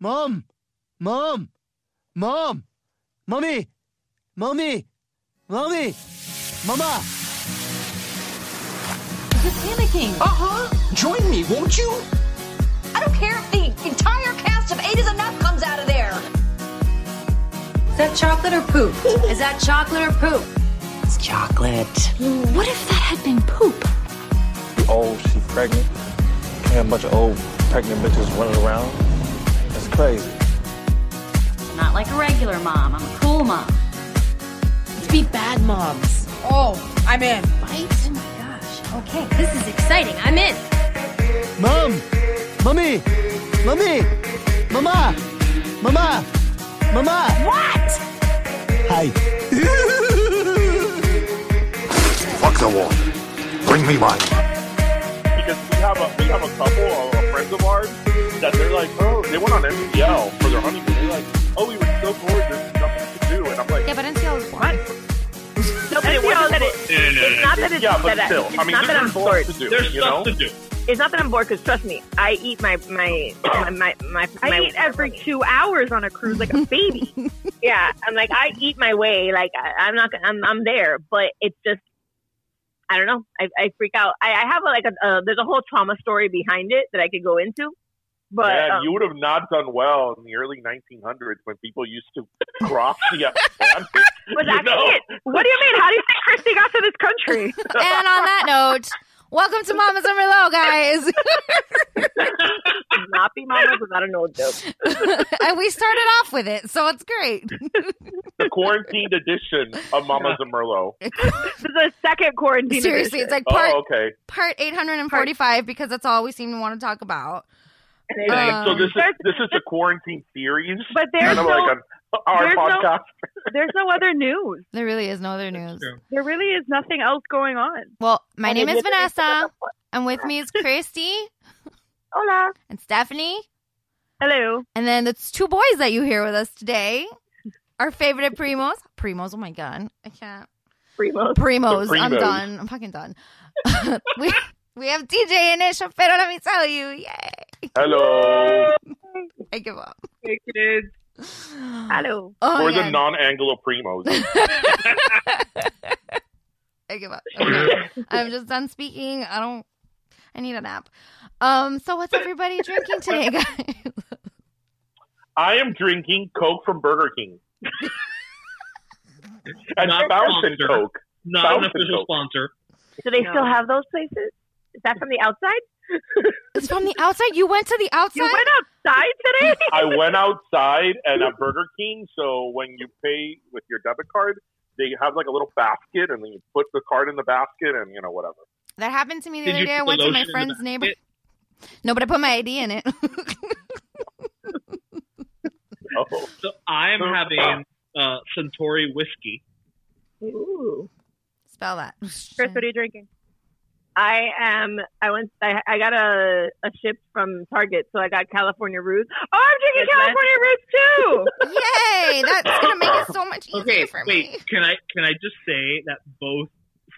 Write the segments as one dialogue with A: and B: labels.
A: Mom! Mom! Mom! Mommy! Mommy! Mommy! Mama!
B: You're panicking.
C: Uh huh. Join me, won't you?
B: I don't care if the entire cast of Eight is Enough comes out of there. Is that chocolate or poop? Is that chocolate or poop?
C: It's chocolate.
B: What if that had been poop?
D: old, Oh, she pregnant. And a bunch of old pregnant bitches running around. That's crazy.
E: Not like a regular mom. I'm a cool mom.
F: Let's be bad moms.
G: Oh, I'm in.
E: Oh my gosh. Okay, this is exciting. I'm in.
A: Mom! Mommy! Mommy! Mama! Mama! Mama!
E: What?
A: Hi.
H: Fuck the water. Bring me mine.
I: because we have a we have a couple of of friends of ours that they're like, oh, they went on MTL for their honeymoon. They're like, oh, we were so bored, there's nothing to do, and I'm like,
J: Yeah, but NCL is boring.
K: No, but it wasn't that it. It's not that it's
I: yeah, but
K: that I-
I: still,
K: it's
I: I mean,
K: not
I: there's
K: that I'm
I: stuff
K: bored.
I: to do.
D: There's
I: you
D: stuff
I: know?
D: to do.
K: It's not that I'm bored because trust me, I eat my my my my. my
L: I
K: my-
L: eat every two hours on a cruise like a baby.
K: Yeah, I'm like I eat my way. Like I, I'm not. gonna- I'm I'm there, but it's just. I don't know. I, I freak out. I, I have a, like a uh, there's a whole trauma story behind it that I could go into, but
I: Man,
K: um,
I: you would have not done well in the early 1900s when people used to cross the Atlantic.
L: But
I: you
L: that's
I: know?
L: it. What do you mean? How do you think Christy got to this country?
J: And on that note, welcome to Mamas and Merlot, guys.
K: would not be mamas without an old joke.
J: and we started off with it, so it's great.
I: The quarantined edition of Mamas and Merlot.
L: This is the second quarantine.
J: Seriously,
L: edition.
J: it's like part
I: Oh, okay.
J: part 845 because that's all we seem to want to talk about.
K: And
J: Uh,
K: it's-
J: Um,
I: so this is
L: there's-
I: this is the quarantine series.
L: but there's
I: kind of
L: no,
I: like on our
L: there's no-
I: podcast.
K: uh,
L: there's no other news.
J: There really is no other news.
D: true.
L: There really is nothing else going on.
J: Well, my
K: and
J: name
K: it
J: is
K: literally-
J: Vanessa, and with me is Christy
K: Hola.
J: and Stephanie,
L: Hello.
J: and then it's two boys that you hear with us today. Our favorite primos, primos. Oh my god, I can't.
K: Primos.
J: Primos.
I: The
J: I'm
I: primos.
J: done. I'm fucking done. we we have DJ and Isha, but let me tell you, yay!
I: Hello.
J: I give up.
L: Hey, kids.
J: Oh,
L: Hello.
I: or
J: yeah.
I: the non-Anglo primos.
J: I give up. Okay. I'm just done speaking. I don't. I need a nap. Um. So what's everybody drinking today, guys?
I: I am drinking Coke from Burger King. and
D: Not
I: Bousin
D: sponsored.
I: Coke.
D: Not an
I: Thousand
D: official
I: votes.
D: sponsor.
K: Do they
L: No.
K: still have those places? Is that from the outside?
J: It's from the outside. You went to the outside.
L: You went outside today?
I: I went outside and at Burger King, so when you pay with your debit card, they have like a little basket and then you put the card in the basket and you know whatever.
J: that happened to me the
D: Did
J: other
D: you
J: day. I
D: put the
J: went to
D: lotion
J: my
D: in the
J: friend's neighbor.
D: basket?
J: No, but I put my ID in it.
I: Oh.
D: So I'm having uh, Centauri whiskey.
K: Ooh.
J: Spell that.
L: Chris, what are you drinking?
K: I am. I went. I, I got a a ship from Target, so I got California Roots.
L: Oh, I'm drinking
K: Yes, ma'am.
L: California Roots too.
J: Yay! That's gonna make it so much easier
D: Okay,
J: for
D: wait.
J: me.
D: Can I can I just say that both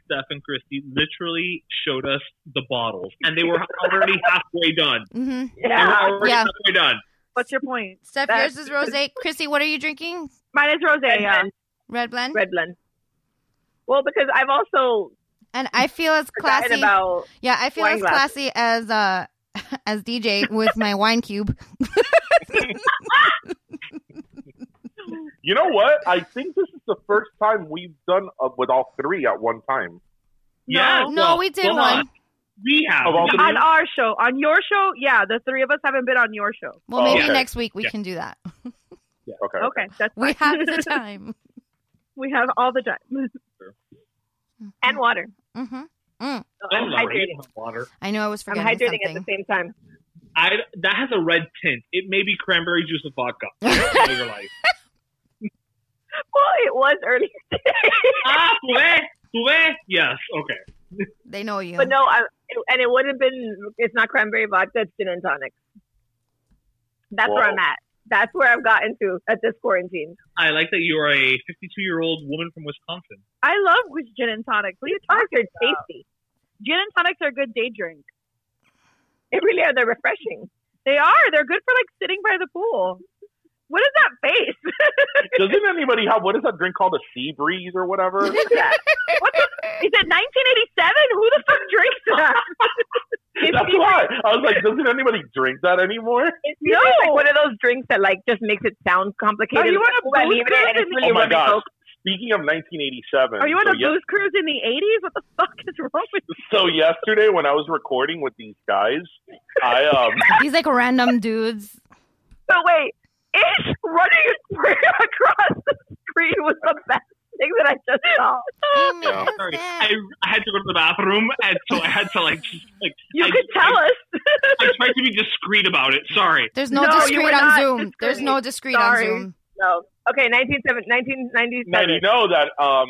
D: Steph and Christy literally showed us the bottles, and they were already halfway done.
J: hmm
D: They were
K: Yeah.
D: already
J: Yeah.
D: halfway done.
L: What's your point?
J: Steph,
K: That-
J: yours is rose. Chrissy, what are you drinking?
L: Mine is rose.
K: Red
L: Yeah.
K: blend.
J: Red blend.
K: Red blend. Well, because I've also
J: And I feel as
K: forgotten
J: classy.
K: about.
J: yeah, I feel
K: wine
J: as
K: glasses.
J: classy as uh as DJ with my wine cube.
I: You know what? I think this is the first time we've done uh, with all three at one time.
L: No.
D: Yeah.
J: No,
D: well, uh,
J: we did
D: hold
J: one.
D: on. We have.
I: Of all the-
L: On our show. On your show? Yeah, the three of us haven't been on your show.
J: Well,
I: Oh,
J: maybe
I: okay.
J: next week we
D: Yeah.
J: can do that.
I: Okay.
L: Okay, that's
J: We
L: fine.
J: have the time.
L: we have all the time.
K: And water.
J: hmm Mm.
K: So
D: I'm
K: I'm hydrating.
D: water.
J: I knew I was
K: I'm
J: forgetting
K: hydrating at the
J: something.
K: same time.
D: I that has a red tint. It may be cranberry juice and vodka. All your life.
K: Well, it was early
D: Ah, tuve, tuve. Yes. Okay.
J: They know you.
K: but no, I, it- and it would have been. It's not cranberry vodka. It's gin and tonic. That's where
I: Whoa.
K: I'm at. That's where I've gotten to at this quarantine.
D: I like that you are a 52 year old woman from Wisconsin.
L: I love with gin and tonic. What are you
K: Tonics
L: talking
K: are
L: about?
K: tasty.
L: Gin and tonics are a good day drink.
K: It really are. They're refreshing.
L: They are. They're good for like sitting by the pool. What is that face?
I: Doesn't anybody have what is that drink called a sea breeze or whatever?
L: what is that? What the, is it 1987? Who the fuck drinks that?
I: That's why I was like, doesn't anybody drink that anymore?
K: It's no. like one of those drinks that like just makes it sound complicated.
L: Are you on a
K: Ooh, I
L: booze
K: leave it in
L: cruise
K: and it's
L: in the-
K: really
I: oh my
K: rum and
I: gosh! Oh,
K: coke.
I: Speaking of 1987,
L: Are you on
I: so
L: a
I: yes-
L: booze cruise in the 80s? What the fuck is wrong with you?
I: so yesterday when I was recording with these guys, I um
J: These like random dudes.
L: So wait, is running across the screen was the best thing that I just saw.
J: Yeah.
D: Sorry, I, I had to go to the bathroom, and so I had to like, just, like
L: You
D: I,
L: could tell
D: I,
L: us.
D: I tried to be discreet about it. Sorry.
J: There's no,
L: No, you
J: discreet on
L: were not
J: Zoom. There's
L: discreet.
J: no discreet
L: Sorry.
J: on Zoom.
K: No. Okay, 1970 1997.
I: now you know that um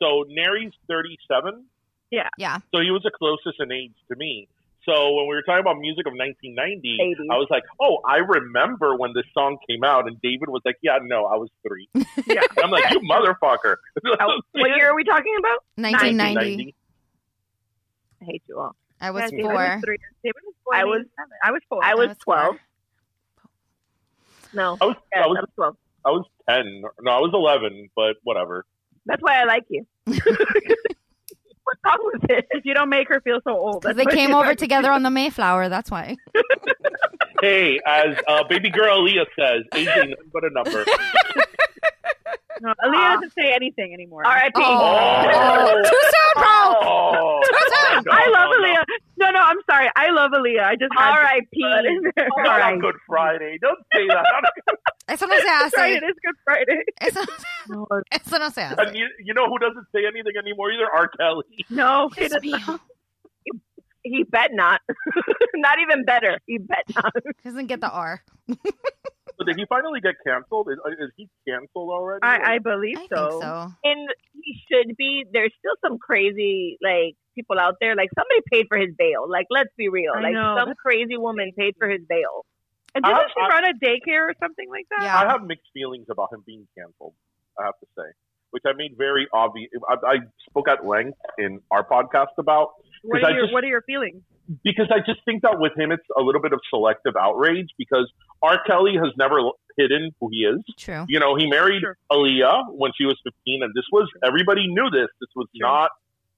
I: so Nary's 37,
J: Yeah.
I: so he was the closest in age to me. So when we were talking about music of 1990,
K: Eighties.
I: I was like, "Oh, I remember when this song came out." And David was like, "Yeah, no, I was three.
L: Yeah.
I: And I'm like, "You motherfucker!"
K: Oh, what year are we talking about?
J: 1990.
K: I hate you all.
J: I was
L: Yeah, David
J: four.
L: three. David was four.
K: I
L: I
K: was-
L: was I was four.
K: I was,
J: was four.
K: 12. No.
I: I was,
K: Yes,
I: I was,
K: 12.
I: I was ten. No, I was eleven, but whatever.
K: That's why I like you. What's wrong with it?
L: If you don't make her feel so old.
J: 'Cause
L: That's
J: they
L: what
J: came
L: you-
J: over together on the Mayflower. That's why.
I: Hey, as uh, baby girl Leah says, age is nothing but a number.
L: No, Aaliyah doesn't say anything anymore.
K: R.I.P.
J: Oh. Oh. Too soon, bro.
I: Oh,
L: I love Aaliyah. No, no, I'm sorry. I love Aaliyah. I just had to-
K: R.I.P.
L: That is-
I: Not
L: All
I: on
L: right.
I: Good Friday. Don't say that.
J: Eso no se hace.
L: That's right. It is Good Friday.
J: Eso, eso no se
I: And
J: hace.
I: you, you know who doesn't say anything anymore either? R. Kelly.
L: No, it
J: Dios
L: is
J: mío.
K: He bet not. not even better. He bet not.
J: Doesn't get the R.
I: But did he finally get canceled? Is, is he canceled already?
L: I, I believe
J: I think
L: so.
J: so.
K: And he should be. There's still some crazy like people out there. Like somebody paid for his bail. Like let's be real.
L: I
K: like
L: know.
K: some crazy woman paid for his bail. Uh,
L: And didn't
I: I-
L: she
I: I-
L: run a daycare or something like that?
J: Yeah.
I: I have mixed feelings about him being canceled. I have to say, which I made very obvious. I, I spoke at length in our podcast about
L: What
I: 'Cause
L: are
I: I
L: your
I: just-
L: What are your feelings?
I: because I just think that with him it's a little bit of selective outrage because R. Kelly has never l- hidden who he is.
J: True.
I: You know, he married
L: Sure.
I: Aaliyah when she was 15, and this was everybody knew this. This was
L: Sure.
I: not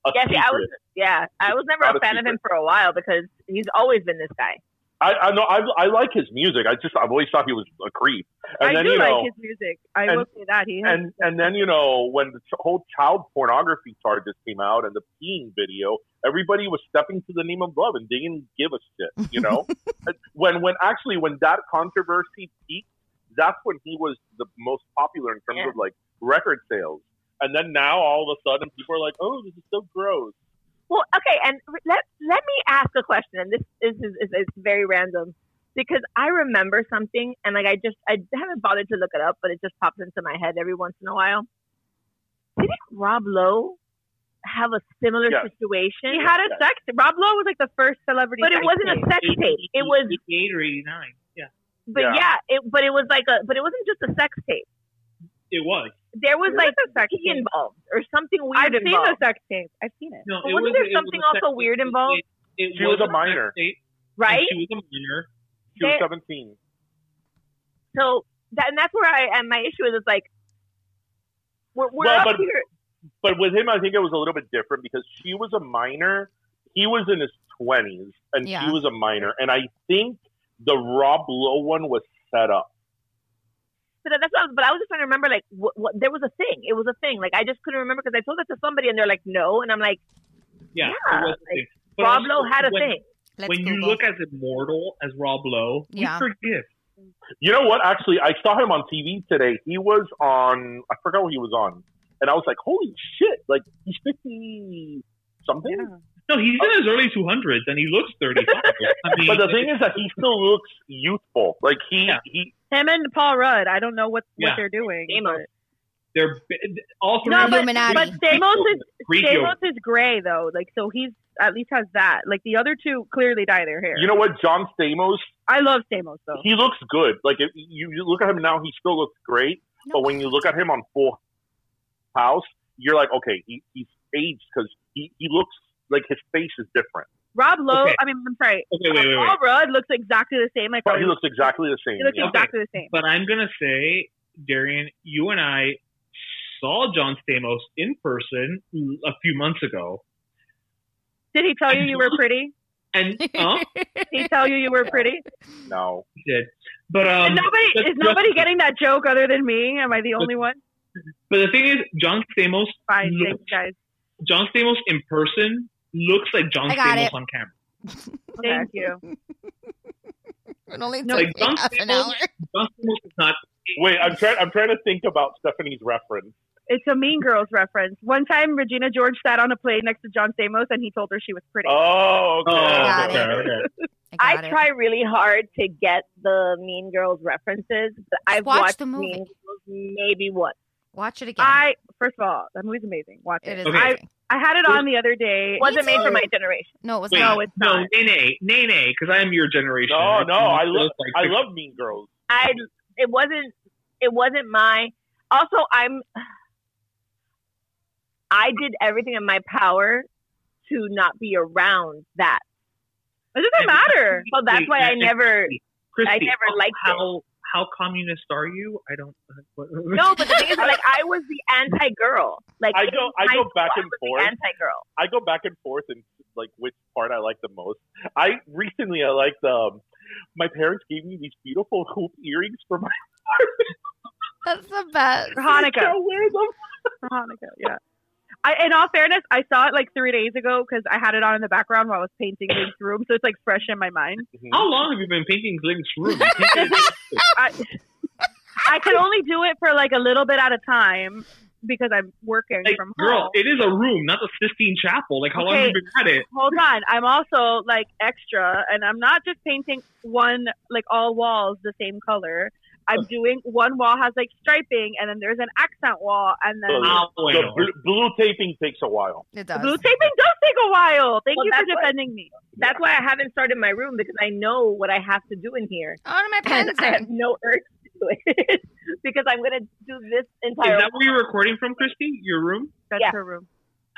I: a
K: Yeah, see,
I: secret.
K: I was. Yeah, I was never
I: Not
K: a
I: a
K: fan of him for a while because he's always been this guy.
I: I, I know I, I like his music. I just I've always thought he was a creep. And
L: I
I: then
L: do
I: you know,
L: like his music. I
I: and-
L: will say that he has.
I: and and then you know when the ch- whole child pornography charges came out and the peeing video, everybody was stepping to the name of love and didn't give a shit. You know, And when when actually when that controversy peaked, that's when he was the most popular in terms
K: Yeah.
I: of like record sales. And then now all of a sudden people are like, oh, this is so gross.
K: Well, okay, and re- let let me ask a question, and this is is, is, is very random because I remember something, and like I just I haven't bothered to look it up, but it just pops into my head every once in a while. Didn't Rob Lowe have a similar
I: Yes.
K: situation?
L: he had a
I: Yeah.
L: sex. Rob Lowe was like the first celebrity,
K: but it
L: sex
K: wasn't a
L: tape.
K: sex tape. It was,
D: 88 or 89. Yeah,
K: but
I: Yeah.
K: yeah. it but it was like a but it wasn't just a sex tape.
D: it was.
K: There was
L: It was
K: like
L: a sex
K: pee
L: tape.
K: involved or something weird
L: I've seen
K: involved.
L: the sex tape. I've seen it.
D: No,
K: But
D: it
K: wasn't
D: was,
K: there
D: it
K: something
D: was a
K: also
D: sex-
K: weird
D: it-
K: involved?
D: It, it
I: She was a
D: sex
I: minor.
D: tape, and
K: right?
D: She was a minor.
I: She was
K: There-
I: 17.
K: So that and that's where I and my issue is it's like we're, we're
I: Well,
K: up
I: but-
K: here.
I: but with him, I think it was a little bit different because she was a minor. He was in his twenties, and
J: Yeah.
I: she was a minor. And I think the Rob Lowe one was set up.
K: So that, that's what I was, but I was just trying to remember like what, what there was a thing. It was a thing. Like I just couldn't remember because I told it to somebody and they're like no, and I'm like
D: Yeah,
K: Yeah,
D: it was a
K: like,
D: thing. But
K: Rob
D: also,
K: Lowe had a
D: when,
K: thing.
J: Let's
D: when you
J: Google.
D: look as immortal as Rob Lowe,
J: Yeah.
D: we forgive.
I: You know what? Actually, I saw him on TV today. He was on. I forgot what he was on, and I was like, "Holy shit!" Like he's fifty something.
D: No, he's in his early 200s and he looks 35. I mean,
I: But the thing is that he still looks youthful. Like he,
D: Yeah.
I: he
L: Him and Paul Rudd. I don't know what
D: Yeah.
L: what they're doing.
K: Same
L: but-
D: they're b- all three
L: No,
D: of
L: but,
D: them
J: Illuminati.
L: but Stamos is
D: Greek
L: Stamos
D: yogurt.
L: is gray though. Like so, he's at least has that. Like the other two clearly dye their hair.
I: you know what? John Stamos.
L: I love Stamos though.
I: He looks good. Like if you, you look at him now, he still looks great. But when you look at him on Full House, you're like, okay, he, he's aged because he, he looks like his face is different.
L: Rob Lowe,
I: Okay.
L: I mean, I'm sorry.
I: Okay, wait, wait, wait.
L: Paul Rudd looks exactly the same. Like
I: But he looks exactly the same.
L: He looks
I: yeah.
L: exactly the same.
D: But I'm gonna say, Darian, you and I saw John Stamos in person a few months ago,
L: Did he tell you you were pretty?
D: and uh, huh?
L: Did he tell you you were pretty?
I: no,
D: he did. But um,
L: is nobody
D: but-
L: is nobody getting that joke other than me? Am I the only one?
D: But the thing is, John Stamos,
L: Fine,
D: looks,
L: thanks, guys.
D: John Stamos in person looks like John
J: I got
D: Stamos
J: it.
D: on camera.
L: Thank you.
J: It only took
L: No,
J: me
D: like John
J: half an hour.
D: Stamos, John Stamos is not.
I: wait. I'm trying. I'm trying to think about Stephanie's reference.
L: It's a Mean Girls reference. One time, Regina George sat on a plane next to John Stamos, and he told her she was pretty.
I: Oh, okay.
J: Got
I: okay,
J: it.
I: okay.
J: I,
K: I
J: got it.
K: try really hard to get the Mean Girls references. But I've
J: watch
K: watched
J: the movie.
K: Mean Girls maybe once.
J: Watch it again.
L: I first of all, that movie's amazing. Watch it.
J: it is.
D: Okay.
L: I,
J: amazing.
L: I had it on the other day.
K: It wasn't made for my
L: It's-
K: generation.
J: no, it was
D: Wait,
J: not.
L: No, it's
D: no,
L: not.
D: nay, nay, nay, nay, because I am your generation.
I: No, no, I
D: It
I: love.
D: looks like
I: I
D: pictures.
I: love Mean Girls.
K: I it wasn't it wasn't my also I'm I did everything in my power to not be around that.
L: It doesn't matter.
K: So that's why I never
D: Christy,
K: I never
D: how-
K: liked it.
D: how how communist are you? I don't. uh, What,
K: No, but the thing is like I was the anti girl. Like
I: I go- I go back and forth.
K: Anti girl.
I: I go back and forth in like which part I like the most. I recently I liked um, my parents gave me these beautiful hoop earrings for my
J: That's the best.
L: For Hanukkah.
I: I wear them.
L: For Hanukkah. Yeah. I, in all fairness, I saw it like three days ago because I had it on in the background while I was painting Link's room, so it's like fresh in my mind.
D: How long have you been painting Link's room? You painted it-
L: I, I could only do it for like a little bit at a time because I'm working
D: like,
L: from home.
D: girl, it is a room, not the Sistine Chapel. Like, how long have you been at it?
L: hold on. I'm also like extra, and I'm not just painting one like all walls the same color.
D: Oh.
L: I'm doing one wall has like striping, and then there's an accent wall, and then
I: Oh,
D: Ah,
I: The
D: bueno.
I: blue, blue taping takes a while.
J: It
L: the
J: does.
L: blue taping does take a while. Thank
K: Well,
L: you for
K: that's what-
L: defending me.
K: That's why I haven't started my room because I know what I have to do in here.
J: Oh, and my
K: And
J: pen's
K: I have
J: in.
K: no urge to do it because I'm gonna do this
D: Is
K: entire
D: that where you're recording from, Christy? Your room?
L: That's
K: Yeah.
L: her room.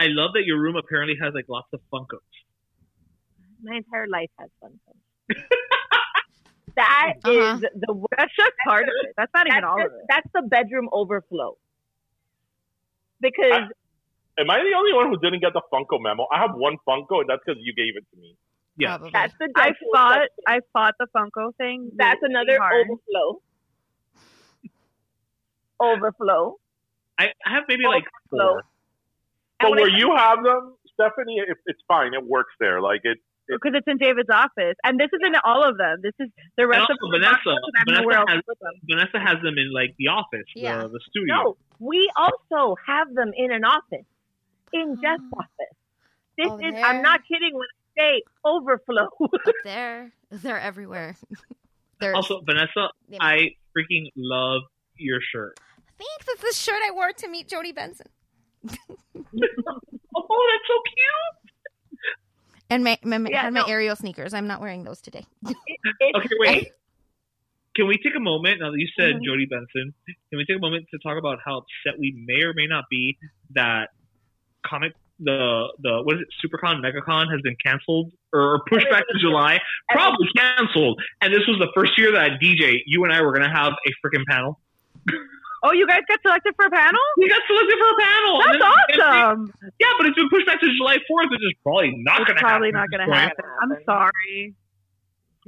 D: I love that your room apparently has like lots of Funkos.
K: my entire life has fun. That is
J: Uh-huh.
K: the worst.
L: That's just part of it. That's not
K: That's,
L: even all of
K: just-
L: it.
K: that's the bedroom overflow. Because
I: Am I the only one who didn't get the Funko memo? I have one Funko, and that's because you gave it to me.
D: Yeah.
J: Probably.
K: that's the
L: I
K: Deadpool
L: fought.
K: section.
L: I fought the Funko thing.
K: That's
L: really
K: another
L: hard.
K: overflow. Overflow.
D: I, I have maybe like
K: Overflow.
D: four.
I: So
K: And when
I: where
K: it-
I: you have them, Stephanie, it, it's fine. It works there. Like it.
L: because it's in David's office, and this isn't all of them. This is the rest
D: also
L: of the
D: Vanessa-
L: boxes I have
D: Vanessa
L: nowhere else
D: has-
L: to put them.
D: Vanessa has them in like the office,
J: Yeah.
D: the, the studio.
K: No, we also have them in an office, in Jeff's office. This
J: Oh,
K: is.
J: there.
K: I'm not kidding when I say overflow.
J: Up there. They're everywhere. They're,
D: Also, Vanessa,
J: Yeah.
D: I freaking love your shirt.
J: Thanks. It's the shirt I wore to meet Jody Benson.
D: Oh, that's so cute.
J: And my, my, my,
K: Yeah,
J: had my
K: no.
J: Ariel sneakers. I'm not wearing those today.
K: It's-
D: Okay, wait. Can we take a moment now that you said
L: Mm-hmm.
D: Jody Benson? Can we take a moment to talk about how upset we may or may not be that comic the the what is it Supercon MegaCon has been canceled or, or pushed back to July? Probably canceled. And this was the first year that DJ you and I were gonna have a freaking panel.
L: Oh, you guys got selected for a panel?
D: We got selected for a panel. And
L: That's
D: then-
L: awesome.
D: Yeah, but it's been pushed back to July fourth, which is probably not
L: It's
D: gonna
L: probably
D: happen.
L: not
D: at
L: going
D: this
L: to
D: point.
L: happen. I'm sorry.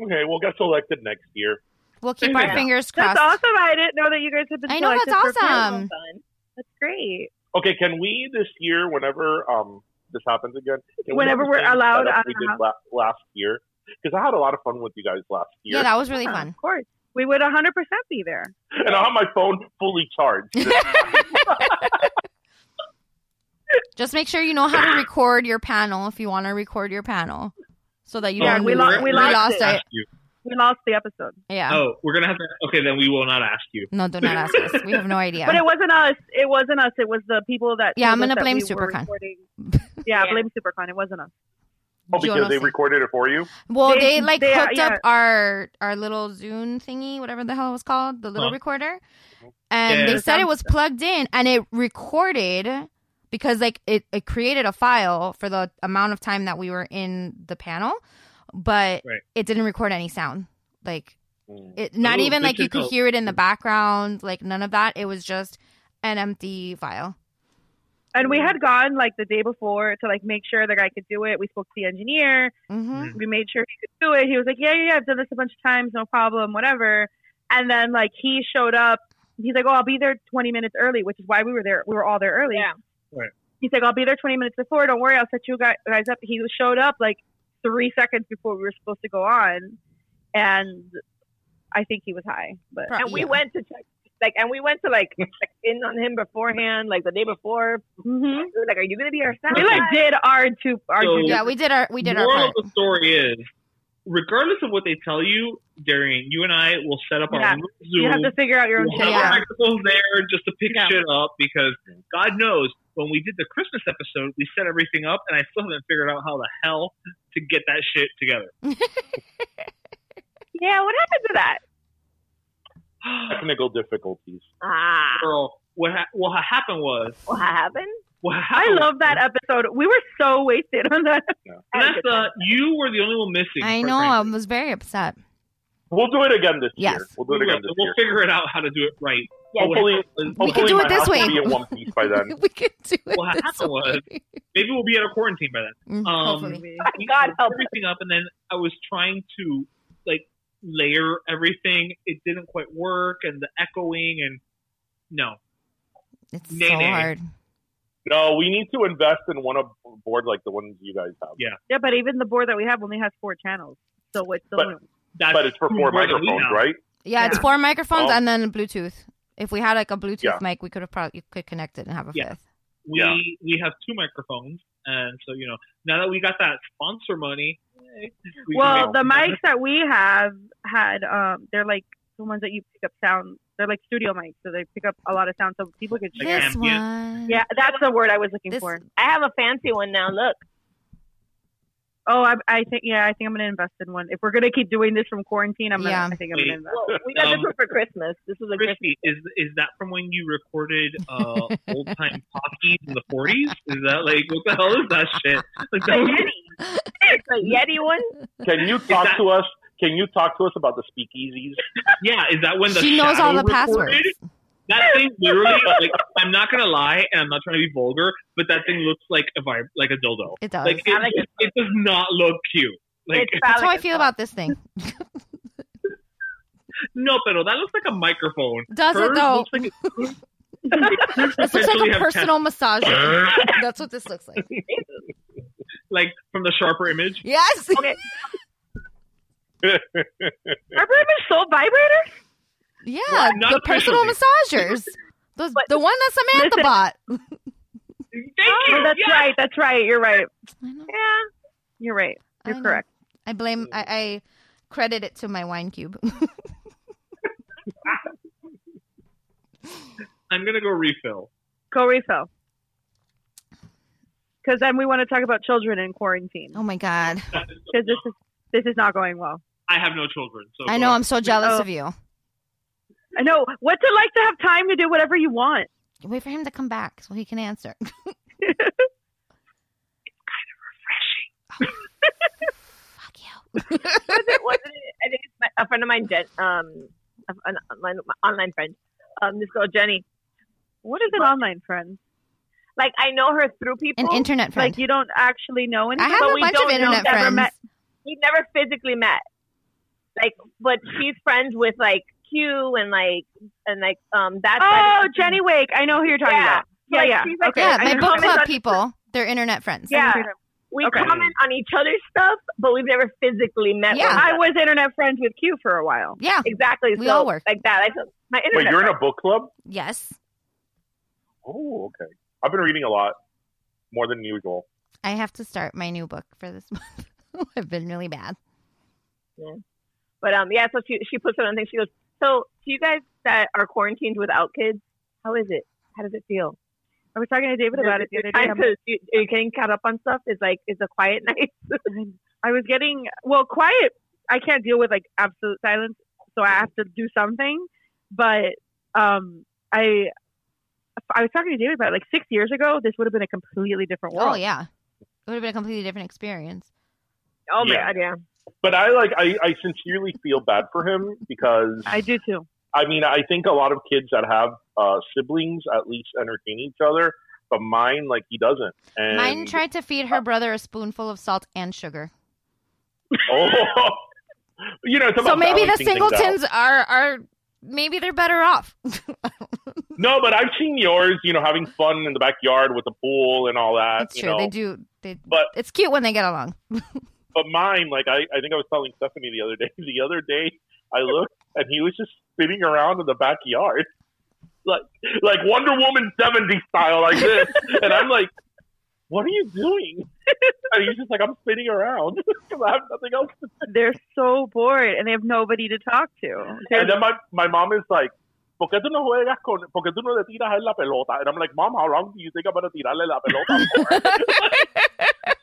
I: Okay, we'll get selected next year.
J: We'll keep our
D: Yeah.
J: fingers crossed.
L: That's awesome. I didn't know that you guys had been
J: I know, that's
L: selected for a panel.
J: awesome.
L: That's great.
I: Okay, can we this year, whenever um this happens again, can we
L: Whenever
I: do the
L: we're
I: same
L: allowed
I: setup
L: out
I: we
L: of
I: did
L: house.
I: la- last year because I had a lot of fun with you guys last year,
J: Yeah, that was really
L: Yeah,
J: fun.
L: Of course. We would 100% be there.
I: and I have my phone fully charged.
J: Just make sure you know how to record your panel if you want to record your panel, so that you
L: Yeah,
J: don't.
L: we lo- we
J: lost
L: lost
J: it.
L: it.
D: You.
L: We lost the episode.
J: Yeah.
D: Oh, we're gonna have to. Okay, then we will not ask you.
J: No, do not ask us. We have no idea.
L: But it wasn't us. It wasn't us. It was the people that.
J: Yeah, I'm
L: told
J: gonna
L: us that
J: blame
L: we were
J: Supercon.
L: recording. Yeah,
K: Yeah.
L: blame Supercon. It wasn't us.
I: Oh, because they
J: Jonas.
I: recorded it for you.
J: well, they,
L: they-
J: like
L: they-
J: hooked
L: yeah.
J: up our our little Zoom thingy, whatever the hell it was called, the little
D: Huh.
J: recorder, and they
D: Uh-huh. Yeah.
J: said it was plugged in and it recorded because like it, it created a file for the amount of time that we were in the panel, but
D: Right.
J: it didn't record any sound. Like
L: Mm.
J: it, not
D: Ooh,
J: even
D: this
J: like you
D: is
J: could
D: a-
J: hear it in the background, like none of that. It was just an empty file.
L: And we had gone like the day before to like make sure the guy could do it. We spoke to the engineer.
D: Mm-hmm.
J: Mhm.
L: We made sure he could do it. He was like, "Yeah, yeah, yeah, I've done this a bunch of times, no problem, whatever." And then like he showed up. He's like, "Oh, I'll be there 20 minutes early," which is why we were there. We were all there early. Yeah.
D: Right.
L: He's like, "I'll be there 20 minutes before. Don't worry, I'll set you guy- guys up." He showed up like three seconds before we were supposed to go on, and I think he was high. But
K: and we went to check, like, and we went to like check in on him beforehand, like the day before. We were Like, are you gonna be our sound?
L: Mm-hmm. We like
K: guy?"
L: did our two, our
D: So-
L: two
D: Yeah,
J: we did our we did our
D: moral
J: part.
D: of the story is, regardless of what they tell you, during you and I will set up our
L: Yeah.
D: own little Zoom.
L: You have to figure out your own
D: We'll
L: shit.
D: have
L: Yeah.
D: our microphones there just to pick
L: Yeah.
D: shit up because God knows when we did the Christmas episode, we set everything up, and I still haven't figured out how the hell to get that shit together.
K: Yeah, what happened to that?
I: Technical difficulties.
K: Ah,
D: Girl, what ha- what ha- happened was
K: what happened? Oh.
D: what
L: I
D: happened.
L: love that episode. We were so wasted on that.
D: Vanessa, you were the only one missing.
J: I
D: quite
J: know.
D: frankly.
J: I was very upset.
I: We'll do it again this
J: Yes.
I: year. We'll do it
D: We
I: again
D: will,
I: this
D: we'll
I: year.
D: figure it out how to do it right.
I: Yeah, hopefully,
D: we
I: hopefully
J: do
I: my
J: it this
I: house
J: way.
I: will be in one piece by then.
J: we could do it.
D: what
J: this
D: happened
J: way.
D: was maybe we'll be out of quarantine by then.
J: Mm,
D: Um,
J: hopefully.
D: we set everything up, and then I was trying to like layer everything. It didn't quite work, and the echoing, and no,
J: It's
D: Nay,
J: so
D: nay.
J: hard.
I: No, we need to invest in one of board like the ones you guys have.
D: yeah,
L: Yeah, but even the board that we have only has four channels. So it's still
I: But-
D: that's
I: but it's for four
D: more than we
I: microphones,
D: have.
I: right?
J: Yeah, it's four microphones
I: Well-
J: and then Bluetooth. If we had like a Bluetooth
I: Yeah.
J: mic, we could have probably you could connect it and have a
D: Yeah.
J: fifth.
D: We
I: Yeah.
D: we have two microphones, and so you know now that we got that sponsor money, eh, we can
L: well,
D: make-
L: the mics that we have had, um, they're like the ones that you pick up sound. They're like studio mics, so they pick up a lot of sound, so people could.
D: Like
J: this
D: ambient.
J: one.
L: Yeah, that's the word I was looking
J: This-
L: for.
K: I have a fancy one now. Look,
L: Oh, I, I think yeah, I think I'm gonna invest in one. If we're gonna keep doing this from quarantine, I'm gonna.
J: Yeah.
L: I think I'm gonna
D: Wait.
L: invest.
K: Well, we got
D: Um,
K: this one for Christmas. This is a Christmas.
D: Christy, is is that from when you recorded uh, old time pockies in the forties? Is that like what the hell is that shit? Like,
K: The
D: that was-
K: Yeti. It's a Yeti one.
I: Can you talk
D: that-
I: to us? Can you talk to us about the speakeasies?
D: yeah, is that when the
J: She knows all
D: shadow
J: the
D: recorded?
J: passwords.
D: That thing literally, like, I'm not gonna lie, and I'm not trying to be vulgar, but that thing looks like a vibe, like a dildo.
J: It does.
D: Like it,
K: I like
D: it, it does not look cute. Like
K: it's
J: That's
K: phallic
J: how I
K: as
J: feel
K: fuck.
J: about this thing.
D: no, pero that looks like a microphone.
J: Does it
D: Hers
J: though?
D: Looks like it
J: This looks
D: potentially
J: like a
D: have
J: personal massager. That's what this looks like.
D: tats- like from the sharper image.
J: Yes.
L: Our room is so vibrators.
J: Yeah.
D: Well, not
J: the personal massagers. Those, the one that Samantha
L: Listen.
J: bought.
D: Thank
L: Oh,
D: you.
L: that's
D: yes!
L: right. That's right. You're right.
J: I know.
L: Yeah, you're right.
J: I
L: You're
J: know.
L: correct.
J: I blame. I, I credit it to my wine cube.
D: I'm gonna go refill.
L: Go refill. Because then we want to talk about children in quarantine.
J: oh my god.
L: Because this is this is not going well.
D: I have no children, so
J: I
D: go
J: know.
D: on.
J: I'm so jealous
L: Oh.
J: of you.
L: I know what's it like to have time to do whatever you want.
J: Wait for him to come back so he can answer. Fuck you.
K: was it, was it, I think it's my, a friend of mine, Jen, um, a- an online, my online friend, um, this girl Jenny.
L: What is an online friend?
K: Like I know her through people.
J: An internet friend.
L: Like you don't actually know
J: I
L: anything.
J: have
K: but
J: a
K: we
J: bunch of
K: don't know
J: internet
K: that we're
J: friends.
K: met- we never physically met. Like, but she's friends with like Q and like and like um that.
L: Oh, Jenny Wake. I know who you're talking
K: Yeah.
L: about. Yeah,
K: Like,
L: yeah.
K: she's like-
L: okay.
J: yeah,
L: I
J: my
L: know
J: book
L: who you're
J: club
L: talking
J: people. They're internet friends.
L: about.
K: Yeah. We
L: Okay.
K: comment on each other's stuff, but we've never physically met.
J: Yeah.
K: one
L: I
K: another.
L: was internet friends with Q for a while.
J: Yeah.
K: exactly.
J: We
K: so,
J: all were.
K: like that. I feel- my
I: Wait,
K: internet.
I: you're in
K: friend.
I: a book club?
J: Yes.
I: Oh, okay. I've been reading a lot, more than usual.
J: I have to start my new book for this month. I've been really bad.
K: But um, yeah. So she she puts it on things. She goes, so do you guys that are quarantined without kids, how is it? How does it feel?
L: I was talking to David about it the other day.
K: Time to- you- are you getting caught up on stuff? Is like is a quiet night.
L: I'm- I was getting well quiet. I can't deal with like absolute silence, so I have to do something. But um, I I was talking to David about it, like six years ago. This would have been a completely different world.
J: Oh yeah, it would have been a completely different experience.
L: Oh my god, yeah.
I: But I like I, I sincerely feel bad for him because
L: I do too.
I: I mean, I think a lot of kids that have uh, siblings at least entertain each other, but mine like he doesn't. And
J: Mine tried to feed her brother a spoonful of salt and sugar.
I: oh, you know. it's
J: So
I: about
J: maybe the
I: balancing things out.
J: singletons are are maybe they're better off.
I: No, but I've seen yours. You know, having fun in the backyard with the pool and all that.
J: That's
I: you
J: true.
I: know.
J: They do. They,
I: But
J: it's cute when they get along.
I: but mine, like I, I think I was telling Stephanie the other day. The other day, I looked and he was just spinning around in the backyard, like like Wonder Woman seventy style, like this. and I'm like, what are you doing? and he's just like, I'm spinning around 'cause I have nothing else to do.
L: They're so bored and they have nobody to talk to. They're-
I: And uh, then my my mom is like. ¿Por qué tú no juegas con, por qué tú no le tiras a él la pelota? And I'm like, Mom, how long do you think I'm going to tirarle la pelota for?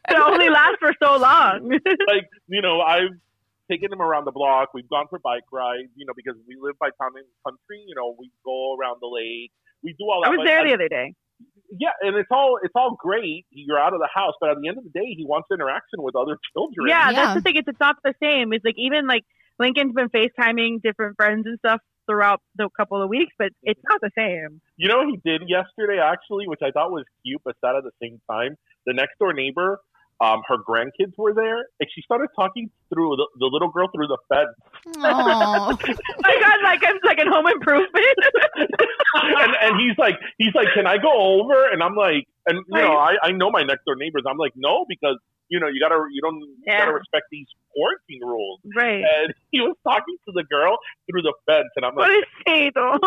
L: It only lasts for so long.
I: like you know, I've taken him around the block. We've gone for bike rides, you know, because we live by town and country. You know, we go around the lake. We do all that.
L: I was
I: but
L: there
I: at-
L: the other day.
I: Yeah, and it's all it's all great. You're out of the house, but at the end of the day, he wants interaction with other children.
L: Yeah, that's the thing. It's, it's not the same. It's like even like Lincoln's been FaceTiming different friends and stuff throughout the couple of weeks, but it's not the same.
I: You know what he did yesterday, actually, which I thought was cute, but sad at the same time. The next door neighbor, um, her grandkids were there, and she started talking through the, the little girl through the fence.
J: Oh,
L: my God, like I'm like in Home Improvement.
I: and, and he's like, he's like, can I go over? And I'm like, and you know, I, I know my next door neighbors. I'm like, no, because you know, you gotta, you don't, you
L: Yeah.
I: gotta respect these quarantine rules.
L: Right.
I: And he was talking to the girl through the fence, and I'm like,
L: What is she though?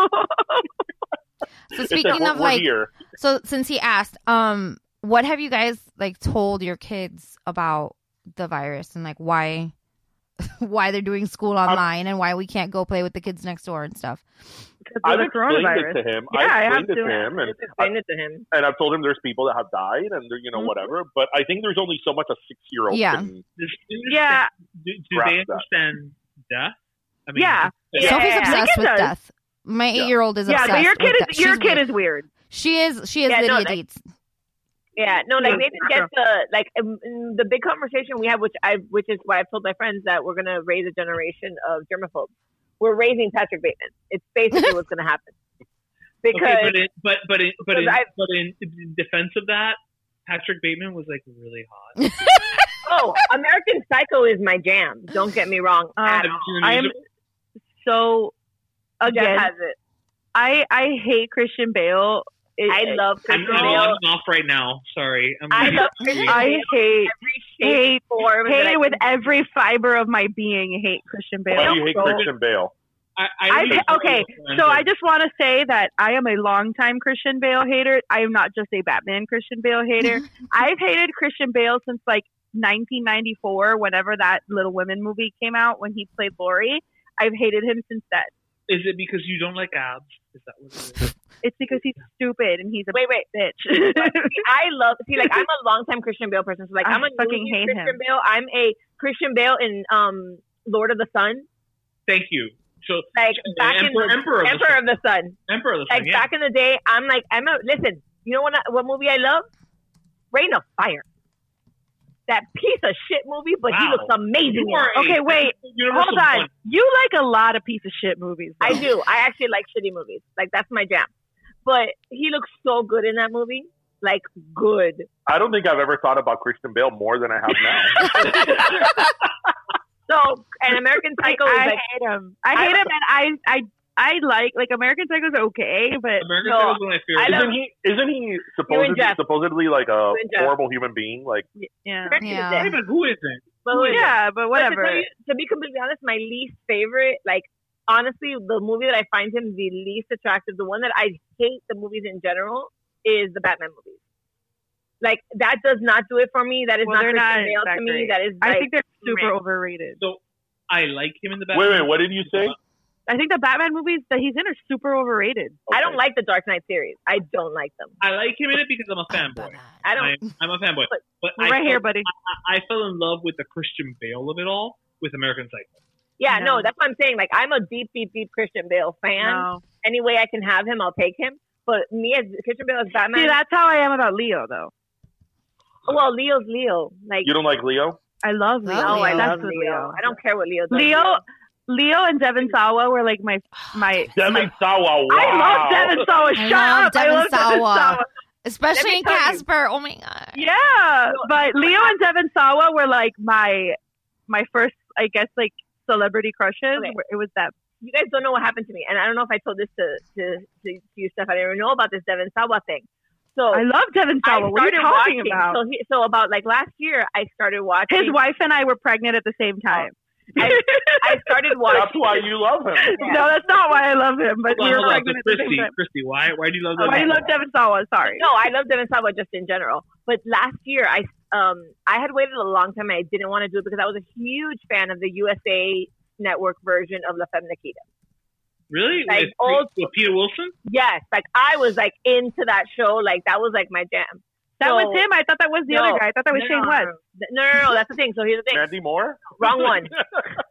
J: So
I: It says,
J: speaking
I: "We're-
J: of
I: we're
J: like,
I: here."
J: so since he asked, um, what have you guys like told your kids about the virus and like why, why they're doing school
D: Um,
J: online and why we can't go play with the kids next door and stuff?
I: I've explained it to him.
L: Yeah, I
I: I
L: have
I: explained it to
L: to-
I: him, and
L: explained it to him.
I: and I've told him there's people that have died, and they're, you know, whatever. But I think there's only so much a six year old
J: Yeah.
I: can.
L: Yeah.
D: Do, do they understand death? I mean,
L: Yeah.
D: Yeah.
J: Sophie's obsessed
L: Lincoln
J: with
L: does.
J: death. My
I: Yeah.
J: eight-year-old is
L: yeah,
J: obsessed.
L: but your
J: with
L: kid
J: that.
L: is your
J: She's
L: kid
J: weird.
L: is weird.
J: She is. She is
K: Yeah,
J: Lydia
K: no, like-
J: Dietz.
K: Yeah, no, like
L: Yeah.
K: they didn't get the like um, mm, the big conversation we have, which I which is why I've told my friends that we're gonna raise a generation of germaphobes. We're raising Patrick Bateman. It's basically what's gonna happen because
D: okay, but, in, but but in, but in,
K: because I-
D: but in defense of that, Patrick Bateman was like really hot.
K: oh, American Psycho is my jam. Don't get me wrong. at
D: Have you
K: all.
D: seen the
L: I am
D: musical?
L: so
K: Jeff
L: again.
K: has it.
L: I I hate Christian Bale. It-
K: I love
D: I'm,
K: Christian
D: I'm
K: Bale.
D: on and off right now. Sorry. I'm
K: I love Christian
L: I
K: Bale.
L: hate
K: Every shape,
L: hate
K: form. that
L: hate
K: I
L: it with
K: can-
L: every fiber of my being. I hate Christian Bale.
I: Why do you hate
L: So-
I: Christian Bale?
D: I,
L: I,
D: really
L: okay,
D: don't
L: so I
D: understand.
L: just want to say that I am a longtime Christian Bale hater. I am not just a Batman Christian Bale hater. I've hated Christian Bale since like 1994, whenever that Little Women movie came out when he played Laurie. I've hated him since then.
D: Is it because you don't like abs? Is that what it is?
L: It's because he's stupid and he's a
K: Wait, wait.
L: bitch.
K: See, I love see like I'm a longtime Christian Bale person. So like
L: I
K: I'm a
L: fucking
K: new
L: hate
K: Christian
L: him.
K: Bale. I'm a Christian Bale in um Lord of the Sun.
D: Thank you. So
K: Like back
D: Emperor,
K: in
D: Emperor of the
K: Emperor
D: Sun.
K: of the Sun.
D: Emperor of the
K: Like
D: Sun, yeah.
K: back in the day, I'm like I'm a listen. You know what? I- What movie I love? Rain of Fire. That piece of shit movie, but he
D: Wow.
K: looks amazing.
D: You
K: in it.
D: are a-
L: Okay, wait.
D: Universal
L: Hold on.
D: One.
L: You like a lot of piece of shit movies. though.
K: I do. I actually like shitty movies. Like that's my jam. But he looks so good in that movie. Like good.
I: I don't think I've ever thought about Christian Bale more than I have now.
K: So an American Psycho is
L: I
K: like
L: hate him. I hate him, and I I I like like American Psycho's okay, but
D: American
K: No,
D: Psycho is one of my favorites.
K: I love-
I: isn't he? Isn't he supposedly
K: Jeff.
I: supposedly like a
K: You and Jeff.
I: horrible human being? Like
L: yeah,
J: Yeah.
D: Hey, but who isn't?
K: But wait,
L: yeah, but
K: but
L: whatever.
K: To, tell you, to be completely honest, my least favorite, like honestly, the movie that I find him the least attractive, the one that I hate the movies in general, is the Batman movies. Like that does not do it for me. That is
L: Well,
K: not
L: they're not
K: Christian Bale
L: that
K: to
L: great.
K: me. That is
L: I
K: like,
L: think they're super
K: Superman.
L: overrated.
D: So I like him in the back.
I: wait, wait, what did you say?
L: I think the Batman movies that he's in are super overrated.
K: I don't like the Dark Knight series. I don't like them.
D: I like him in it because I'm a fanboy.
K: I don't.
D: I, I'm a fanboy.
K: But-
D: But
L: We're
D: I
L: right
D: fell,
L: here, buddy.
D: I fell in love with the Christian Bale of it all with American Psycho.
K: yeah, no.
L: No.
K: that's what I'm saying. Like I'm a deep, deep, deep Christian Bale fan.
L: No.
K: Any way I can have him, I'll take him. But me as Christian Bale as Batman.
L: See, that's how I am about Leo, though.
K: Well, Leo's Leo. Like
I: You don't like Leo?
L: I love Leo.
K: Leo. Oh, I
L: That's
K: love
L: what
K: Leo. I don't care what Leo does.
L: Leo, Leo and Devin Sawa were like my my.
I: Devin Sawa. Wow.
L: I love Devin Sawa. Shut
J: love
L: up.
J: Devin
L: I love Devin
J: Sawa.
L: Sawa.
J: Especially
L: me
J: in
L: tell you.
J: Casper. Oh my god.
L: Yeah, but Leo and Devin Sawa were like my my first, I guess, like celebrity crushes.
K: Okay.
L: It was them.
K: you guys don't know what happened to me, and I don't know if I told this to to, to, to you, Steph. I didn't know about this Devin Sawa thing. So
L: I love Devin
K: I
L: Sawa. What are you
K: started
L: talking
K: watching-
L: about?
K: So, he, so about like last year, I started watching.
L: His wife and I were pregnant at the same
K: Oh,
L: time.
K: I, I started watching.
I: That's why you love him.
K: Yeah.
L: No, that's not why I love him, but
D: Hold on,
L: we were
D: hold on.
L: pregnant at the
D: Christy,
L: same time.
D: Christy, why, why do you love
L: Oh,
D: that?
L: I love Devin Sawa. Sorry.
K: No, I love Devin Sawa just in general. But last year, I um I had waited a long time. and I didn't want to do it because I was a huge fan of the USA Network version of La Femme Nikita.
D: Really?
K: Like,
D: with,
K: old-
D: with Peter Wilson?
K: Yes, like I was like into that show. Like that was like my jam.
L: That
K: So-
L: was him. I thought that was the
K: No.
L: other guy. I thought that was
K: no,
L: Shane
K: no,
L: West.
K: No, no, no, no, That's the thing. So here's the thing.
I: Mandy Moore?
K: Wrong one.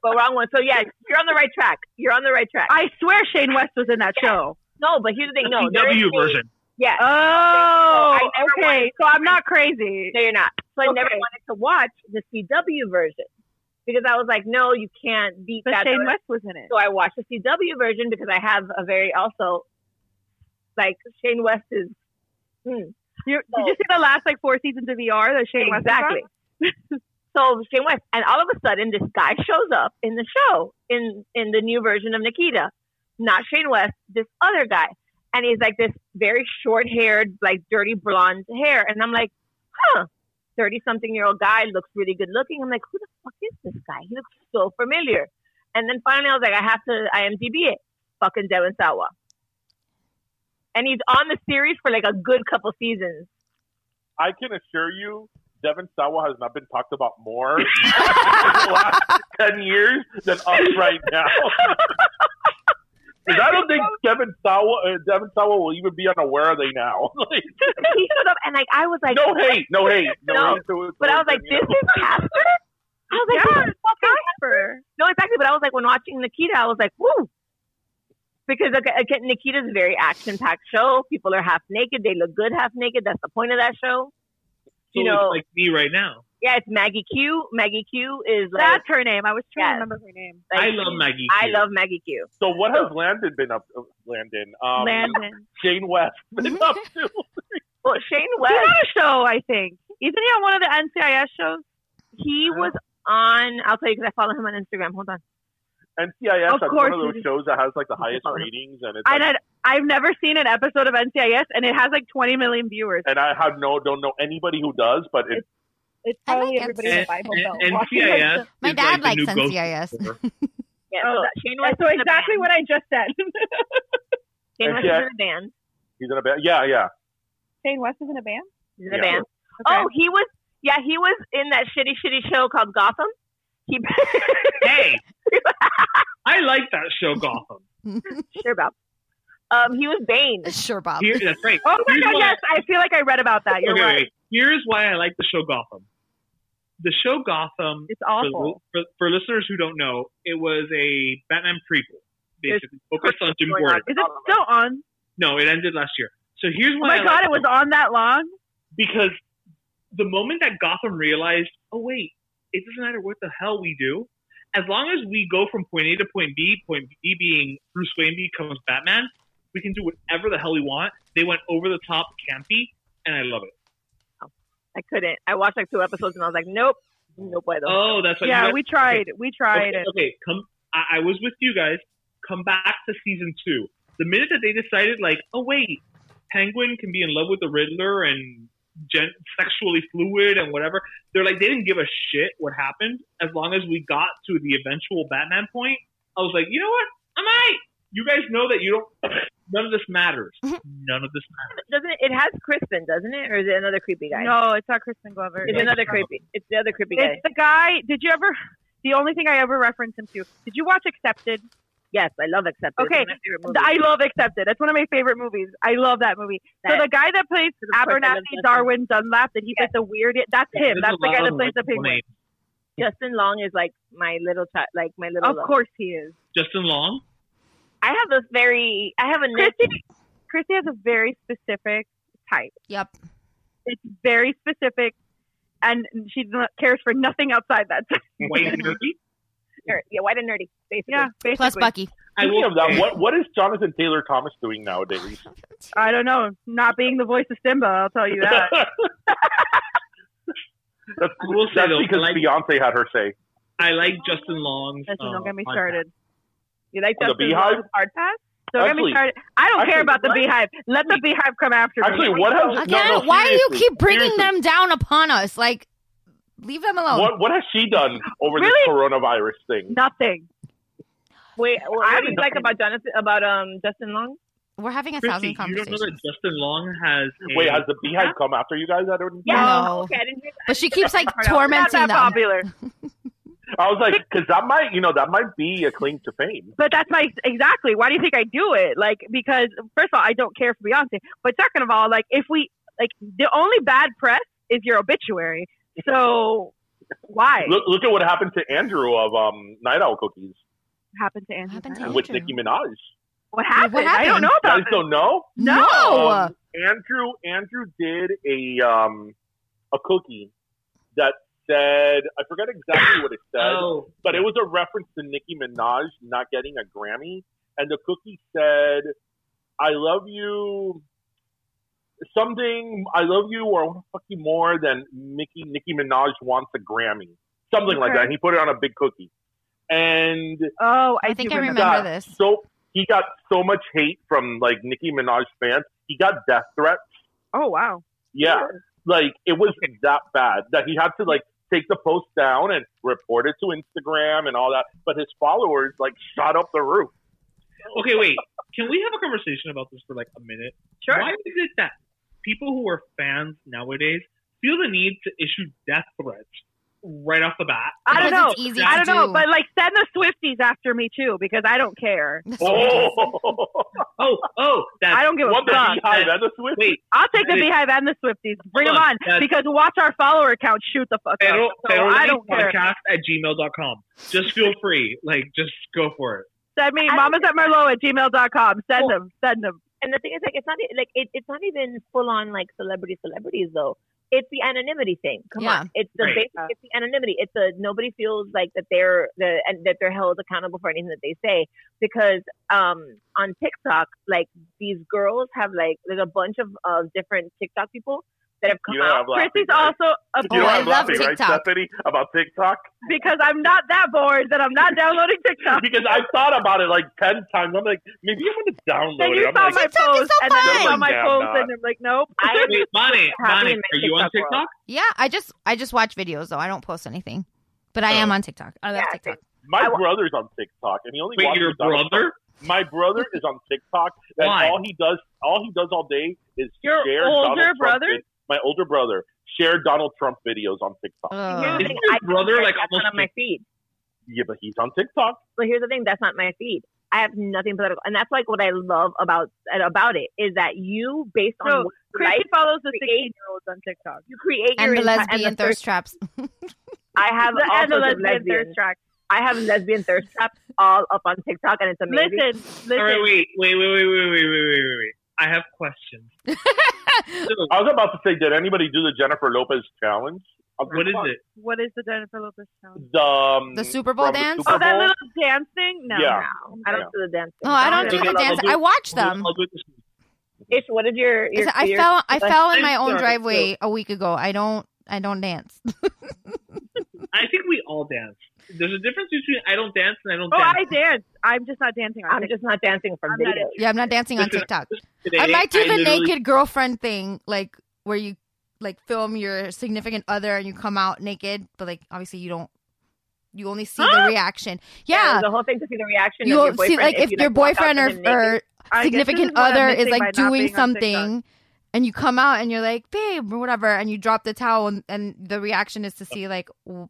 K: But wrong one. So yeah, you're on the right track. You're on the right track.
L: I swear Shane West was in that show.
K: no, but here's the thing. No, there is
D: W
K: a-
D: version.
K: Yeah.
L: Oh,
K: I never
L: okay.
K: watched-
L: So I'm not crazy.
K: No, you're not. So I never
L: Okay.
K: wanted to watch the CW version because I was like, no, you can't beat
L: But
K: that.
L: Shane West was in it.
K: So I watched the CW version because I have a very also like Shane West is hmm,
L: You're, did you see the last like four seasons of ER that Shane West was on?
K: exactly. so Shane West, and all of a sudden this guy shows up in the show in in the new version of Nikita, not Shane West, this other guy, and he's like this very short haired, like dirty blonde hair, and I'm like, huh. 30 something year old guy looks really good looking. I'm like, who the fuck is this guy? He looks so familiar. And then finally, I was like, I have to IMDb it. Fucking Devin Sawa. And he's on the series for like a good couple seasons.
I: I can assure you, Devin Sawa has not been talked about more in the last 10 years than us right now. 'Cause I don't think Devin Sawa, uh, Devin Sawa will even be on a Where Are They Now. Like,
K: he showed up, and like I was like,
I: no hate, no hate. No,
K: No,
I: hate to-
K: But I was like,
I: you
K: this
I: know.
K: is Casper. I was like, this is fucking Casper. No, exactly. But I was like, when watching Nikita, I was like, woo. Because okay, again, Nikita's a very action-packed show. People are half naked. They look good half naked. That's the point of that show.
D: So
K: You know,
D: it's like me right now.
K: yeah, it's Maggie Q. Maggie Q is like,
L: That's her name. I was trying
K: Yes.
L: to remember her name.
K: like,
D: I love Maggie.
K: I
D: Q.
K: love Maggie Q.
I: So what has Landon been up to? Landon. Um,
L: Landon.
I: Shane West been up to?
K: Well, Shane West,
L: He's on a show, I think. Isn't he on one of the NCIS shows?
K: he was on. I'll tell you because I follow him on Instagram. Hold on.
I: NCIS
L: Of
I: is one of
L: course it
I: those
L: is.
I: shows that has like the highest ratings, and it's
L: I
I: like,
L: did, I've never seen an episode of NCIS, and it has like 20 million viewers.
I: and I have no don't know anybody who does, but it's
L: It's
J: I
L: probably
J: like
L: everybody in the
D: And,
L: Bible Belt.
D: and, and
L: watching that
D: CIS.
L: show.
J: My
D: is
J: dad
D: like the
J: likes
D: new Ghost
J: NCIS.
D: Rider.
K: Yeah,
L: Oh,
K: so Shane
L: Yeah,
K: West.
L: so
K: is in a
L: exactly
K: band.
L: what I just said.
K: Shane West is
I: Yeah.
K: in a band.
I: he's in a band. Yeah, yeah.
L: Shane West is in a band.
K: He's in a
I: Yeah.
K: band.
L: Okay.
K: Oh, he was. Yeah, he was in that shitty, shitty show called Gotham. He
D: Hey, I like that show, Gotham.
K: sure about. Um, he was Bane.
J: Sure, Bob.
D: Here, that's right.
L: Oh my
D: Here's
L: god,
D: why-
L: yes, I feel like I read about that. You're
D: okay,
L: right.
D: wait. Here's why I like the show Gotham. The show Gotham,
L: It's
D: for,
L: awful.
D: for, for listeners who don't know, it was a Batman prequel, basically focused on Jim
K: going on.
D: Gordon.
L: Is it still on?
D: No, it ended last year. So here's
L: Oh
D: why.
L: my
D: I
L: god,
D: like
L: it was on that long.
D: because the moment that Gotham realized, oh wait, it doesn't matter what the hell we do, as long as we go from point A to point B, point B being Bruce Wayne becomes Batman, we can do whatever the hell we want. They went over the top, campy, and I love it.
K: I couldn't. I watched like two episodes and I was like, nope, nope, I don't.
D: Oh, that's what you
L: Yeah,
D: guys-
L: we tried. We tried
D: okay,
L: it.
D: okay, come. I, I was with you guys. Come back to season two. The minute that they decided, like, oh wait, Penguin can be in love with the Riddler and gen- sexually fluid and whatever, they're like, they didn't give a shit what happened as long as we got to the eventual Batman point. I was like, you know what? I'm right. You guys know that you don't. None of this matters.
L: Mm-hmm.
D: None of this matters.
K: Doesn't it, it has Crispin, doesn't it, or is it another creepy guy?
L: No, it's not Kristen Glover.
K: it's
D: No.
K: another creepy. It's the other creepy guy.
L: It's the guy. Did you ever? The only thing I ever reference him to. Did you watch Accepted?
K: Yes, I love Accepted.
L: Okay,
K: It's one of my favorite movies.
L: I love Accepted. That's one of my favorite movies. I love that movie.
K: That-
L: so the guy that plays
K: the person that lives
L: Abernathy
K: with
L: Darwin Dunlap, that he's
K: Yes.
L: like the weird. That's him.
D: There's
L: That's
D: a
L: the
D: lot
L: guy
D: of
L: that plays the
D: likable
L: penguin.
D: names.
K: Justin Long is like my little child, like my little.
L: Of
K: love.
L: course he is.
D: Justin Long.
K: I have this very. I have a niche.
L: Christy, Chrissy has a very specific type.
J: Yep.
L: It's very specific, and she not- cares for nothing outside that.
D: White and nerdy.
K: Or, yeah, white and nerdy, basically.
L: Yeah, basically.
J: Plus Bucky.
I: Speaking of that, what what is Jonathan Taylor Thomas doing nowadays?
L: I don't know. Not being the voice of Simba, I'll tell you that.
I: That's,
D: I will say,
I: that's
D: though,
I: because
D: like-
I: Beyonce had her say.
D: I like Justin Long's.
L: Listen,
D: uh,
L: don't get me
D: podcast.
L: started. You like
I: Oh, the
L: Justin
I: Beehive?
L: Long's hard pass? Don't get
I: Actually-
L: me started. I don't
I: actually,
L: care about the
I: what-
L: beehive. Let the beehive come after
I: Actually,
L: me.
I: what has-
J: Again,
I: No, no,
J: why do you
I: seriously,
J: keep bringing
I: seriously.
J: them down upon us? Like, leave them alone.
I: What what has she done over
L: Really?
I: this coronavirus thing?
L: Nothing.
K: Wait, what, what do you
L: haven't
K: like
L: done
K: about Jonathan? About um Justin Long?
J: We're having a
D: Chrissy,
J: thousand
D: you don't know
J: conversations.
D: that Justin Long has. A,
I: Wait, has the beehive come after you guys? I don't.
K: Yeah.
L: Oh,
J: No.
K: Okay, I didn't hear
J: But she keeps like
K: Not that
L: Not
J: tormenting
L: that
J: them.
L: popular.
I: I was like, because that might, you know, that might be a claim to fame.
L: But that's my exactly. Why do you think I do it? Like because first of all, I don't care for Beyonce. But second of all, like if we like the only bad press is your obituary. So why
I: Look, look at what happened to Andrew of um, Night Owl Cookies
L: What happened to Andrew?
J: What happened to
L: Dice?
I: with
J: Andrew?
I: Nicki Minaj.
L: What happened?
J: What
L: I
J: happened?
L: don't know
I: You
L: about
I: guys
L: this.
I: don't know?
J: No.
I: Um, Andrew Andrew did a um a cookie that said I forget exactly what it said,
D: Oh,
I: but it was a reference to Nicki Minaj not getting a Grammy, and the cookie said, "I love you." Something I love you or I want to fuck you more than Mickey Nicki Minaj wants a Grammy, something like that. And he put it on a big cookie, and
L: Oh, I,
J: I think
L: do
J: I remember
I: got
J: this.
I: So he got so much hate from like Nicki Minaj fans. He got death threats.
L: Oh wow.
I: Yeah, like it was that bad that he had to like take the post down and report it to Instagram and all that. But his followers like shot up the roof.
D: okay, wait. Can we have a conversation about this for like a minute?
L: Sure.
D: Why is it that people who are fans nowadays feel the need to issue death threats right off the bat?
L: I don't
J: Because
L: know.
J: it's easy
L: I
J: to
L: don't know,
J: do.
L: but like send the Swifties after me too because I don't care.
I: Oh,
D: Oh, oh, that's
L: I don't give a
I: what the
L: fuck.
I: beehive and the Swiss.
D: wait.
L: I'll take the
D: Hey.
L: Beehive and the Swifties. Bring them
D: Look,
L: on
D: that's-
L: because watch our follower count shoot the fuck
D: Federal,
L: up. So I don't care.
D: podcast at gmail.com. Just feel free. Like, just go for it.
L: Send me
K: I don't
L: mamas at Merlot at gmail.com. Send
K: Well-
L: them. Send them.
K: and the thing is like it's not e- like it, it's not even full on like celebrity celebrities though it's the anonymity thing come
J: Yeah.
K: on it's the
D: Right.
K: basic, it's the anonymity it's the nobody feels like that they're the and that they're held accountable for anything that they say because um on tiktok like these girls have like there's a bunch of of different tiktok people that have come
I: You know,
K: out
I: I'm laughing,
L: Chrissy's
I: right?
L: also a
I: You know
J: Oh,
I: what
J: I
I: I'm
J: love
I: laughing, right,
J: TikTok.
I: Stephanie, about TikTok?
L: because I'm not that bored that I'm not downloading TikTok.
I: Because I thought about it like ten times. I'm like, maybe I'm gonna
L: Then
I: download it.
L: you
I: I'm
L: saw
I: like,
L: my
J: TikTok is
L: post,
J: so
L: and then you
J: fun.
L: saw my
I: Yeah, I'm
L: post,
I: not.
L: and I'm like, nope.
K: I am
D: Wait, Bonnie,
K: Happy
D: Bonnie,
K: in my
D: are you on
K: TikTok
D: TikTok?
K: world.
J: Yeah, I just I just watch videos though. I don't post anything, but I
I: Oh.
J: am on TikTok. I love
K: Yeah, I
J: TikTok.
I: my
K: I wa-
I: brother's on TikTok, and he only
D: Wait,
I: watches
D: your
I: Donald Trump.
D: brother?
I: My brother is on TikTok, and
D: Why?
I: all he does, all he does all day is
L: Your
I: share
L: older
I: Donald Trump
L: brother?
I: vid- my older brother share Donald Trump videos on TikTok.
L: Oh.
J: Ugh.
D: Is your brother, like,
K: that's
D: almost
K: not on my feed
I: yeah, but he's on TikTok.
K: but here's the thing that's not my feed i have nothing political and that's like what i love about about it is that you based on
L: No,
K: what you
L: Chrissy
K: like,
L: follows the 16
K: Create-
L: year olds on TikTok.
K: you create your
J: and the
K: entire-
J: lesbian
K: the
J: thirst traps. Oh,
K: I have
L: The,
K: all
L: and the
K: sorts of
L: lesbian
K: lesbian.
L: thirst track.
K: I have lesbian thirst traps all up on TikTok, and it's amazing.
L: Listen, listen.
D: All right, wait, wait, wait, wait, wait, wait, wait, wait, wait, wait. I have questions. So,
I: I was about to say, did anybody do the Jennifer Lopez challenge? Uh,
D: what is it?
L: What is the Jennifer Lopez sound?
I: The um,
J: The Super Bowl
I: from the
J: dance?
I: Super
L: Oh, that
I: Bowl?
L: little dance thing? No.
I: Yeah.
K: I don't
I: Yeah.
K: do the dance.
J: Oh, I don't do
D: Okay,
J: the
D: I'll
J: dance.
D: do-
J: I watch
D: I'll do-
J: them.
D: I'll do it this week.
K: Ish, what is your?
J: Is
K: your
J: it- I
K: your-
J: fell I fell in
D: I'm
J: my own
D: sorry,
J: driveway a week ago. I don't I don't dance.
D: I think we all dance. There's a difference between I don't dance and I don't
L: Oh,
D: dance.
L: I dance. I'm just not dancing on
K: I'm
L: TikTok.
K: just not dancing from
L: I'm not
K: videos.
J: Yeah, I'm not dancing on
D: Listen,
J: TikTok.
D: Today,
J: I might do
D: I
J: the
D: literally-
J: naked girlfriend thing, like where you like film your significant other and you come out naked, but like obviously you don't. You only see the reaction. Yeah,
K: There's a whole thing to see the reaction.
J: you
K: of your
J: will see
K: boyfriend
J: like if
K: you,
J: your
K: walk out
J: boyfriend or,
K: to him naked.
J: or
L: I guess this
J: significant
L: is what I'm
J: other is
L: missing by
J: like
L: not
J: doing
L: being on TikTok.
J: something, and you come out and you're like, babe, or whatever, and you drop the towel, and, and the reaction is to see like w-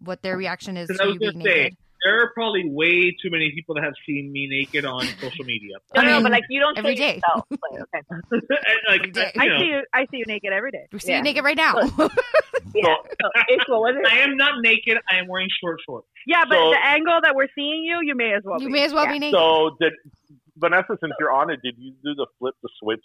J: what their reaction is
D: Because
J: to
D: I
J: you
D: was
J: being
D: gonna say,
J: naked.
D: There are probably way too many people that have seen me naked on social media.
K: No,
J: I
K: no,
J: mean,
K: but like you don't
J: every day.
K: say yourself. Like, okay.
D: And, like,
J: Every day.
D: I,
L: I
D: you know,
L: see you. I see you naked every day.
J: we see
K: yeah.
J: you naked right now.
K: Yeah. So, Ish, what was
D: I
K: it?
D: am not naked. I am wearing short shorts.
L: Yeah, but
I: So-
L: the angle that we're seeing you, you may as well.
J: you
L: be.
J: may as well
K: Yeah.
J: be naked.
I: So did Vanessa, since you're on it, did you do the flip the switch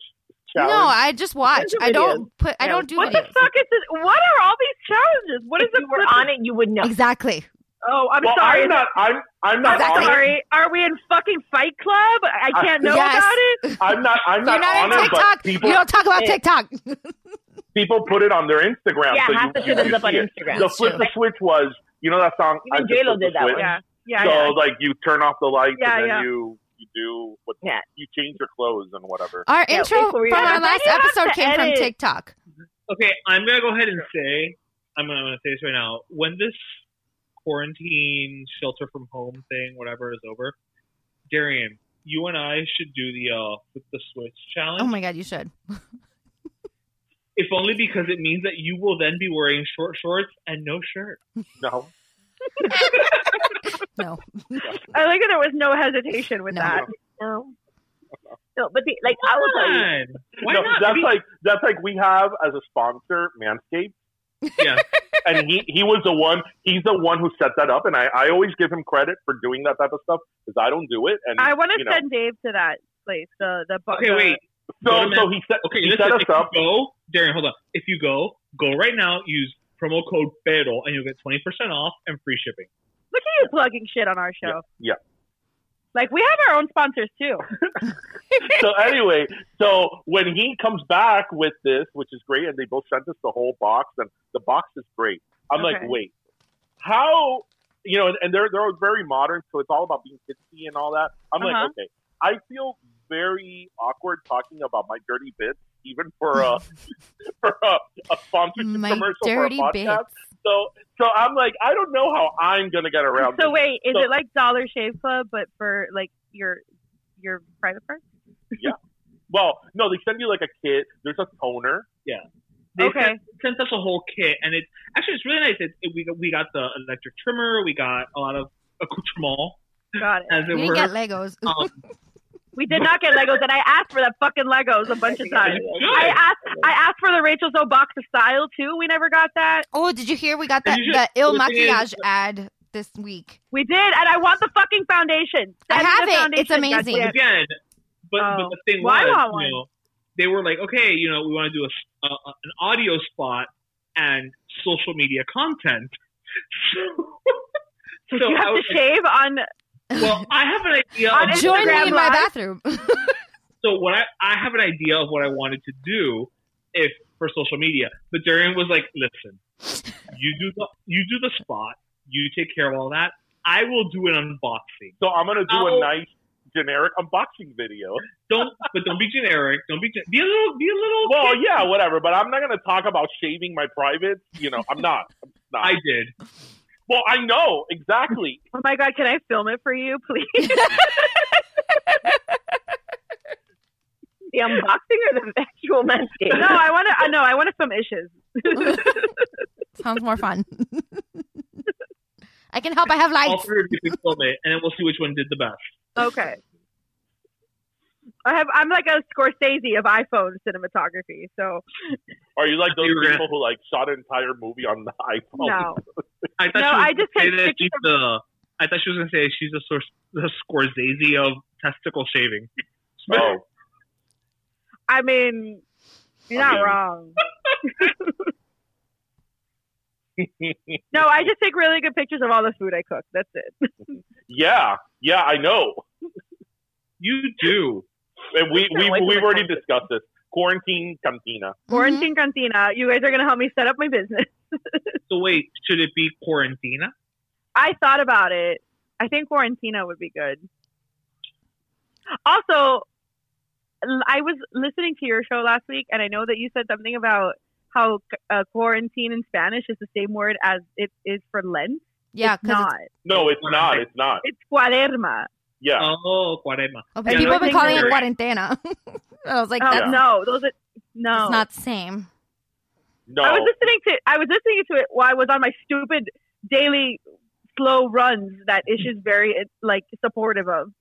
J: No,
I: challenge?
J: I just watch.
I: There's the
J: I don't
I: videos.
J: put. I
I: Yeah.
J: don't do
L: What
J: videos.
L: the fuck is this? What are all these challenges? What is
K: If
L: the
K: you were
L: flip-
K: on it, you would know.
J: Exactly.
L: Oh, I'm
I: well,
L: sorry.
I: I'm not. I'm. I'm not.
L: I'm
I: on it.
L: sorry. Are we in fucking Fight Club? I
K: Uh,
I: I-
L: can't know
J: Yes.
L: about it.
I: I'm not. I'm
J: You're
I: not,
J: not
I: on
J: in
I: it. But
J: TikTok.
I: people,
J: you don't talk about
K: Yeah.
J: TikTok.
I: people put it on their Instagram.
K: Yeah,
I: so
K: half
I: you,
K: the
I: you
K: shit
I: do
K: ends up on
I: see it.
K: Instagram.
I: The
K: It's
I: flip
K: true.
I: the switch was. You know that song.
K: Even
I: I Just
K: J-Lo
I: Flipped the
K: did that
I: Switch?
K: one.
L: Yeah, yeah,
I: So
L: yeah.
I: like you turn off the lights
L: Yeah,
I: and then
L: yeah.
I: you you do what
K: Yeah.
I: you change your clothes and whatever.
D: Oh.
J: Our
K: Yeah,
J: intro
K: wait for
J: from
K: you.
J: our
K: Yeah,
J: last
L: you have
J: episode
L: to
J: came from
L: edit.
J: TikTok.
D: Okay, I'm gonna go ahead and say I'm gonna, I'm gonna say this right now. When this quarantine shelter from home thing, whatever, is over, Darian, you and I should do the uh flip the switch challenge.
J: Oh my god, you should.
D: if only because it means that you will then be wearing short shorts and no shirt.
I: No,
J: No,
L: I like that there was no hesitation with
J: No.
L: that.
K: No. No, but the, like I will tell you,
D: Fine. Why
I: no,
D: not?
I: that's
D: Maybe-
I: like that's like we have as a sponsor Manscaped.
D: yeah.
I: and he, he was the one he's the one who set that up and I, I always give him credit for doing that type of stuff because I don't do it and
L: I want to
I: you know.
L: send Dave to that place. The the bu-
D: Okay,
L: the-
D: wait.
I: so,
D: go to
I: so he set
D: Okay,
I: he
D: listen.
I: set us
D: If you
I: up
D: go, Darian, hold on. If you go, go right now. Use promo code Pero, and you'll get twenty percent off and free shipping.
L: Look at you plugging shit on our show.
I: Yeah, yeah.
L: Like we have our own sponsors too.
I: so anyway so when he comes back with this which is great and they both sent us the whole box and the box is great I'm
L: Okay.
I: like wait how you know and they're they're very modern so it's all about being kitsy and all that I'm
L: Uh-huh.
I: like okay I feel very awkward talking about my dirty bits even for a for a, a sponsorship
J: my
I: commercial
J: dirty
I: for a
J: bits.
I: podcast So, so I'm like, I don't know how I'm gonna get around.
L: So
I: this.
L: wait, is
I: So-
L: it like Dollar Shave Club but for like your your private part?
I: Well, no, they send you like a kit. There's a toner.
D: They
L: Okay.
D: sent, sent us a whole kit, and it actually it's really nice. It, it- we got- we got the electric trimmer, we got a lot of accoutrement,
L: Got it.
D: as it
J: you ain't
D: were.
J: got Legos.
D: Um,
L: We did not get Legos, and I asked for that fucking Legos a bunch of times.
D: Good.
L: I asked, I asked for the Rachel Zoe box of style too. We never got that.
J: oh, did you hear? We got that
D: You should-
J: the ill
D: the thing is-
J: maquillage ad this week.
L: We did, and I want the fucking foundation.
J: I
L: Send me
J: have
L: the
J: it.
L: foundation,
J: It's amazing.
L: goddamn.
D: again, but,
L: Oh.
D: but the thing
L: Well, I
D: was,
L: want
D: you
L: one.
D: know, they were like, okay, you know, we want to do a s a a an audio spot and social media content.
L: So,
D: So
L: you
D: I
L: have to
D: was
L: shave on.
D: Well, I have an idea.
L: On
D: of-
J: Join me
L: Instagram
J: in my
L: Live.
J: bathroom.
D: so what I, I have an idea of what I wanted to do if for social media. But Darian was like, listen, you do the you do the spot, you take care of all that. I will do an unboxing.
I: So I'm gonna do
D: Oh.
I: a nice generic unboxing video.
D: Don't but don't be generic. Don't be gen- be a little be a little.
I: Well, yeah, whatever. But I'm not gonna talk about shaving my privates. You know, I'm not. I'm not.
D: I did.
I: well, I know exactly.
L: Oh my god, can I film it for you, please?
K: the unboxing or the actual manscaping.
L: no, I want to. No, I want to film issues.
J: Sounds more fun. I can help. I have
D: All
J: lights.
D: three of you can film it, and then we'll see which one did the best.
L: Okay. I have. I'm like a Scorsese of iPhone cinematography. So
I: Are you like those
D: You're
I: people who like shot an entire movie on the iPhone?
L: no,
D: I thought
L: No,
D: she was
L: I just take
D: gonna say that
L: pictures
D: she's the. I thought she was gonna say she's the source the Scorsese of testicle shaving.
I: Oh,
L: I mean, um, you're not
I: I mean-
L: wrong. No, I just take really good pictures of all the food I cook. That's it.
I: yeah, yeah, I know.
D: You do.
I: And we
L: Listen,
I: we
L: away from
I: we've
L: the
I: already
L: content.
I: discussed this. Quarantine cantina.
J: Mhm.
L: Quarantine cantina. You guys are gonna help me set up my business.
D: So wait, should it be quarantina?
L: I thought about it. I think Quarantina would be good. Also, l- I was listening to your show last week, and I know that you said something about how uh, quarantine in Spanish is the same word as it is for Lent.
J: Mm-hmm. Yeah,
L: it's
J: because
L: not.
I: No, it's not. It's not.
L: It's cuaderma.
I: Yeah.
D: Oh, cuarema.
J: okay,
D: Yeah,
J: people
D: no,
J: have been
L: I think
J: calling it
D: they're-
J: quarantena. I was like,
L: oh,
J: that's
L: no, those are no.
J: it's not the same.
I: No.
L: I
K: Oh.
L: was listening to. I was listening to it while I was on my stupid daily slow runs that Ish is very like supportive of.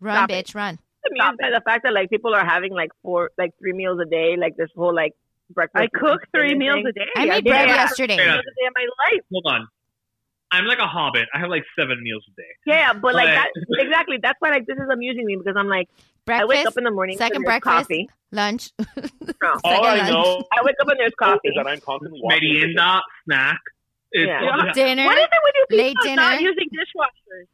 J: Run,
L: Stop it.
J: bitch, run.
L: Stop
K: amused by the fact that like people are having like four, like three meals a day, like this whole like breakfast.
L: I cook three
K: dinner
L: meals
K: thing.
L: a day.
J: I made
L: did
J: bread
L: that
J: yesterday.
L: every day of my life.
D: Hold on. I'm like a hobbit. I have like seven meals a day.
K: Yeah, but, like
D: But-
K: that exactly. That's why like this is amusing me because I'm like I wake
J: Breakfast,
K: up in the morning.
J: second
K: and there's
J: breakfast,
K: coffee.
J: lunch.
K: No.
D: All I know
K: I wake up and there's coffee.
I: is that I'm constantly walking.
D: merienda snack. It's-
K: Yeah.
J: Dinner,
K: What is it with you
J: late
K: people not
J: dinner.
K: using dishwashers?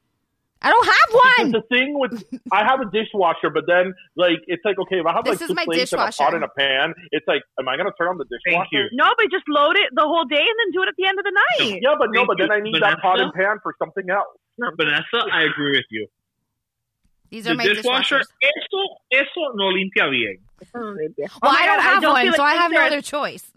J: I don't have
I: Because
J: one.
I: the thing with I have a dishwasher, but then like it's like okay, if I have like
J: This is
I: two
J: my
I: plates and a pot
J: dishwasher.
I: and a pan, it's like, am I gonna turn on the dishwasher?
D: you.
L: No, but just load it the whole day and then do it at the end of the night.
I: Yeah, but no,
D: Thank
I: but then
D: you,
I: I need that pot and
D: Vanessa.
I: pan for something else.
D: Vanessa, I agree with you.
J: These
D: The
J: are my
D: dishwasher,
J: dishwashers.
D: eso, eso no limpia bien.
K: Oh, maybe. Oh
J: Well,
K: my
J: I
K: God,
J: don't have one,
K: feel
J: so
K: like
J: I have
K: things
J: no
K: are-
J: other choice.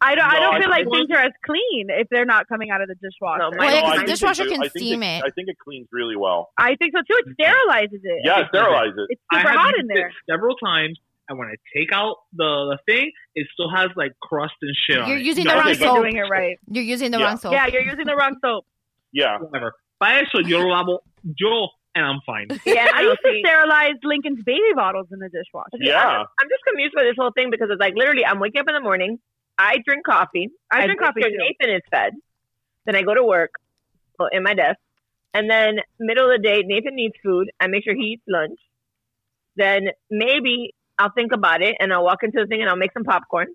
L: I don't. I
I: No,
L: don't
I: I
L: feel like
I: think-
L: things are as clean if they're not coming out of the dishwasher.
K: No, my-
J: Well, yeah,
I: No,
J: 'cause
I: I
J: the
I: think it
J: dishwasher
I: do-
J: can
I: I think
J: steam it.
I: I think it cleans really well.
L: I think so too. It sterilizes it.
I: Yeah, sterilize it.
L: It's super
D: I have
L: hot in
D: used
L: there.
D: It several times, and when I take out the, the thing, it still has like crust and shit on
J: You're
D: it.
J: using
D: No,
J: the
L: I
J: wrong
L: think you're
J: soap.
L: doing it right.
J: You're using the
I: Yeah.
J: wrong soap.
L: Yeah, you're using the wrong soap.
I: Yeah.
D: whatever. Para eso yo lo lavo yo, and I'm fine.
K: Yeah,
L: I used to sterilize Lincoln's baby bottles in the dishwasher.
I: Yeah.
K: I'm, I'm just confused by this whole thing because it's like literally I'm waking up in the morning, I drink coffee,
L: I drink
K: make
L: coffee,
K: sure
L: too.
K: Nathan is fed, then I go to work well, in my desk, and then middle of the day Nathan needs food. I make sure he eats lunch. Then maybe I'll think about it and I'll walk into the thing and I'll make some popcorn,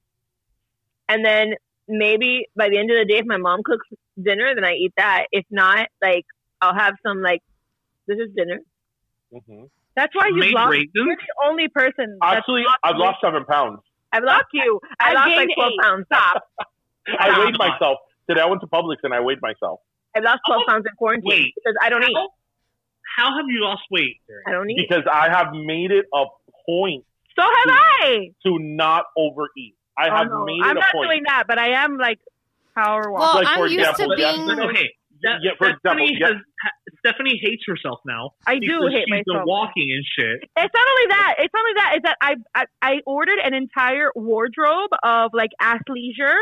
K: and then maybe by the end of the day if my mom cooks dinner then I eat that. If not, like I'll have some like this is dinner.
I: hmm
L: That's why you
D: Made
L: lost.
D: raisins?
L: You're the only person. that's
I: Actually,
L: lost
I: I've
L: weight.
I: lost seven pounds.
K: I've lost you. I,
L: I
K: lost like
L: gained
K: 12
L: eight.
K: pounds. Stop.
I: I
D: Stop.
I: weighed myself today. I went to Publix and I weighed myself.
K: I lost 12
D: Oh,
K: pounds in quarantine
D: wait.
K: because I don't eat.
D: How, how have you lost weight? Karen?
K: I don't eat.
I: because I have made it a point
L: So have I.
I: to not overeat. I
K: Oh,
I: have
K: no.
I: made it
L: I'm
I: a
L: not
I: point.
L: doing that, but I am like power walking.
J: Well,
I: Like,
J: I'm
I: for
J: used to
I: example, yeah,
J: being.
I: no,
D: But, okay. that-
I: Yeah, for example,
D: Stephanie,
I: yeah.
D: has, ha- Stephanie hates herself now.
L: I do
D: because
L: hate
D: she's been
L: myself.
D: walking and shit.
L: It's not only that. It's not only that. It's that I, I I ordered an entire wardrobe of like athleisure,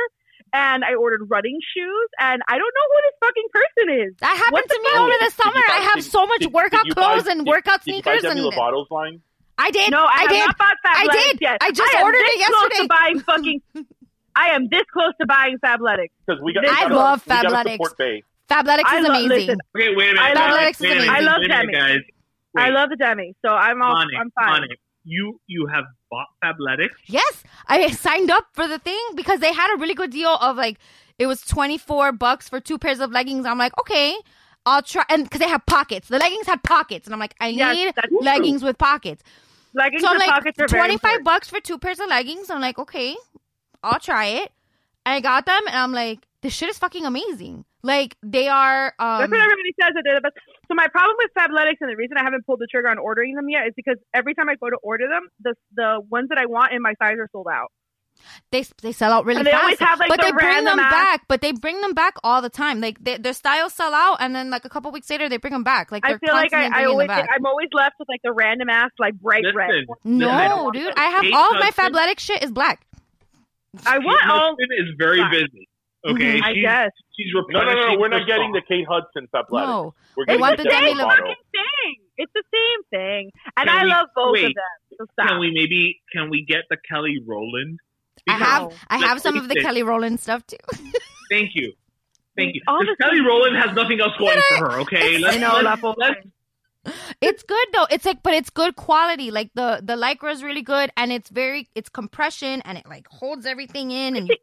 L: and I ordered running shoes, and I don't know who this fucking person is.
J: That happened
L: What the
J: to me
L: fuck?
J: over the
I: Oh, Did you
J: summer.
I: buy-
J: I have
I: did-
J: so much
I: did- did
J: workout
I: you buy-
J: clothes and
I: did-
J: workout
I: did you
J: sneakers.
I: buy Demi
J: and
I: Lovato's line?
J: I did.
L: No, I,
J: I
L: have
J: did.
L: not bought Fab
J: I did.
L: Yet.
J: I just
L: am
J: ordered
L: this
J: it
L: Close
J: yesterday.
L: to buying fucking. I am this close to buying Fabletics.
I: Because we got.
L: I
I: we gotta-
J: love
I: we gotta
J: Fabletics.
I: support Bay.
J: Fabletics
L: I
J: is
L: lo-
J: amazing.
L: listen,
D: Okay, wait a minute.
L: I
D: guys,
J: love it.
D: wait a minute,
J: I
L: love
D: wait a minute,
L: Demi.
D: guys. Wait,
L: I love the demi, so I'm all
D: Monic,
L: I'm fine.
D: Monic, you you have bought Fabletics.
J: Yes, I signed up for the thing because they had a really good deal of like it was twenty four bucks for two pairs of leggings. I'm like, okay, I'll try, and because they have pockets, the leggings had pockets, and I'm like, I
L: Yes,
J: need
L: that's
J: leggings with pockets.
L: Leggings
J: So I'm
L: and
J: like,
L: pockets are very
J: twenty five
L: important.
J: bucks for two pairs of leggings. I'm like, okay, I'll try it. I got them, and I'm like, this shit is fucking amazing. Like they are.
L: That's
J: Um,
L: what everybody says that they're the best. So my problem with Fabletics and the reason I haven't pulled the trigger on ordering them yet is because every time I go to order them, the the ones that I want in my size are sold out.
J: they they sell out really
L: And they
J: fast.
L: always have, like,
J: but
L: the
J: they bring
L: random
J: them
L: ass-
J: back. But they bring them back all the time. Like they, their styles sell out, and then like a couple weeks later, they bring them back. Like
L: I
J: they're
L: feel like
J: constantly
L: I, I
J: bringing
L: always
J: them back.
L: I'm always left with like the random ass like bright red.
D: Listen, I
J: no,
D: don't
J: dude, I have all of my
D: Kate
J: Fabletic shit is black.
L: I want all.
D: Hudson is very
L: Fine.
D: busy. Okay,
L: Mm-hmm, I
D: she's,
L: guess.
D: she's
I: No,
D: replenishing.
I: no, no, We're
D: her
I: not getting the
D: stock.
I: Kate Hudson Fabletics.
J: No,
I: We're
J: They
I: getting
J: want the Demi
I: Demi
J: Lovato.
I: Lovato.
L: Thing. It's the same thing, and
D: Can
L: I
D: we-
L: love both of
D: wait.
L: them. So stop.
D: Can we maybe can we get the Kelly Rowland?
J: I
D: Because-
J: have I have
D: Like,
J: some of the
D: Ethan.
J: Kelly Rowland stuff too.
D: Thank you. Thank you.
L: All
D: Because
L: the
D: Kelly
L: things-
D: Rowland has nothing else going
J: Can I-
D: for her, okay?
J: I
D: Let's,
L: know,
D: let's,
L: Lapo.
D: let's-
J: It's good though. It's like, but it's good quality. Like the the lycra is really good, and it's very it's compression, and it like holds everything in, and you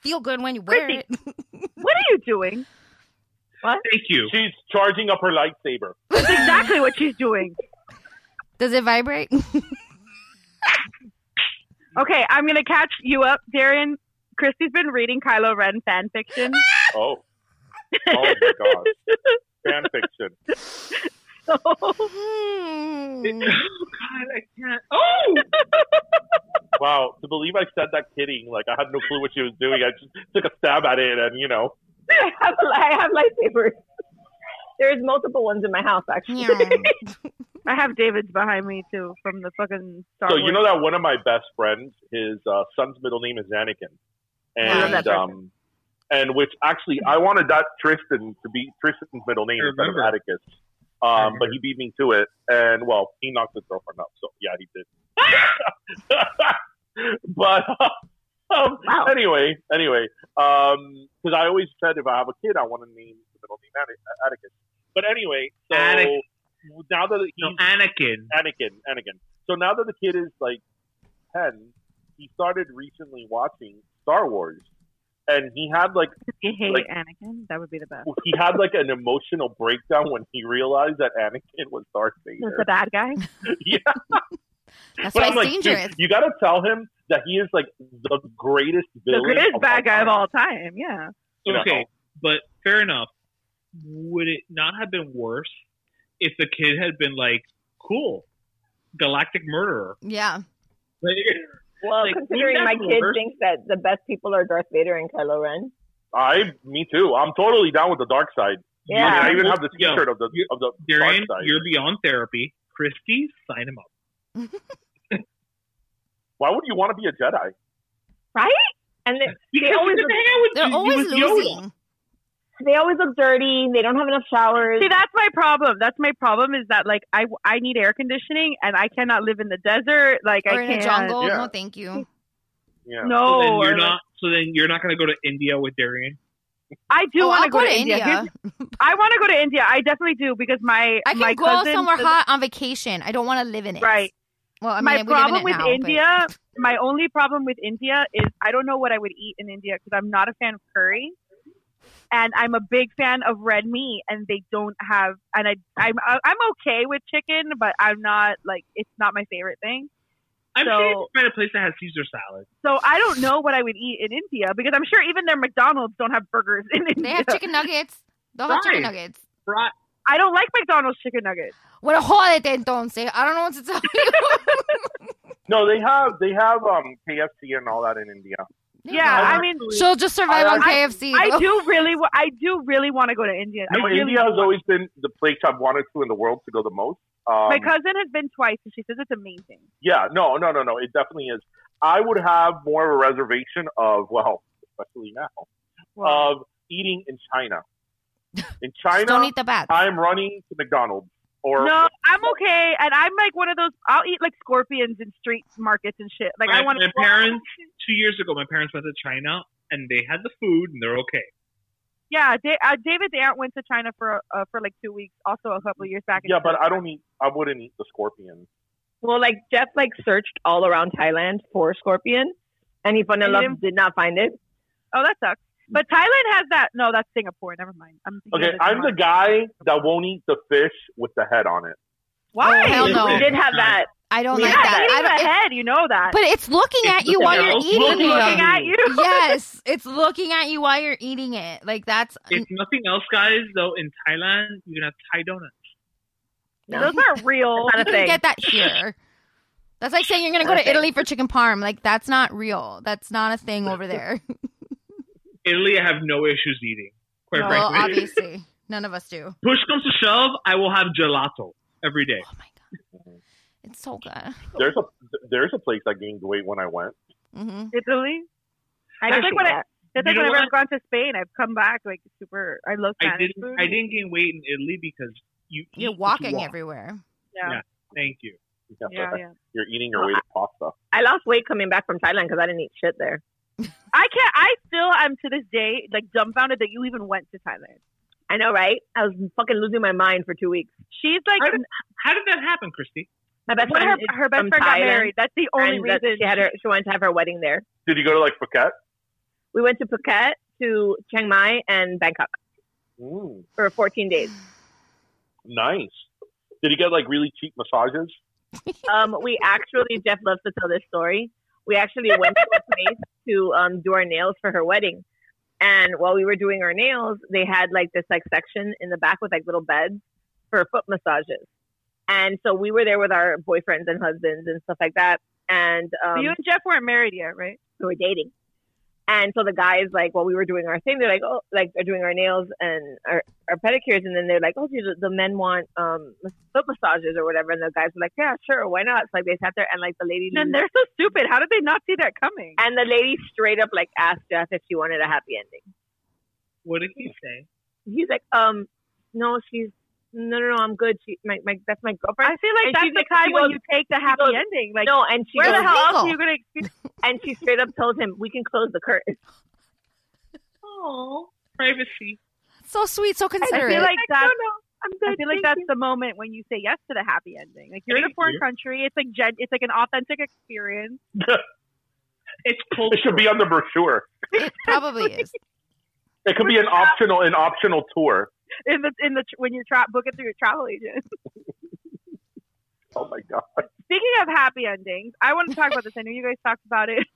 J: feel good when you wear it.
L: Chrissy. What are you doing?
D: thank you.
I: She's charging up her lightsaber.
L: That's exactly what she's doing.
J: Does it vibrate?
L: Okay, I'm gonna catch you up, Darian. Christy's been reading Kylo Ren fan fiction.
I: Oh. Oh my god. Fan fiction.
J: Hmm.
D: Oh, God, I can't. Oh,
I: Wow. To believe I said that kidding, like I had no clue what she was doing. I just took a stab at it and you know.
K: I have, I have lightsabers. There's multiple ones in my house, actually.
J: Yeah.
L: I have David's behind me too from the fucking Star
I: So
L: Wars.
I: you know that one of my best friends, his uh, son's middle name is Anakin,
J: I love
I: and
J: that
I: um, and which actually I wanted that Tristan to be Tristan's middle name
D: I
I: instead of
D: remember.
I: Atticus,
D: I
I: um,
D: remember.
I: but he beat me to it, and well, he knocked his girlfriend up, so yeah, he did. but um, um,
K: Wow.
I: anyway, anyway, because I always said if I have a kid, I want to name the middle name Ana- Atticus. But anyway, so
D: Attic-
I: now that he's
D: No, Anakin.
I: Anakin, Anakin. So now that the kid is like ten, he started recently watching Star Wars, and he had like
L: You hate
I: Like-
L: Anakin? That would be the best.
I: he had like an emotional breakdown when he realized that Anakin was Darth
L: He's
I: Vader.
L: the bad guy.
I: yeah,
J: That's
I: but
J: why
I: I'm
J: it's
I: like, dude,
J: dangerous.
I: you got to tell him that he is like the greatest
L: The
I: villain.
L: greatest
I: of
L: bad
I: all
L: guy
I: time.
L: of all time. Yeah.
I: You know?
D: Okay, but fair enough. Would it not have been worse if the kid had been like, "Cool, galactic murderer"?
J: Yeah.
D: Like,
K: Well,
D: Like,
K: considering
D: wouldn't
K: my
D: that be
K: kid
D: worse?
K: thinks that the best people are Darth Vader and Kylo Ren.
I: I, me too. I'm totally down with the dark side.
K: Yeah.
I: I, mean, I even have the
D: Yo,
I: T-shirt of the
D: you-
I: of the dark
D: Darian,
I: side.
D: you're beyond therapy. Christy, sign him up.
I: Why would you want to be a Jedi?
K: Right? And they, they
D: Because
K: always
D: you
K: look,
D: can hang out with
J: They're
D: you
J: always
D: with Yoda.
J: losing.
K: they always look dirty. They don't have enough showers.
L: See, that's my problem. That's my problem is that like I I need air conditioning and I cannot live in the desert. Like
J: Or
L: I
J: in
L: can't.
J: a jungle.
I: Yeah.
J: No, thank you.
I: Yeah.
L: No,
D: So then
L: or,
D: you're
L: like,
D: not. So then you're not going to go to India with Darian.
L: I do
J: Oh,
L: want
J: I'll
L: to go, to India. Here's- I want to go to India. I definitely do because my
J: I can
L: my
J: go
L: cousin
J: somewhere
L: does-
J: hot on vacation. I don't want to live in it.
L: Right.
J: Well, I mean,
L: my
J: we live in
L: problem
J: it
L: with
J: now, but-
L: India, my only problem with India is I don't know what I would eat in India because I'm not a fan of curry, and I'm a big fan of red meat, and they don't have. And I, I'm, I'm okay with chicken, but I'm not like it's not my favorite thing.
D: I'm
L: So-
D: sure you can find a place that has Caesar salad.
L: So I don't know what I would eat in India because I'm sure even their McDonald's don't have burgers in India.
J: They have chicken nuggets. They'll have chicken
D: Right.
J: nuggets.
D: Fry.
L: I don't like McDonald's chicken nuggets.
J: What a jodete entonces. I don't know what to tell you.
I: No, they have they have um KFC and all that in India.
L: Yeah, I mean, uh,
J: she'll just survive
I: I-
J: on
I: I-
J: KFC.
L: I
J: though.
L: do really, wa- I do really want to go to India. I
I: No,
L: really
I: India has always been the place I've wanted to in the world to go the most. Um,
L: My cousin has been twice, and she says it's amazing.
I: yeah, no, no, no, no. It definitely is. I would have more of a reservation of well, especially now,
L: Well,
I: of eating in China. In China,
J: Just don't eat the bats.
I: I'm running to McDonald's or
L: no, I'm okay, and I'm like one of those. I'll eat like scorpions in street markets and shit. Like I
D: My-
L: want
D: my parents- Two years ago, my parents went to China and they had the food and they're okay.
L: Yeah, da- uh, David's aunt went to China for uh, for like two weeks, also a couple of years back.
I: yeah, but I don't eat. I wouldn't eat the scorpion.
K: Well, like Jeff like searched all around Thailand for scorpion, and he fun
L: And
K: and love
L: him-
K: did not find it.
L: oh, that sucks. But Thailand has that. No, that's Singapore. Never mind. I'm thinking
I: Okay,
L: of
I: I'm the
L: different
I: guy that won't eat the fish with the head on it.
L: one.
J: Oh,
L: Why?
J: hell
K: we,
J: no.
K: we did have that.
J: I don't
K: We
L: Yeah,
J: like
K: have
J: that. I
L: eating
J: don't,
L: the
J: it-
L: head. You know that.
J: but it's looking
D: It's
J: at you while you're
D: looking
J: eating
L: It's looking
J: it.
L: at you.
J: yes, it's looking at you while you're eating it. Like that's
D: If nothing else, guys, though, in Thailand, you can have Thai donuts.
K: No.
L: Those aren't real.
K: It's
J: you
K: not a
J: can
K: thing.
J: get that here. That's like saying you're gonna go to
K: Perfect.
J: Italy for chicken parm. Like that's not real. That's not a thing over there.
D: Italy, I have no issues eating. Quite
L: No,
J: well,
D: frankly,
J: obviously, none of us do.
D: push comes to shove, I will have gelato every day.
J: Oh my god, it's so good.
I: There's a there's a place I gained weight when I went.
J: hmm
L: Italy.
K: I
L: That's
K: don't
L: like
K: do
L: when I-
K: that.
L: That's
D: You
L: like
D: know
L: whenever
D: what?
L: I've gone to Spain, I've come back like super. I love
D: I
L: Spanish
D: didn't.
L: food.
D: I didn't gain weight in Italy because you. eat
J: You're
D: what you
J: walking
D: want.
J: everywhere.
L: Yeah,
D: Thank you.
I: Yeah,
L: yeah, yeah.
I: You're eating your weight of pasta.
K: I lost weight coming back from Thailand because I didn't eat shit there.
L: I can't. I still am to this day like dumbfounded that you even went to Thailand.
K: I know, right? I was fucking losing my mind for two weeks.
L: She's like
D: I didn't- How did that happen, Christy?
K: My best
L: when
K: friend,
L: her,
K: is
L: her best
K: from
L: friend got
K: Thailand,
L: married. That's the only
K: and that
L: reason
K: she had her. She wanted to have her wedding there.
I: Did you go to like Phuket?
K: We went to Phuket, to Chiang Mai, and Bangkok
I: Mm,
K: for 14 days.
I: nice. Did you get like really cheap massages?
K: um, we actually Jeff loves to tell this story. We actually went to a place to um, do our nails for her wedding, and while we were doing our nails, they had like this like section in the back with like little beds for foot massages, and so we were there with our boyfriends and husbands and stuff like that, and um,
L: you and Jeff weren't married yet, right?
K: we were dating. And so the guys, like, while we were doing our thing, they're like, oh, like, they're doing our nails and our, our pedicures. And then they're like, oh, dude, the, the men want um foot massages or whatever. And the guys were like, yeah, sure, why not? So, like, they sat there and, like, the lady,
L: And they're so stupid. How did they not see that coming?
K: and the lady straight up, like, asked Jeff if she wanted a happy ending.
D: What did he say?
K: He's like, um, no, she's, no, no, no, I'm good. She, my, my, that's my
L: I
K: girlfriend.
L: feel like
K: And
L: that's
K: she's
L: the
K: like,
L: time
K: she
L: when
K: goes-
L: you take the happy
K: goes-
L: ending. Like,
K: no, and she,
L: where the
K: goes-
L: hell else
J: legal.
L: are you gonna experience?
K: and she straight up told him, we can close the curtain.
D: Oh, privacy.
J: so sweet, so considerate.
L: I feel like that's, I feel like that's the moment when you say yes to the happy ending. Like you're in a
I: Thank
L: foreign
I: you.
L: country. It's like gen- it's like an authentic experience.
D: it's
I: It should be on the brochure.
J: It probably is.
I: It could be an optional an optional tour.
L: In the in the when you're tra- book it through your travel agent.
I: Oh my god.
L: Speaking of happy endings, I want to talk about this. I know you guys talked about it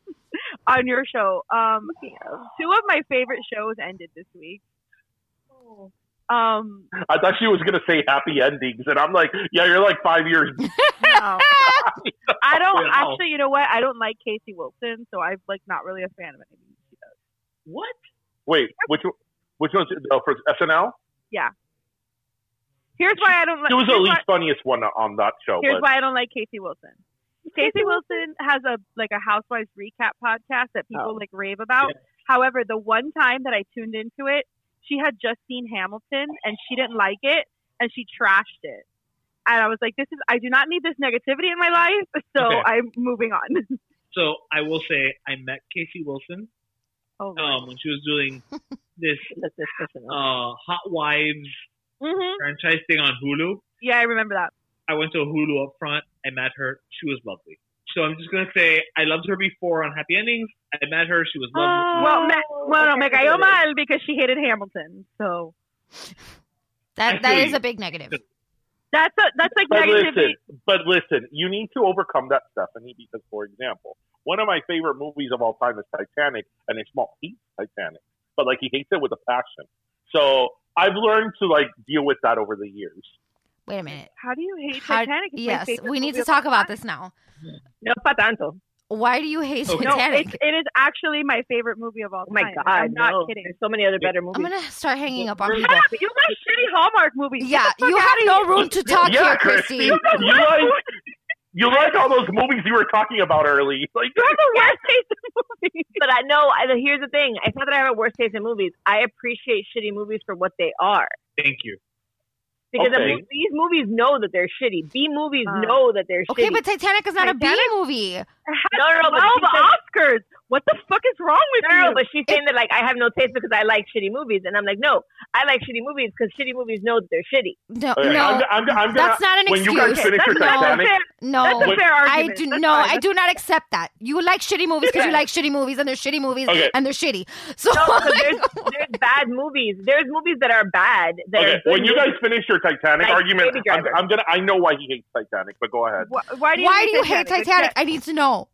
L: on your show. Um, two of my favorite shows ended this week. Um,
I: I thought she was gonna say happy endings, and I'm like, yeah, you're like five years.
L: no. I don't
I: Wow.
L: actually. You know what? I don't like Casey Wilson, so I'm like not really a fan of anything she does.
D: What?
I: Wait, which one- which one's uh, for SNL?
L: Yeah. Here's why I don't like.
I: She was the
L: here's
I: least
L: why-
I: funniest one on that show.
L: Here's
I: but
L: why I don't like Casey Wilson. Casey Wilson has a like a Housewives recap podcast that people
I: Oh.
L: like rave about. However, the one time that I tuned into it, she had just seen Hamilton and she didn't like it and she trashed it. And I was like, "This is I do not need this negativity in my life." So
D: Okay.
L: I'm moving on.
D: So I will say I met Casey Wilson
L: oh,
D: um, when she was doing this uh, Hot Wives
J: Mm-hmm.
L: hmm
D: franchise thing on Hulu.
L: Yeah, I remember that.
D: I went to Hulu up front. I met her. She was lovely. So I'm just gonna say I loved her before on Happy Endings. I met her. She was lovely.
L: Oh, well, me, well, no, me cayó mal because she hated Hamilton. So
J: That
I: I
J: that
I: feel
J: is
I: you.
J: a big negative.
L: that's a, that's like
I: But
L: negativity.
I: listen, but listen, you need to overcome that, Stephanie, because for example, one of my favorite movies of all time is Titanic, and it's small hates Titanic, but like he hates it with a passion. So I've learned to like deal with that over the years.
J: Wait a minute.
L: How do you hate
J: How-
L: Titanic? It's my
J: yes,
L: favorite
J: we need
L: movie
J: to
L: of
J: talk
L: all
J: about this now.
L: No, pa tanto.
J: Why do you hate
L: No,
J: Titanic?
L: it's, it is actually my favorite movie of all time.
K: Oh my God,
L: I'm not
K: no.
L: kidding.
K: There's so many other better
J: I'm
K: movies.
J: gonna start hanging up on
L: Shut
J: people.
L: up! You like shitty Hallmark movies. Get
J: Yeah,
L: the fuck
J: you
L: out
J: have
L: of
J: no
L: here.
J: room to talk
I: yeah,
J: here,
I: Christy,
J: Christy.
I: you like you like all those movies you were talking about early. Like
L: You have the worst taste in movies.
K: But I know. I, here's the thing. It's not that I have a worst taste in movies. I appreciate shitty movies for what they are.
D: Thank you.
K: Because the
I: Okay.
K: mo- these movies know that they're shitty. B movies
L: Uh,
K: know that they're
J: Okay,
K: shitty.
J: but Titanic is not a B
L: Titanic?
J: movie.
L: It
K: No, no, no,
L: has
K: but
L: twelve
K: she
L: Oscars. What the fuck is wrong with
K: no, no, no,
L: you?
K: but she's saying that like I have no taste because I like shitty movies, and I'm like, no, I like shitty movies because shitty movies know that they're shitty.
J: No,
I: Okay,
J: no,
I: I'm, I'm, I'm gonna,
J: That's not an
I: when you guys
J: excuse.
I: finish your
L: that's, not a
I: Titanic,
L: fair,
J: no.
L: that's a fair
J: I
L: argument.
J: do
L: That's
J: no,
L: fine.
J: I do not accept that. You like shitty movies because you
K: Okay.
J: like shitty movies, and they're shitty movies,
I: Okay.
J: and they're shitty. So
K: No, 'cause there's, there's bad movies. There's movies that are bad. That
I: okay,
K: are good
I: when you guys
K: movies.
I: finish your Titanic
K: Like
I: argument,
K: Baby
I: I'm,
K: Driver.
I: I'm gonna. I know why he hates Titanic, but go ahead.
L: Wh- Why do you,
J: why do you hate
L: It's-
J: Titanic? I need to know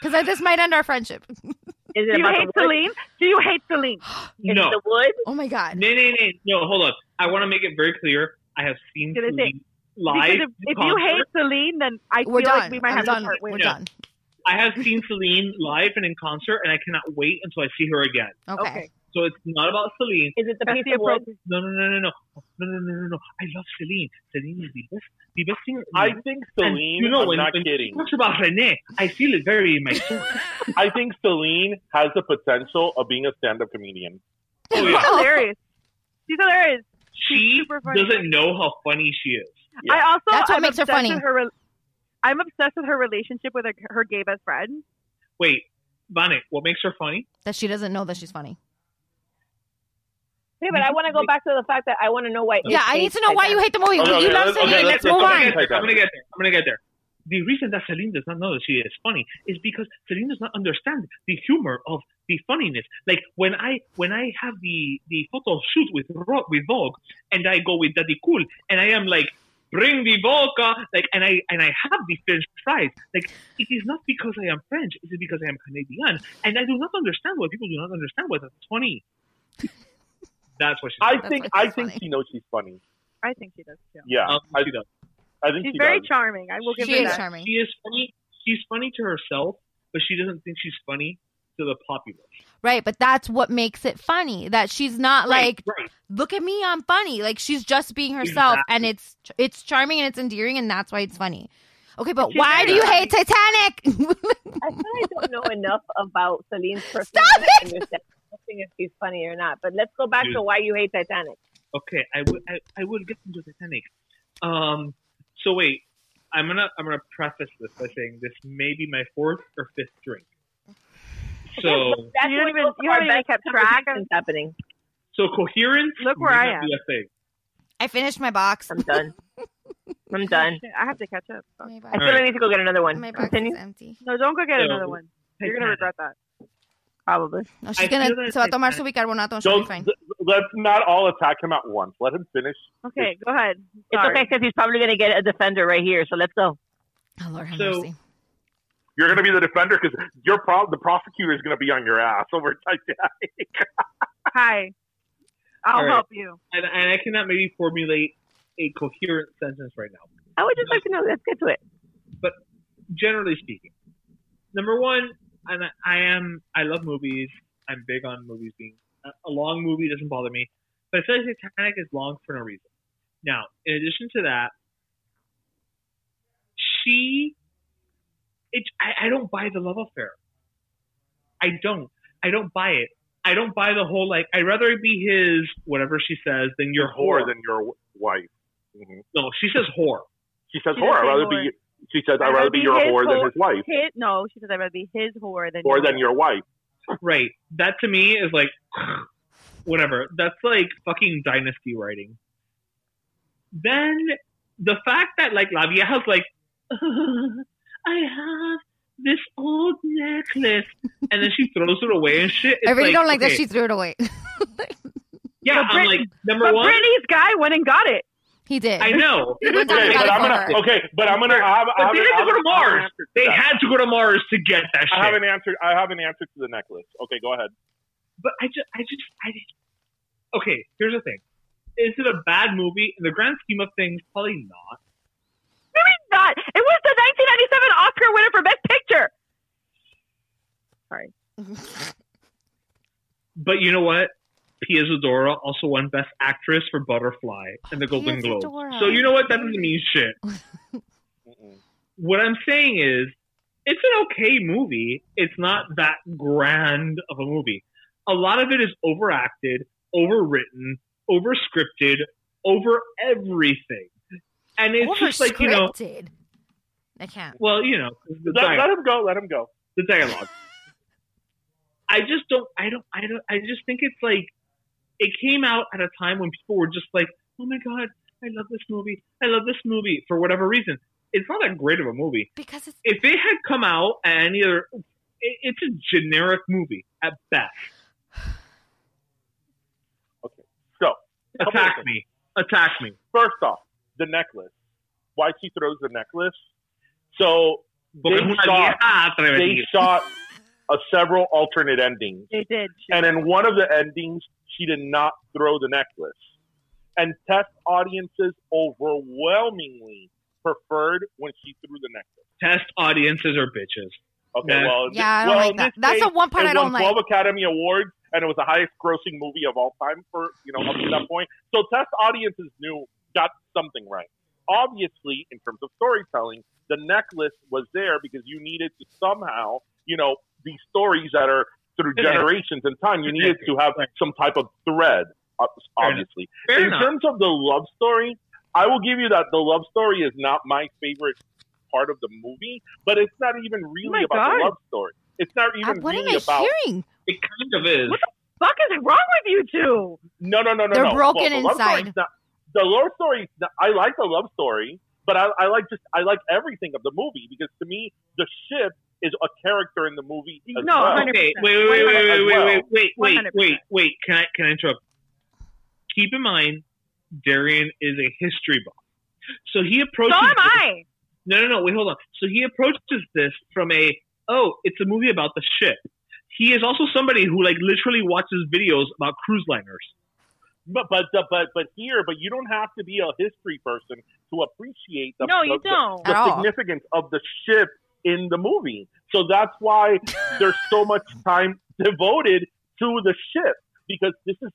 J: because this might end our friendship.
K: is
L: Do
K: it
L: you
K: about
L: hate
K: the wood?
L: Celine? Do you hate Celine?
K: Is
D: No.
K: it the wood?
J: Oh my god.
D: No, no, no, no. Hold on. I want to make it very clear. I have seen
L: Gonna say,
D: Celine live.
L: Because if, if you
D: concert.
L: hate Celine, then I
J: We're
L: feel
J: done.
L: like we might
J: I'm
L: have
J: done.
L: to part ways.
J: We're
D: Yeah.
J: done.
D: I have seen Celine live and in concert, and I cannot wait until I see her again.
J: Okay.
L: Okay.
D: So it's not about Celine.
K: Is it the
L: That's
K: piece
L: the
K: of wood?
L: appropriate.
D: No, no, no, no, no, no, no, no, no, no. I love Celine. Celine is the best, the best singer. in the
I: I
D: world.
I: think
D: And,
I: Celine.
D: you know,
I: I'm
D: when,
I: not
D: when
I: kidding.
D: She talks about Renee. I feel it very in my soul.
I: I think Celine has the potential of being a stand-up comedian.
D: Oh, yeah.
L: She's hilarious. She's hilarious. She's
D: she
L: super funny.
D: doesn't know how funny she is.
I: Yeah.
L: I also
J: That's what
L: am
J: makes her
L: obsessed
J: funny.
L: with Her re- I'm obsessed with her relationship with her, her gay best friend.
D: Wait, Bonnet, what makes her funny?
J: That she doesn't know that she's funny.
K: Yeah, but I want to go back to the fact that I want to know why. it
J: Yeah, I need
K: hates
J: to know why you
K: Titanic.
J: hate the movie.
I: Okay,
J: you
I: okay,
J: love
I: let's-
J: Celine.
I: okay,
J: let's,
I: let's-
J: move
I: okay,
D: I'm
J: on.
D: gonna, get
I: Take that.
D: there. I'm gonna get there. I'm gonna get there. The reason that Celine does not know that she is funny is because Celine does not understand the humor of the funniness. Like when I when I have the the photo shoot with Ro- with Vogue and I go with Daddy Cool and I am like bring the vodka like and I and I have the French fries like it is not because I am French it is because I am Canadian and I do not understand why people do not understand why that's funny. That's what she's
I: I
J: That's
I: think
J: why
I: I
J: she's
I: think
J: funny.
I: she knows she's funny.
L: I think she does too.
I: Yeah,
D: um,
I: I,
D: she does.
I: I think
L: She's
I: she
L: very
I: does.
L: charming. I will give
J: She
L: her
J: is
L: that.
J: charming.
D: She is funny. She's funny to herself, but she doesn't think she's funny to the populace.
J: Right, but that's what makes it funny. That she's not like,
D: right.
J: look at me, I'm funny. Like she's just being herself, and it's it's charming and it's endearing, and that's why it's funny. Okay, but
L: She's
J: why
L: very
J: do you hate Titanic?
K: I feel I don't know enough about Celine's personality.
J: it!
K: to understand if she's funny or not. But let's go back
D: Dude.
K: to why you hate Titanic.
D: Okay, I will. I, I will get into Titanic. Um. So wait, I'm gonna I'm gonna preface this by saying this may be my fourth or fifth drink. So
K: That's
L: You don't
K: what
L: even-
K: both
L: you
K: our
L: haven't even
K: best
L: kept track of-
K: conversations happening.
D: So coherence
L: Look where
D: may
L: I
D: not be
L: am.
D: a thing.
J: I finished my box.
K: I'm done. I'm done.
L: I have to catch up. Fuck.
K: I feel I need to go get another one.
J: My box
K: Continue.
J: is empty.
L: No, don't go get
K: Yeah,
L: another
K: but-
L: one.
K: Hey,
L: You're gonna
K: Karen.
L: regret that.
K: Probably.
J: No, she's gonna. Se va a tomar su bicarbonato. and She'll be
I: Don't,
J: fine.
I: th- let's not all attack him at once. Let him finish.
L: Okay, go ahead.
K: It's
L: Sorry.
K: okay because he's probably going to get a defender right here. So let's go.
J: Oh, Lord have
D: So-
J: mercy.
I: You're going to be the defender because your pro- the prosecutor is going to be on your ass over type guy.
L: Hi. I'll
D: All right.
L: help you.
D: And, and I cannot maybe formulate a coherent sentence right now.
K: I would just like to know. Let's get to it.
D: But generally speaking, number one, and I, I am I love movies. I'm big on movies being a, a long movie doesn't bother me, but I feel like Titanic is long for no reason. Now, in addition to that, she, it, I, I don't buy the love affair. I don't. I don't buy it. I don't buy the whole like. I'd rather be his whatever she says than your whore.
I: Whore than your w- wife. hmm
D: no, she says whore.
I: She says,
L: She
I: whore. I'd
L: doesn't
I: rather
L: say
I: be. She says, I'd rather be your
L: his
I: whore than his wife,
L: his- no, she says I'd rather be his whore than
I: or
L: yours.
I: than your wife.
D: Right. That to me is like whatever. That's like fucking dynasty writing. Then the fact that like La Vieja's like I have this old necklace and then she throws it away and shit. It's
J: I really
D: like,
J: don't like that
D: okay,
J: she threw it away.
D: Yeah,
L: But
D: I'm
L: Brit-
D: like
L: But
D: number one
L: Brittany's guy went and got it.
J: he did.
D: I know.
J: We were talking
I: Okay,
J: about
I: but
J: it
I: I'm
J: for
I: gonna.
J: her.
I: Okay, but I'm gonna. I'm,
D: But
I: I'm,
D: they had to
I: I'm-
D: go to
I: I'm gonna
D: Mars.
I: answer to
D: They
I: that.
D: had to go to Mars to get that
I: I have
D: shit.
I: an answer. I have an answer to the necklace. Okay, go ahead.
D: But I just I just I Okay, here's the thing. Is it a bad movie? In the grand scheme of things, probably not.
L: Maybe not. It was the 1997 Oscar winner for Best Picture. Sorry.
D: But you know what? Pia Zadora also won Best Actress for Butterfly
L: Oh,
D: in the Golden
J: Pia
D: Globe.
J: Zadora.
D: So you know what? That doesn't mean shit. what I'm saying is, it's an okay movie. It's not that grand of a movie. A lot of it is overacted, overwritten, overscripted, over everything. And it's just like, you know,
J: Overscripted. I can't.
D: well, you know, the
I: Let,
D: dialogue
I: let him go. Let him go.
D: the dialogue. I just don't. I don't. I don't. I just think it's like it came out at a time when people were just like, "Oh my god, I love this movie. I love this movie." For whatever reason, it's not that great of a movie.
J: Because it's
D: If it had come out at any other, it, it's a generic movie at best.
I: So Couple
D: Attack
I: of things.
D: me. Attack me.
I: first off, the necklace. Why she throws the necklace? So they
D: Porque es una
I: shot.
D: vieja
I: They
D: atrevida.
I: shot a several alternate endings.
L: They did.
I: and in one of the endings, she did not throw the necklace. And test audiences overwhelmingly preferred when she threw the necklace.
D: Test audiences are bitches.
I: Okay,
D: Yeah.
I: well,
J: Yeah, I don't
I: well,
J: like
I: in
J: that.
I: this
J: That's
I: case,
J: the one part
I: it
J: I don't
I: won 12
J: like.
I: Academy Awards, and it was the highest-grossing movie of all time for you know up to that point. So test audiences knew got something right. Obviously, in terms of storytelling, the necklace was there because you needed to somehow you know these stories that are through
D: Yeah.
I: generations and time. You needed to have
D: Right.
I: some type of thread, ob-
D: Fair enough.
I: obviously.
D: Fair
I: in
D: enough.
I: terms of the love story, I will give you that the love story is not my favorite part of the movie, but it's not even really
L: Oh my
I: about the
L: God.
I: love story. It's not even
J: Uh, what am
I: really
J: I
I: about
J: hearing?
D: It kind of is.
L: What Fuck is wrong with you two?
I: no, no, no, no.
J: They're
I: no.
J: broken
I: the love story's
J: inside.
I: Not, the love story. is not- I like the love story, but I, I like just I like everything of the movie because to me the ship is a character in the movie. As
L: No,
I: well.
L: 100%.
D: Okay, wait, wait, wait, wait, wait, wait, wait, wait, wait,
L: 100%.
D: wait, wait. Can I can I interrupt? Keep in mind, Darian is a history buff, so he
L: So
D: approaches.
L: am I.
D: No, no, no. Wait, hold on. So he approaches this from a oh, it's a movie about the ship. He is also somebody who like literally watches videos about cruise liners.
I: But but the- but but here, but you don't have to be a history person to appreciate the
L: No, you
I: the-
L: don't.
I: the,
J: At all.
I: significance of the ship in the movie. So that's why there's so much time devoted to the ship because this is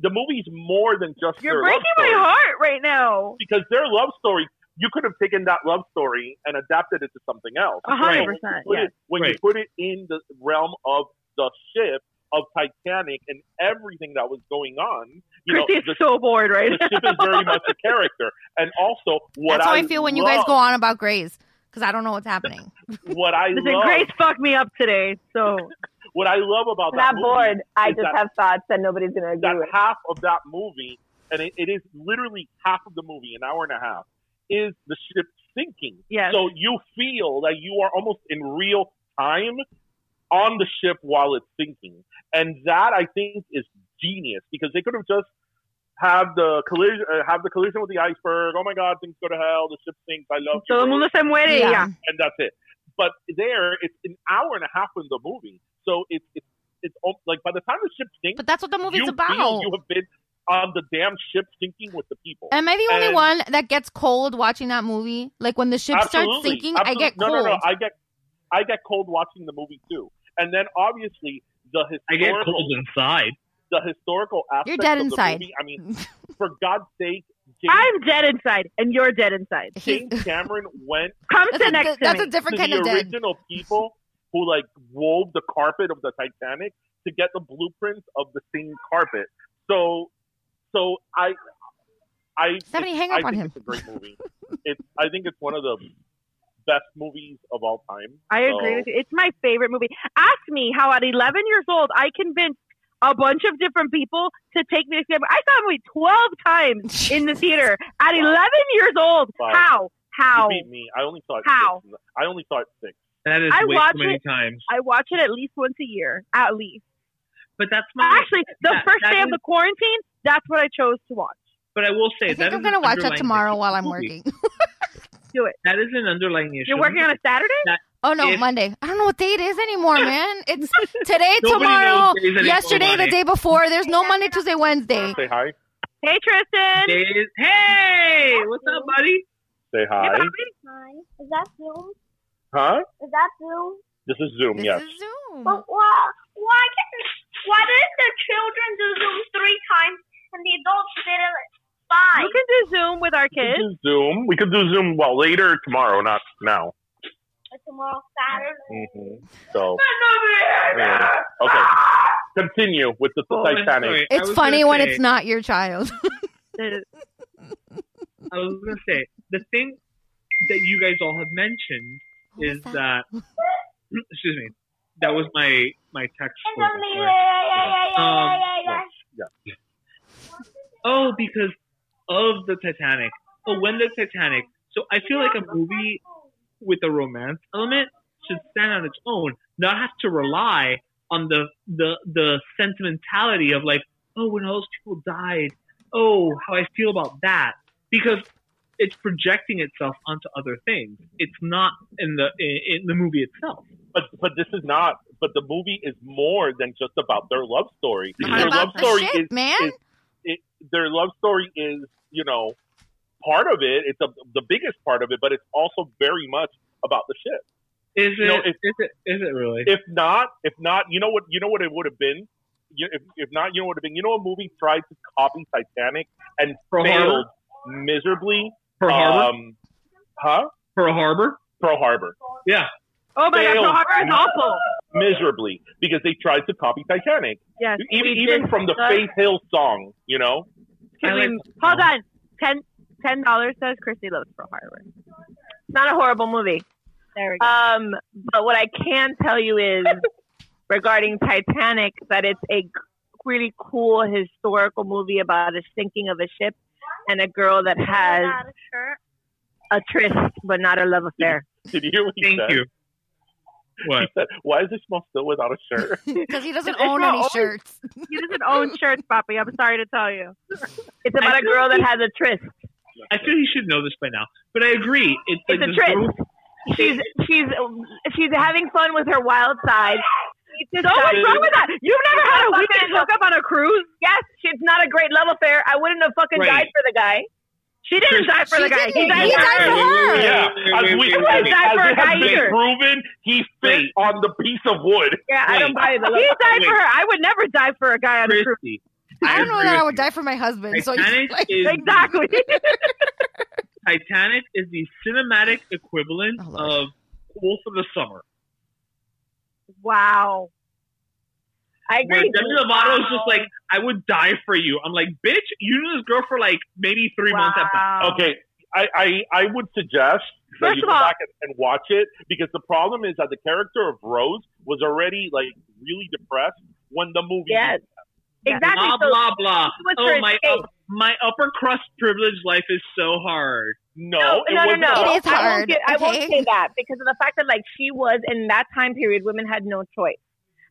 I: the movie's more than just
L: You're
I: their
L: breaking
I: love
L: my
I: story.
L: heart right now.
I: because their love story. You could have taken that love story and adapted it to something else.
L: A hundred
I: When you
L: percent,
I: put
L: yeah.
I: it- When you
D: Right.
I: put it in the realm of the ship of Titanic and everything that was going on, you know,
L: Christy is
I: the
L: so bored right
I: the
L: now.
I: ship is very much a character. And also, what
J: That's how
I: I,
J: I, feel when you guys
I: love-
J: go on about Grays, because I don't know what's happening.
I: What I
L: Listen,
I: love,
L: Grace fucked me up today, so
I: What I love about
K: I'm
I: that
K: not
I: movie
K: bored. I
I: is
K: just
I: that
K: have thoughts that nobody's going to agree
I: that
K: with.
I: half of that movie, and it, it is literally half of the movie, an hour and a half, is the ship sinking.
L: Yes.
I: So you feel that you are almost in real time on the ship while it's sinking, and that I think is genius because they could have just have the collision, uh, have the collision with the iceberg. Oh my God, things go to hell. The ship sinks. I love you,
L: Todo el
I: bro.
L: mundo se muere, Yeah. yeah.
I: and that's it. But there, it's an hour and a half in the movie, so it's it's it's al- like by the time the ship sinks,
J: but that's what the movie's
I: you
J: about.
I: Feel you have been on the damn ship sinking with the people.
J: Am I the only
I: And-
J: one that gets cold watching that movie? Like when the ship starts
I: Absolutely.
J: sinking,
I: Absolutely.
J: I get
I: no,
J: cold.
I: No, no, I get, I get cold watching the movie too. And then obviously the historical,
D: I get cold inside.
I: the historical aspect.
L: dead
I: of
L: inside.
I: The movie, I mean, for God's sake, James,
L: I'm dead inside, and you're dead inside.
I: James Cameron went.
L: Come sit That's a- next to that's me. a different
I: to
L: kind
I: the
L: of dead.
I: original people who like wove the carpet of the Titanic to get the blueprints of the same carpet. So, so I, I.
J: Stephanie,
I: it's-
J: hang
I: I
J: up on
I: think
J: him.
I: It's a great movie. it's. I think it's one of the best movies of all time.
L: I agree with you. It's my favorite movie. Ask me how at 11 years old I convinced a bunch of different people to take me to see. I saw the movie 12 times in the theater at 11 years old.
I: Wow.
L: How? How?
I: You beat me. I only saw it
L: How?
I: six. I only saw it six.
D: That is
L: I
D: way
L: watch
D: too many
L: it.
D: times.
L: I watch it at least once a year, at least.
D: But that's my
L: Actually, the
D: that-
L: first
D: that
L: day of
D: is-
L: the quarantine, that's what I chose to watch.
D: But I will say
L: I
D: that
L: think I'm
D: is
L: gonna
D: an
L: watch that
D: underlying
J: tomorrow
D: issue
J: while I'm
D: with the
J: working.
L: Do it.
D: That is an underlying issue.
L: You're working on a Saturday?
D: That-
J: Oh no,
D: if-
J: Monday. I don't know what day it is anymore, man. It's today,
D: Nobody
J: tomorrow,
D: knows days anymore,
J: yesterday, the
D: Lonnie.
J: day before. There's no Monday, Tuesday, Wednesday.
I: Say hi.
L: Hey, Tristan.
D: Days- Hey, what's up, buddy?
I: Say hi.
G: Hi. Is that Zoom?
I: Huh?
G: Is that Zoom?
I: This is Zoom. yes.
J: Zoom.
G: But why? Why can, Why didn't the children do Zoom three times and the adults did it five?
L: You can do Zoom with our
I: We
L: kids.
I: could do Zoom. We could do Zoom. Well, later tomorrow, not now.
G: Tomorrow Saturday.
I: hmm So.
G: Yeah.
I: Yeah. Okay. Continue with the, the
D: Ah! Oh, I'm
I: Titanic.
D: sorry. I
J: It's
D: was
J: funny
D: gonna
J: when
D: say-
J: it's not your child.
D: I was gonna say the thing that you guys all have mentioned is that? excuse me, that was my my text.
G: And
D: for-
G: then the yeah, yeah, yeah, yeah,
D: Um,
G: yeah, yeah, yeah.
D: Oh, because of the Titanic. Oh, when the Titanic. So I feel like a movie with a romance element should stand on its own, not have to rely on the the the sentimentality of like, oh, when all those people died, oh, how I feel about that, because it's projecting itself onto other things. It's not in the in, in the movie itself.
I: But but this is not. But the movie is more than just about their love story.
D: It's
I: their
D: about
I: love
D: the
I: story
D: ship,
I: is,
J: man.
I: is- it, their love story is you know part of it. It's a, the biggest part of it, but it's also very much about the ship.
D: Is it?
I: You know,
D: is it? Is it really?
I: If not, if not, you know what? You know what it would have been. You, if, if not, you know what it would have been. You know, a movie tried to copy Titanic and
D: Pearl
I: failed miserably.
D: Pearl Harbor?
I: Um, huh?
D: Pearl Harbor.
I: Pearl Harbor.
D: Yeah.
L: Oh my God,
I: Failed
L: Pearl Harbor is awful.
I: Miserably because they tried to copy Titanic. E-
L: Yes,
I: Even,
L: we
I: even
L: did
I: from the
L: such-
I: Faith Hill song, you know.
L: Can we, hold on. Ten
K: Mm-hmm.
L: ten dollars says Christy loves Pearl Harbor. It's not a horrible movie. There we go.
K: Um, but what I can tell you is regarding Titanic that it's a g- really cool historical movie about the sinking of a ship and a girl that has
G: Got a shirt.
K: a tryst but not a love affair.
I: Did you hear what he
D: Thank
I: said?
D: you. What?
I: He said, Why is Ishmael still without a shirt?
J: Because he doesn't
L: It's
J: own
L: not
J: any
L: always-
J: shirts.
L: He doesn't own shirts, Poppy. I'm sorry to tell you.
K: It's about a girl that has a tryst.
D: I feel he should know this by now, but I agree. It's, like
K: It's a
D: this
K: tryst.
D: girl-
K: She's she's she's having fun with her wild side. So
L: what's wrong with that? You've never had a weekend hookup on a cruise?
K: Yes, it's not a great love affair. I wouldn't have fucking
L: Right.
K: died for the guy.
L: She didn't die for the guy. He died for her.
I: Yeah, as we
L: He wouldn't die
I: as
L: for a
I: it
L: guy
I: has been
L: either.
I: proven, he fit on the piece of wood.
L: Yeah, I don't buy it. He died for her. I would never die for a guy on a cruise.
J: I don't know that I would
D: you.
J: die for my husband. So
D: Titanic
J: like,
D: is-
L: Exactly.
D: Titanic is the cinematic equivalent
J: Oh,
D: of Wolf of the Summer.
L: Wow.
K: I
D: Where
K: agree.
D: Demi Lovato is just like, I would die for you. I'm like, bitch, you knew this girl for like maybe three months at best.
I: Okay, I, I, I would suggest that
L: First
I: you
L: of
I: go
L: all-
I: back and, and watch it because the problem is that the character of Rose was already like really depressed when the movie.
K: Yes. Exactly.
D: Blah
K: so
D: blah blah.
K: was
D: Oh
K: her
D: my,
K: escape.
D: up, my upper crust privileged life is so hard.
I: No,
K: no, no, no.
J: It is
K: I
J: hard,
K: won't, get, I won't
J: okay?
K: say that because of the fact that like she was in that time period, women had no choice,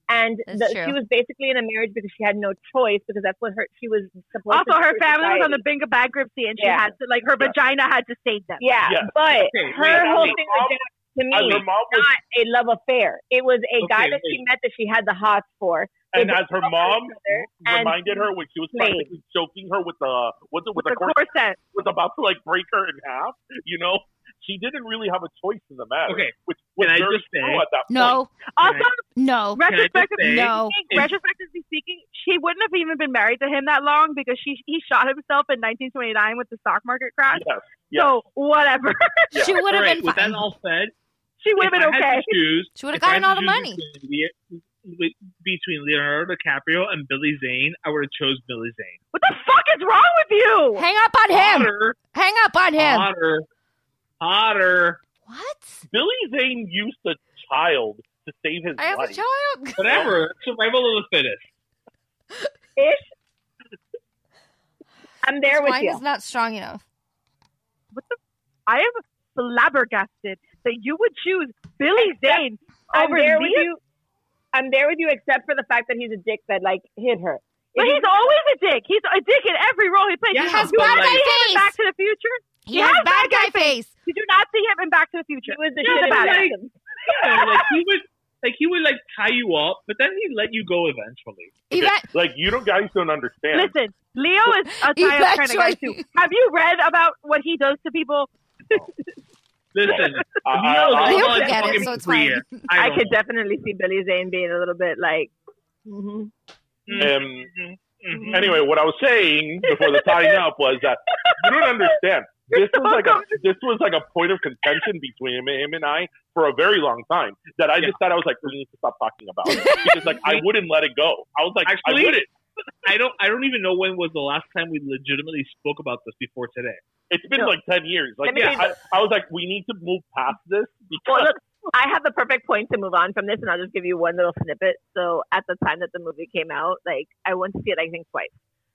K: and
J: That's
K: the,
J: true.
K: she was basically in a marriage because she had no choice because that's what her she was supposed.
L: Also,
K: to do
L: her
K: for
L: family was on
K: society.
L: the brink of bankruptcy, and she
K: Yeah.
L: had to like her
K: Yeah.
L: vagina had to save them.
K: Yeah,
I: Yeah.
K: but
D: Okay,
K: her
I: wait,
K: whole
I: wait.
K: thing
I: Mom-
K: was just, to me
I: As her mom was,
K: not a love affair. It was a
D: Okay,
K: guy that she
D: wait.
K: met that she had the hots for. They
I: and as her
K: loved
I: mom
K: each other, and
I: reminded her when she was
K: played.
I: practically choking her with the with the, with, the
L: with a
I: corset,
L: corset.
I: was about to like break her in half. You know, she didn't really have a choice in the matter.
D: Okay.
I: which was
D: Can I
I: very
D: just say-
I: true at that point.
J: No,
L: Also,
J: no.
D: I just
L: retrospectively
D: say-
J: No.
L: speaking, retrospectively speaking, she wouldn't have even been married to him that long because she he shot himself in 1929 with the stock market crash.
I: Yes, yes.
L: So whatever,
I: Yeah.
J: She would have
D: Alright,
J: been
D: with
J: fine.
D: that all said,
L: she would have
D: if
L: been
D: I had
L: okay.
D: to choose,
J: She would've
D: if I
J: gotten
D: had
J: all
D: to
J: the
D: choose
J: money.
D: between Le- Between Leonardo DiCaprio and Billy Zane, I would have chose Billy Zane.
L: What the fuck is wrong with you?
J: Hang up on him.
D: Hotter,
J: Hang up on him.
D: hotter, hotter.
J: What?
I: Billy Zane used a child to save his
J: I have
I: life.
J: a child.
D: Whatever. Survival of the fittest.
K: ish. I'm there with
J: Mine
K: you.
J: is not strong enough.
L: I am flabbergasted that you would choose Billy
K: Except
L: Zane
K: I'm
L: over
K: there with
L: Leah-
K: you. I'm there with you, except for the fact that he's a dick that like hit her.
L: But
K: If
L: he's always a dick. He's a dick in every role he plays.
D: Yeah,
L: Did
D: He has
L: you
D: bad
L: not
D: guy
L: see him in
J: face.
L: Back to the Future.
J: He has bad guy face.
L: Did you not see him in Back to the Future?
K: he was the
L: Think
K: shit
L: about
K: about
L: it.
K: him.
D: Yeah, like he would, like he would like tie you up, but then he let you go eventually.
I: Okay,
J: Eva-
I: Like you don't guys don't understand.
L: Listen, Leo is a
J: He's
L: tie-up kind of guy too.
J: actually-
L: Have you read about what he does to people?
D: Listen,
I: I, I-
D: Leo's
I: I-
J: Leo
D: all
J: can
D: in
J: get it,
D: fucking
J: so it's
D: Korea.
K: I,
D: don't
K: could
D: know.
K: definitely see Billy Zane being a little bit like. mhm.
L: Mm-hmm.
I: um,
D: Mhm.
I: anyway, what I was saying before the tying up was that you don't understand. This was like a this was like a point of contention between him, him and I for a very long time. That I
D: Yeah.
I: just thought I was like we need to stop talking about it because like I wouldn't let it go. I was like
D: Actually-
I: I wouldn't.
D: I don't. I don't even know when was the last time we legitimately spoke about this before today.
I: It's been
K: No.
I: like ten years. Like
K: Let me
I: yeah,
K: read
I: I, I was like we need to move past this because
K: Well, look, I have the perfect point to move on from this, and I'll just give you one little snippet. So, at the time that the movie came out, like I went to see it, I think twice.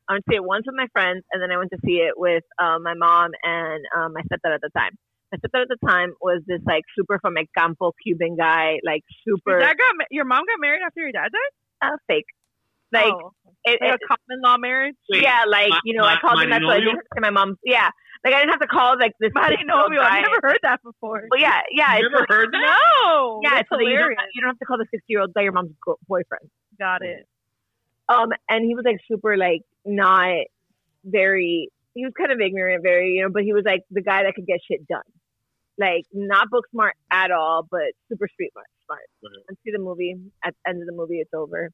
K: I went to see it once with my friends, and then I went to see it with uh, my mom and um, my stepdad at the time. My stepdad at the time was this like super from El campo Cuban guy, like
L: Your
K: super
L: dad got ma- your mom got married after your dad died.
K: uh, fake. Like,
L: Oh,
K: it,
L: like
K: it,
L: a common law marriage.
D: Wait,
K: yeah, like
D: ma-
K: you know, I
D: ma-
K: called him that, so I
D: matrimonio?
K: didn't have to my mom. Yeah, like I didn't have to call like this.
L: I didn't know you. I've
K: guy.
L: never heard that before.
K: Well, yeah, yeah.
D: you
K: it's
D: ever
K: like-
D: heard that?
L: No,
K: yeah,
L: Oh, that's
K: it's so that you don't,
L: hilarious.
K: you don't have to call the sixty-year-old by your mom's go- boyfriend.
L: Got it.
K: Um, and he was like super like not very. He was kind of ignorant, very you know, but he was like the guy that could get shit done, like not book smart at all, but super street smart. Smart.
I: Right.
K: And see the movie at the end of the movie, it's over,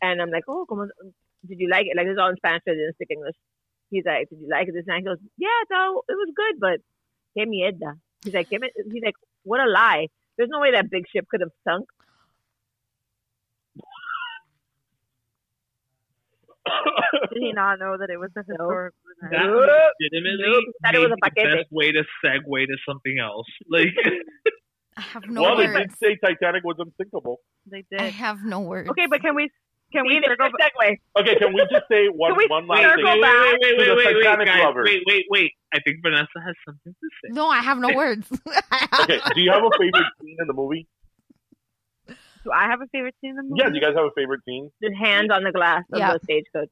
K: and I'm like, oh, como, did you like it? Like it's all in Spanish, so I didn't speak English. He's like, did you like it? This and that. he goes, yeah, though it was good, but que mierda. He's like, "Qué mi-" he's like, what a lie. There's no way that big ship could have sunk.
L: Did he not know that it was a historical event?
D: That
K: Nope.
D: legitimately
K: Nope. That it was
D: may
K: a
D: be the
K: paquete.
D: best way to segue to something else. Like,
J: I have no
I: well, they did
J: words.
I: say Titanic was unsinkable.
L: They
J: I
L: did.
J: have no words.
L: Okay, but can we can we
K: See, there's
L: circle?
K: your segue.
I: Okay, can we just say one
L: Can we
I: one
D: wait,
I: last
L: circle
I: thing?
D: wait,
L: back
D: wait,
I: to
D: wait,
I: the
D: wait, wait, wait,
I: Titanic
D: guys,
I: lovers.
D: wait, wait, wait. I think Vanessa has something to say.
J: No, I have no words.
I: Okay, do you have a favorite scene in the movie?
L: Do I have a favorite scene in the movie?
I: Yeah, do you guys have a favorite scene?
K: Just hand on the glass of
J: Yeah.
K: the stagecoach.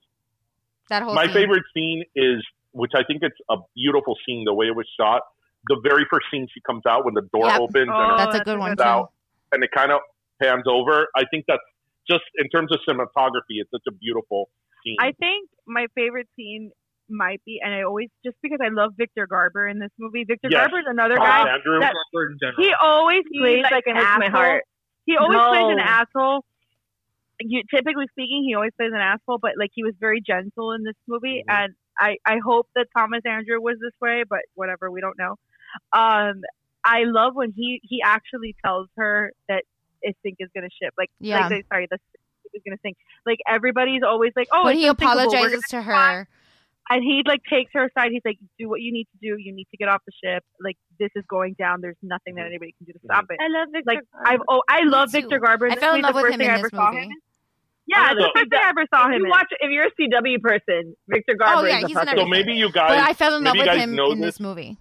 J: that whole
I: My
J: scene.
I: favorite scene is, which I think it's a beautiful scene, the way it was shot. The very first scene she comes out when the door
J: Yep.
I: opens
L: Oh,
I: and,
J: That's a good one
I: it's out,
J: too.
I: and it kind of pans over. I think that's just in terms of cinematography, it's such a beautiful scene.
L: I think my favorite scene might be, and I always just because I love Victor Garber in this movie. Victor
I: Yes.
L: Garber's another
I: Tom
L: guy.
I: Andrews,
L: that-
D: Harper in general.
L: He always plays like, an
K: breaks
L: asshole.
K: my heart.
L: He always
K: No.
L: plays an asshole. You, typically speaking, he always plays an asshole, but like he was very gentle in this movie, and I I hope that Thomas Andrew was this way, but whatever, we don't know. Um, I love when he he actually tells her that I think is gonna ship. Like,
J: Yeah.
L: like they- sorry, the sink is gonna sink. Like everybody's always like, oh,
J: when
L: it's
J: he
L: unsinkable. We're
J: apologizes to her
L: And he like takes her aside. He's like, "Do what you need to do. You need to get off the ship. Like this is going down. There's nothing that anybody can do to stop it."
G: I love Victor.
L: Like I've oh, I
G: Me
L: love
G: too.
L: Victor Garber.
J: I
L: This
J: fell in
L: is
J: love
L: the
J: with
L: first
J: him
L: thing
J: in
L: I
J: this
L: ever saw
J: movie.
L: him in. Yeah,
K: Another-
L: the first thing I ever saw
K: if
L: him
K: You
L: in.
K: watch if you're a CW person, Victor Garber.
J: Oh, yeah,
K: is a
J: he's in
K: fucking-
I: So maybe you guys.
J: But I fell in love
I: maybe you
J: with
I: guys
J: him
I: know
J: in
I: this.
J: this movie.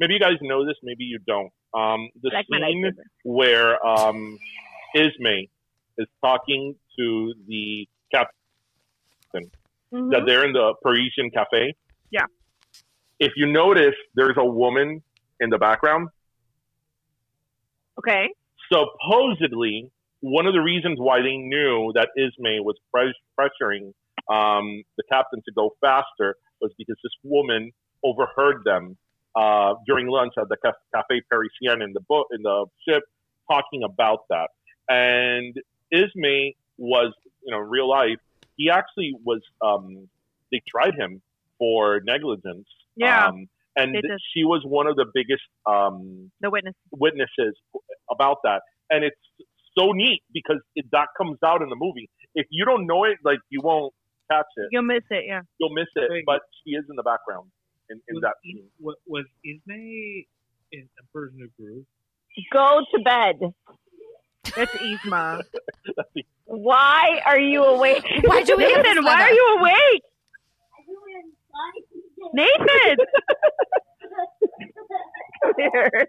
I: Maybe you guys know this. Maybe you don't. Um, the
K: Like my
I: scene
K: lightsaber.
I: where um, Ismay is talking to the captain that they're in the Parisian cafe.
L: Yeah.
I: If you notice, there's a woman in the background.
K: Okay.
I: Supposedly, one of the reasons why they knew that Ismay was pres- pressuring um, the captain to go faster was because this woman overheard them uh, during lunch at the ca- Cafe Parisien in the book in the ship talking about that. And Ismay was, you know, in real life. He actually was. Um, they tried him for negligence.
L: Yeah.
I: Um, and
L: They did.
I: she was one of the biggest um,
L: The witness.
I: witnesses about that, and it's so neat because it, that comes out in the movie. If you don't know it, like you won't catch it.
L: You'll miss it. Yeah.
I: You'll miss it. But she is in the background in, in that scene.
D: What was Ismay in Emperor's New Groove?
K: Go to bed.
L: That's Isma.
K: Why are you awake?
J: Why'd you wake up
L: Nathan,
J: this
L: why
J: weather?
L: are you awake? Nathan.
K: Come here.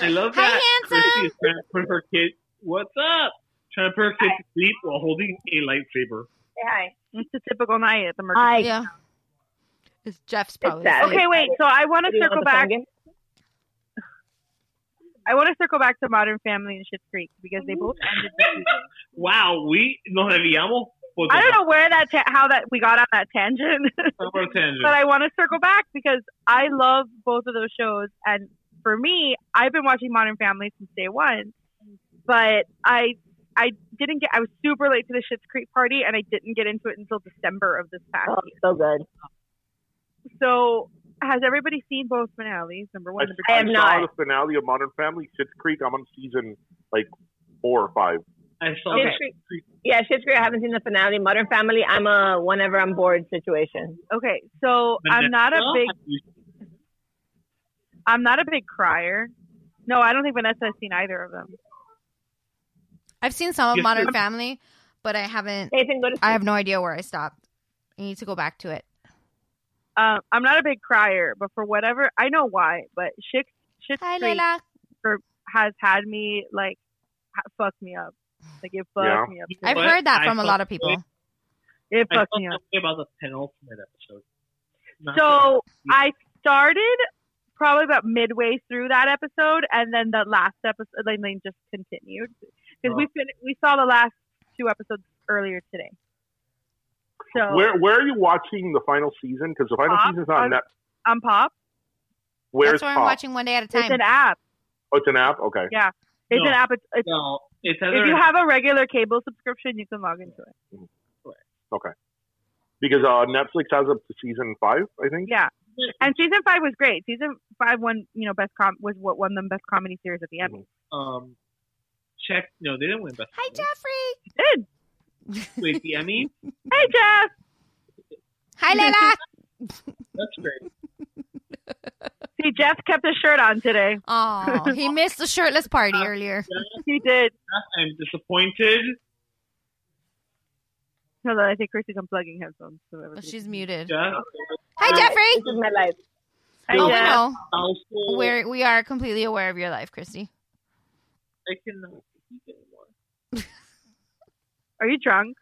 D: I love
J: Hi,
D: that Christy
J: handsome.
D: is trying to put her kid. What's up? Trying to put her kid to sleep while holding a lightsaber.
K: Hi.
L: It's a typical night at the Mercury.
K: Hi.
J: Yeah. It's Jeff's probably.
K: sad.
J: asleep.
L: Okay, wait. So I want
K: Do
L: to
K: you want
L: circle
K: the phone
L: back.
K: again?
L: I want to circle back to Modern Family and Schitt's Creek because
K: Mm-hmm.
L: they both ended. This week.
D: Wow, we nos desviamos. porque-
L: I don't know where that ta- how that we got on that tangent,
K: Oh,
D: Over a tangent.
L: but I want to circle back because I love both of those shows, and for me, I've been watching Modern Family since day one. But I I didn't get I was super late to the Schitt's Creek party, and I didn't get into it until December of this past
K: Oh,
L: year.
K: so good.
L: So has everybody seen both finales? Number
I: I,
L: one, number
K: I
I: I,
K: have
I: saw
K: not.
I: the finale of Modern Family, Schitt's Creek. I'm on season like four or five.
D: I saw
K: Okay.
D: that.
K: Yeah, shit's great. I haven't seen the finale. Modern Family. I'm a whenever I'm bored situation.
L: Okay, so
D: But
L: I'm
D: then-
L: not a
D: Well,
L: big I'm not a big crier. No, I don't think Vanessa has seen either of them.
J: I've seen some of
D: Yes,
J: Modern
D: ma'am.
J: Family, but I haven't.
K: Nathan, go to.
J: I have no idea where I stopped. I need to go back to it.
L: Um, I'm not a big crier, but for whatever I know why, but Schick Schitt's
J: Hi,
L: Creek
J: Layla.
L: has had me like ha- fuck me up. Like it fucked
I: Yeah.
L: me up.
J: I've
D: But
J: heard that
D: I
J: from a
D: felt
J: lot of people.
L: It
D: I felt
L: fucked me up.
D: that way about the penultimate episode. Not
L: So I started probably about midway through that episode, and then the last episode, like, they just continued because
I: Uh-huh.
L: we fin- we saw the last two episodes earlier today.
J: Oh.
L: So
I: Where Where are you watching the final season? Because the final
L: Pop,
I: season's not
L: on-
I: net.
L: on Pop,
I: Where's
J: That's why I'm
I: Pop?
J: watching one day at a
L: it's
J: time.
L: an app.
I: Oh, it's an app. Okay.
L: Yeah. It's
D: No.
L: an app. It's, it's,
D: no, it's either
L: if you have a regular cable subscription, you can log into it.
I: Because uh, Netflix has up to season five, I think.
L: Yeah, and season five was great. Season five won, you know, best com was what won them best comedy series at the end.
D: um, check. No, they didn't win best.
J: Hi,
D: Picture.
J: Jeffrey.
I: Mm-hmm.
L: Good.
D: Wait, the Emmy.
L: Hey Jeff,
J: Hi, Layla.
D: That's great.
L: see Jeff kept his shirt on today.
J: Oh, he missed the shirtless party earlier.
L: He did.
D: I'm disappointed.
L: Hold on, I think Chrissy's unplugging headphones. So everybody-
J: She's muted.
D: Yeah.
J: Hi,
K: This
J: Jeffrey.
K: is my life.
L: Hey,
J: Oh, we
L: Jeff.
J: know.
D: Also,
J: We're, we are completely aware of your life, Christy.
D: I cannot speak anymore.
L: Are you drunk?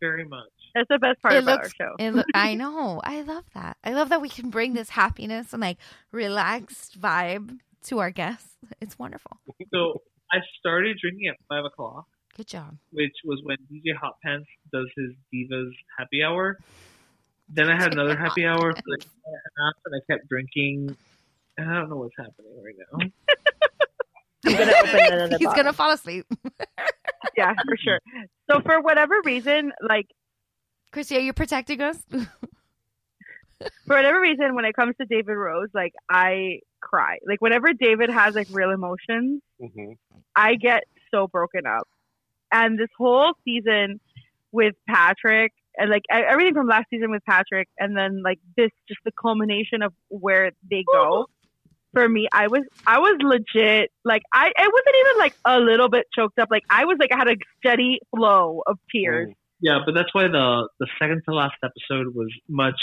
D: Very much.
L: That's the best part
J: It
L: about
J: looks-
L: our show.
J: It lo- I know. I love that. I love that we can bring this happiness and like relaxed vibe to our guests. It's wonderful.
D: So I started drinking at five o'clock.
J: Good job.
D: which was when DJ Hot Pants does his Divas happy hour. Then I had another happy hour for like an hour and a half, and I kept drinking. And I don't know what's happening right now.
K: I'm gonna open another.
J: He's
K: bottle.
J: gonna fall asleep.
L: yeah, for sure. So for whatever reason, like
J: Christy, are you protecting us?
L: for whatever reason, when it comes to David Rose, like I cry. Like whenever David has like real emotions,
I: Mhm.
L: I get so broken up. And this whole season with Patrick and like e- everything from last season with Patrick, and then like this, just the culmination of where they go. For me, I was I was legit like I it wasn't even like a little bit choked up. Like I was like I had a steady flow of tears.
I: Mm-hmm.
D: Yeah, but that's why the the second to last episode was much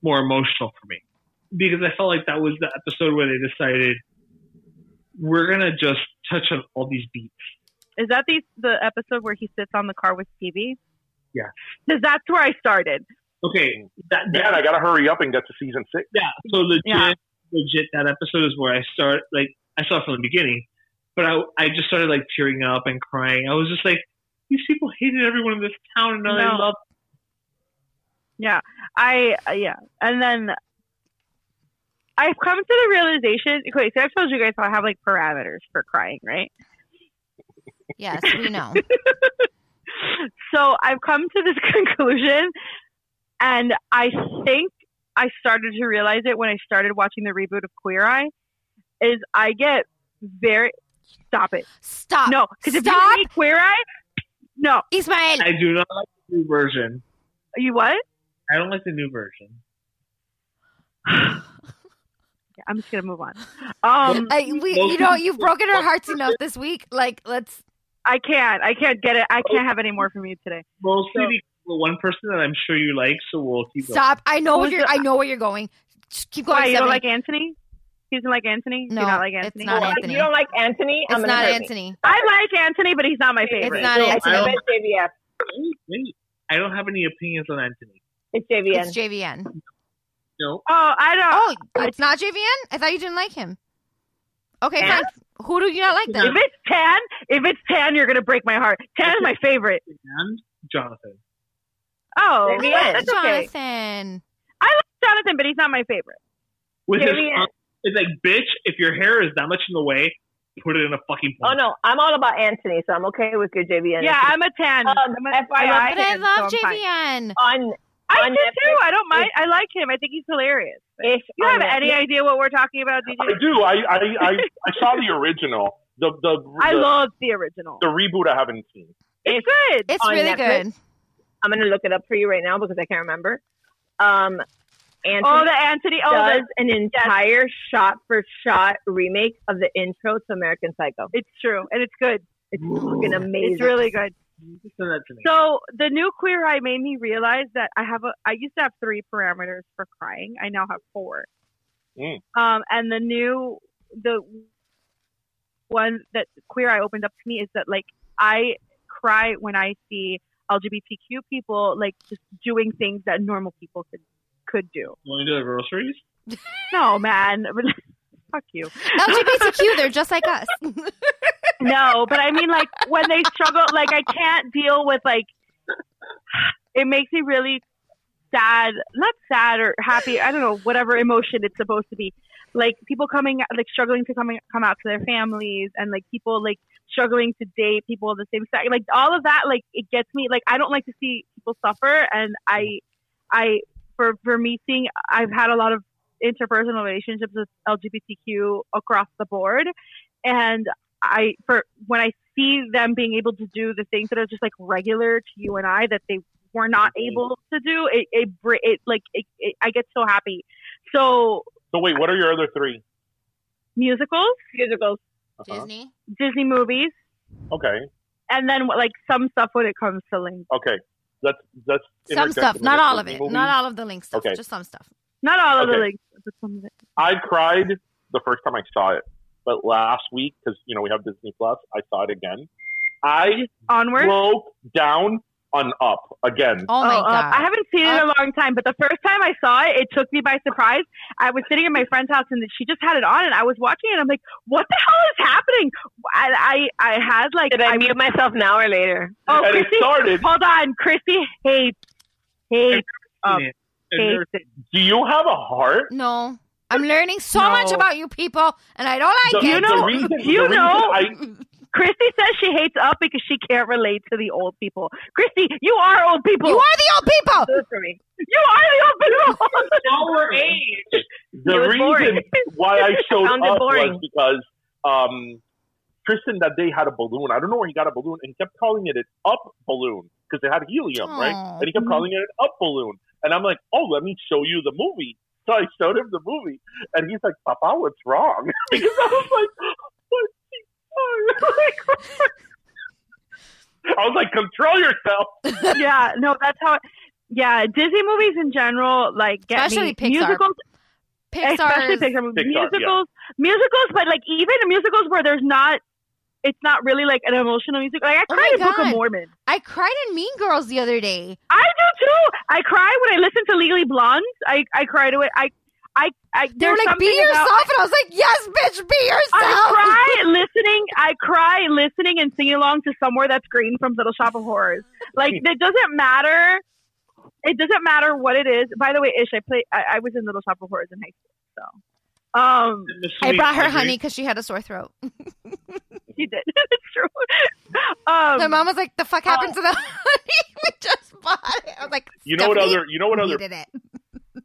D: more emotional for me because I felt like that was the episode where they decided we're gonna just touch on all these beats.
L: Is that the the episode where he sits on the car with Stevie?
D: Yeah.
L: Because that's where I started.
D: Okay, that, that,
I: Man, I gotta hurry up and get to season six.
D: Yeah, so legit, legit, that episode is where I start. Like, I saw it from the beginning, but I, I just started like tearing up and crying. I was just like, these people hated everyone in this town, and now they
L: No.
D: love.
L: Yeah, I uh, yeah, and then I've come to the realization. Okay, so I've told you guys how I have like parameters for crying, right?
J: Yes, we know.
L: So I've come to this conclusion, and I think I started to realize it when I started watching the reboot of Queer Eye. Is I get very stop it
J: stop
L: no because if you hate Queer Eye, no
J: Ismael
D: I do not like the new version.
L: you what
D: I don't like the new version.
L: Yeah, I'm just gonna move on. Um,
J: I, we, you know, you've broken our hearts enough this week. Like, let's.
L: I can't. I can't get it. I can't have any more from you today.
D: Mostly because the one person that I'm sure you like, so we'll keep going.
J: Stop. I know
L: Who
J: what
L: is
J: you're.
L: the-
J: I know where you're going. Just keep going.
L: Why you don't
J: Stephanie.
L: like Anthony? He doesn't like Anthony.
J: No,
L: you not like
J: it's
L: Anthony.
J: not Well, if Anthony. you don't
L: like Anthony.
J: It's not Anthony.
L: I like Anthony, but he's not my
D: It's
L: favorite.
J: not No, I Anthony. don't-
L: It's JVF.
D: Wait, I don't have any opinions on Anthony.
L: It's JVN.
J: It's JVN.
D: No,
L: oh, I don't.
J: Oh, it's not JVN. I thought you didn't like him. Okay,
L: And?
J: fine. Who do you not like
L: if
J: then?
L: it's Tan, if it's Tan, you're gonna break my heart. Tan is my favorite.
D: and Jonathan.
L: Oh,
J: Look
L: yeah,
J: at
L: that's okay.
J: Jonathan.
L: I like Jonathan, but he's not my favorite.
D: With his,
L: Jamie-
D: it's like, bitch, if your hair is that much in the way, put it in a fucking
M: Oh
D: ponytail.
M: no, I'm all about Anthony, so I'm okay with your JVN.
L: Yeah, I'm a Tan.
M: Uh,
L: I'm a-
M: FYI,
L: I
J: But I
L: Tan,
J: love
L: so I'm fine.
J: JVN.
M: on
L: I
M: on
L: do too.
M: Netflix.
L: I don't mind. I like him. I think he's hilarious.
M: If
L: You have
M: on Netflix.
L: any idea what we're talking about, DJ?
I: I do. I I, I, I saw the original. The the
L: I
I: the,
L: love the original.
I: the reboot. I haven't seen.
L: It's good.
J: It's
M: on
J: really
M: Netflix.
J: good.
M: I'm gonna look it up for you right now because I can't remember. Um, Anthony
L: Oh, the Anthony. Oh,
M: does
L: the,
M: an entire shot for shot remake of the intro to American Psycho.
L: it's true, and it's good.
M: It's fucking amazing.
L: It's really good.
D: Just send that to me.
L: So the new Queer Eye made me realize that I have a. I used to have three parameters for crying. I now have four.
I: Mm.
L: Um, and the new the one that Queer Eye opened up to me is that like I cry when I see LGBTQ people like just doing things that normal people could could do.
D: You want to do the groceries?
L: No, man. Fuck you.
J: LGBTQ. They're just like us.
L: Uh-huh. no, but I mean, like when they struggle, like I can't deal with like. It makes me really sad, not sad or happy. I don't know, whatever emotion it's supposed to be. Like people coming, like struggling to coming come out to their families, and like people like struggling to date people of the same sex. Like all of that, like it gets me. Like I don't like to see people suffer, and I, I for for me seeing, I've had a lot of interpersonal relationships with LGBTQ across the board, and I for when I see them being able to do the things that are just like regular to you and I that they were not able to do, it it, br- it like it, it, I get so happy. So
I: So wait, what are your other three?
L: musicals,
M: musicals.
I: Uh-huh.
J: Disney.
L: Disney movies,
I: Okay,
L: and then like some stuff when it comes to Link.
I: okay. Let's let's
J: Some
I: interject
J: stuff.
I: a
J: Not
I: minute
J: all
I: for
J: of
I: the
J: it.
I: movie.
J: Not all of the link stuff.
I: Okay.
J: Just some stuff.
L: Not all of the
I: Okay.
L: links, but some of it.
I: I cried the first time I saw it, but last week because you know we have Disney Plus, I saw it again. I
L: Onward.
I: broke down on up again.
J: Oh my
L: Oh, uh,
J: god. Um,
L: I haven't seen it in a long time, but the first time I saw it, it took me by surprise. I was sitting at my friend's house and she just had it on, and I was watching it. And I'm like, "What the hell is happening?" I I, I had like
M: Did I,
L: was-
M: mute myself now or later?
L: Oh,
I: and it
L: Chrissy,
I: started.
L: hold on, Chrissy hates hates
J: Oh,
L: um,
D: Yeah. I've never-
L: hates it.
I: Do you have a heart?
J: No. I'm learning so
L: No.
J: much about you people, and I don't like
I: The-
J: it.
L: You know-
I: the reason, the
L: you
I: reason
L: know-
I: I,
L: Chrissy says she hates up because she can't relate to the old people. Chrissy, you are old people.
J: You are the old people.
M: Do it for me.
L: You are the old people.
D: Our age.
I: the
L: It was
I: reason
L: boring.
I: why I showed
M: Found it
I: up was
M: boring.
I: because um, Tristan that day had a balloon. I don't know where he got a balloon and kept calling it an up balloon. because it had helium, right? And he kept
J: Mm-hmm.
I: calling it an up balloon. And I'm like, oh, let me show you the movie. So I showed him the movie, and he's like, Papa, what's wrong? because I was like, I was like, control yourself.
L: yeah, no, that's how. yeah, Disney movies in general, like get
J: Especially
L: me.
J: Pixar.
L: musicals.
J: Pixar
L: especially
J: is-
L: Pixar, movies.
J: Pixar, yeah.
L: musicals, musicals, but like even musicals where there's not, it's not really like an emotional music. Like I
J: Oh
L: cried
J: my
L: in Book of
J: God.
L: Mormon.
J: I cried in Mean Girls the other day.
L: I do too. I cry when I listen to Legally Blonde. I I cry to it. I I I.
J: They were
L: there's
J: like, "Be
L: something about-
J: yourself," and I was like, "Yes, bitch, be yourself."
L: I cry listening. I cry listening and singing along to "Somewhere That's Green" from Little Shop of Horrors. Like it doesn't matter. It doesn't matter what it is. By the way, Ish, I play. I, I was in Little Shop of Horrors in high school, so um,
J: I brought her honey because she had a sore throat.
L: She did. it's true. Um, uh,
J: My mom was like, "The fuck happened to the honey? We just bought it." I was like,
I: You know what
J: "Stephanie
I: other? You know what other
J: needed it."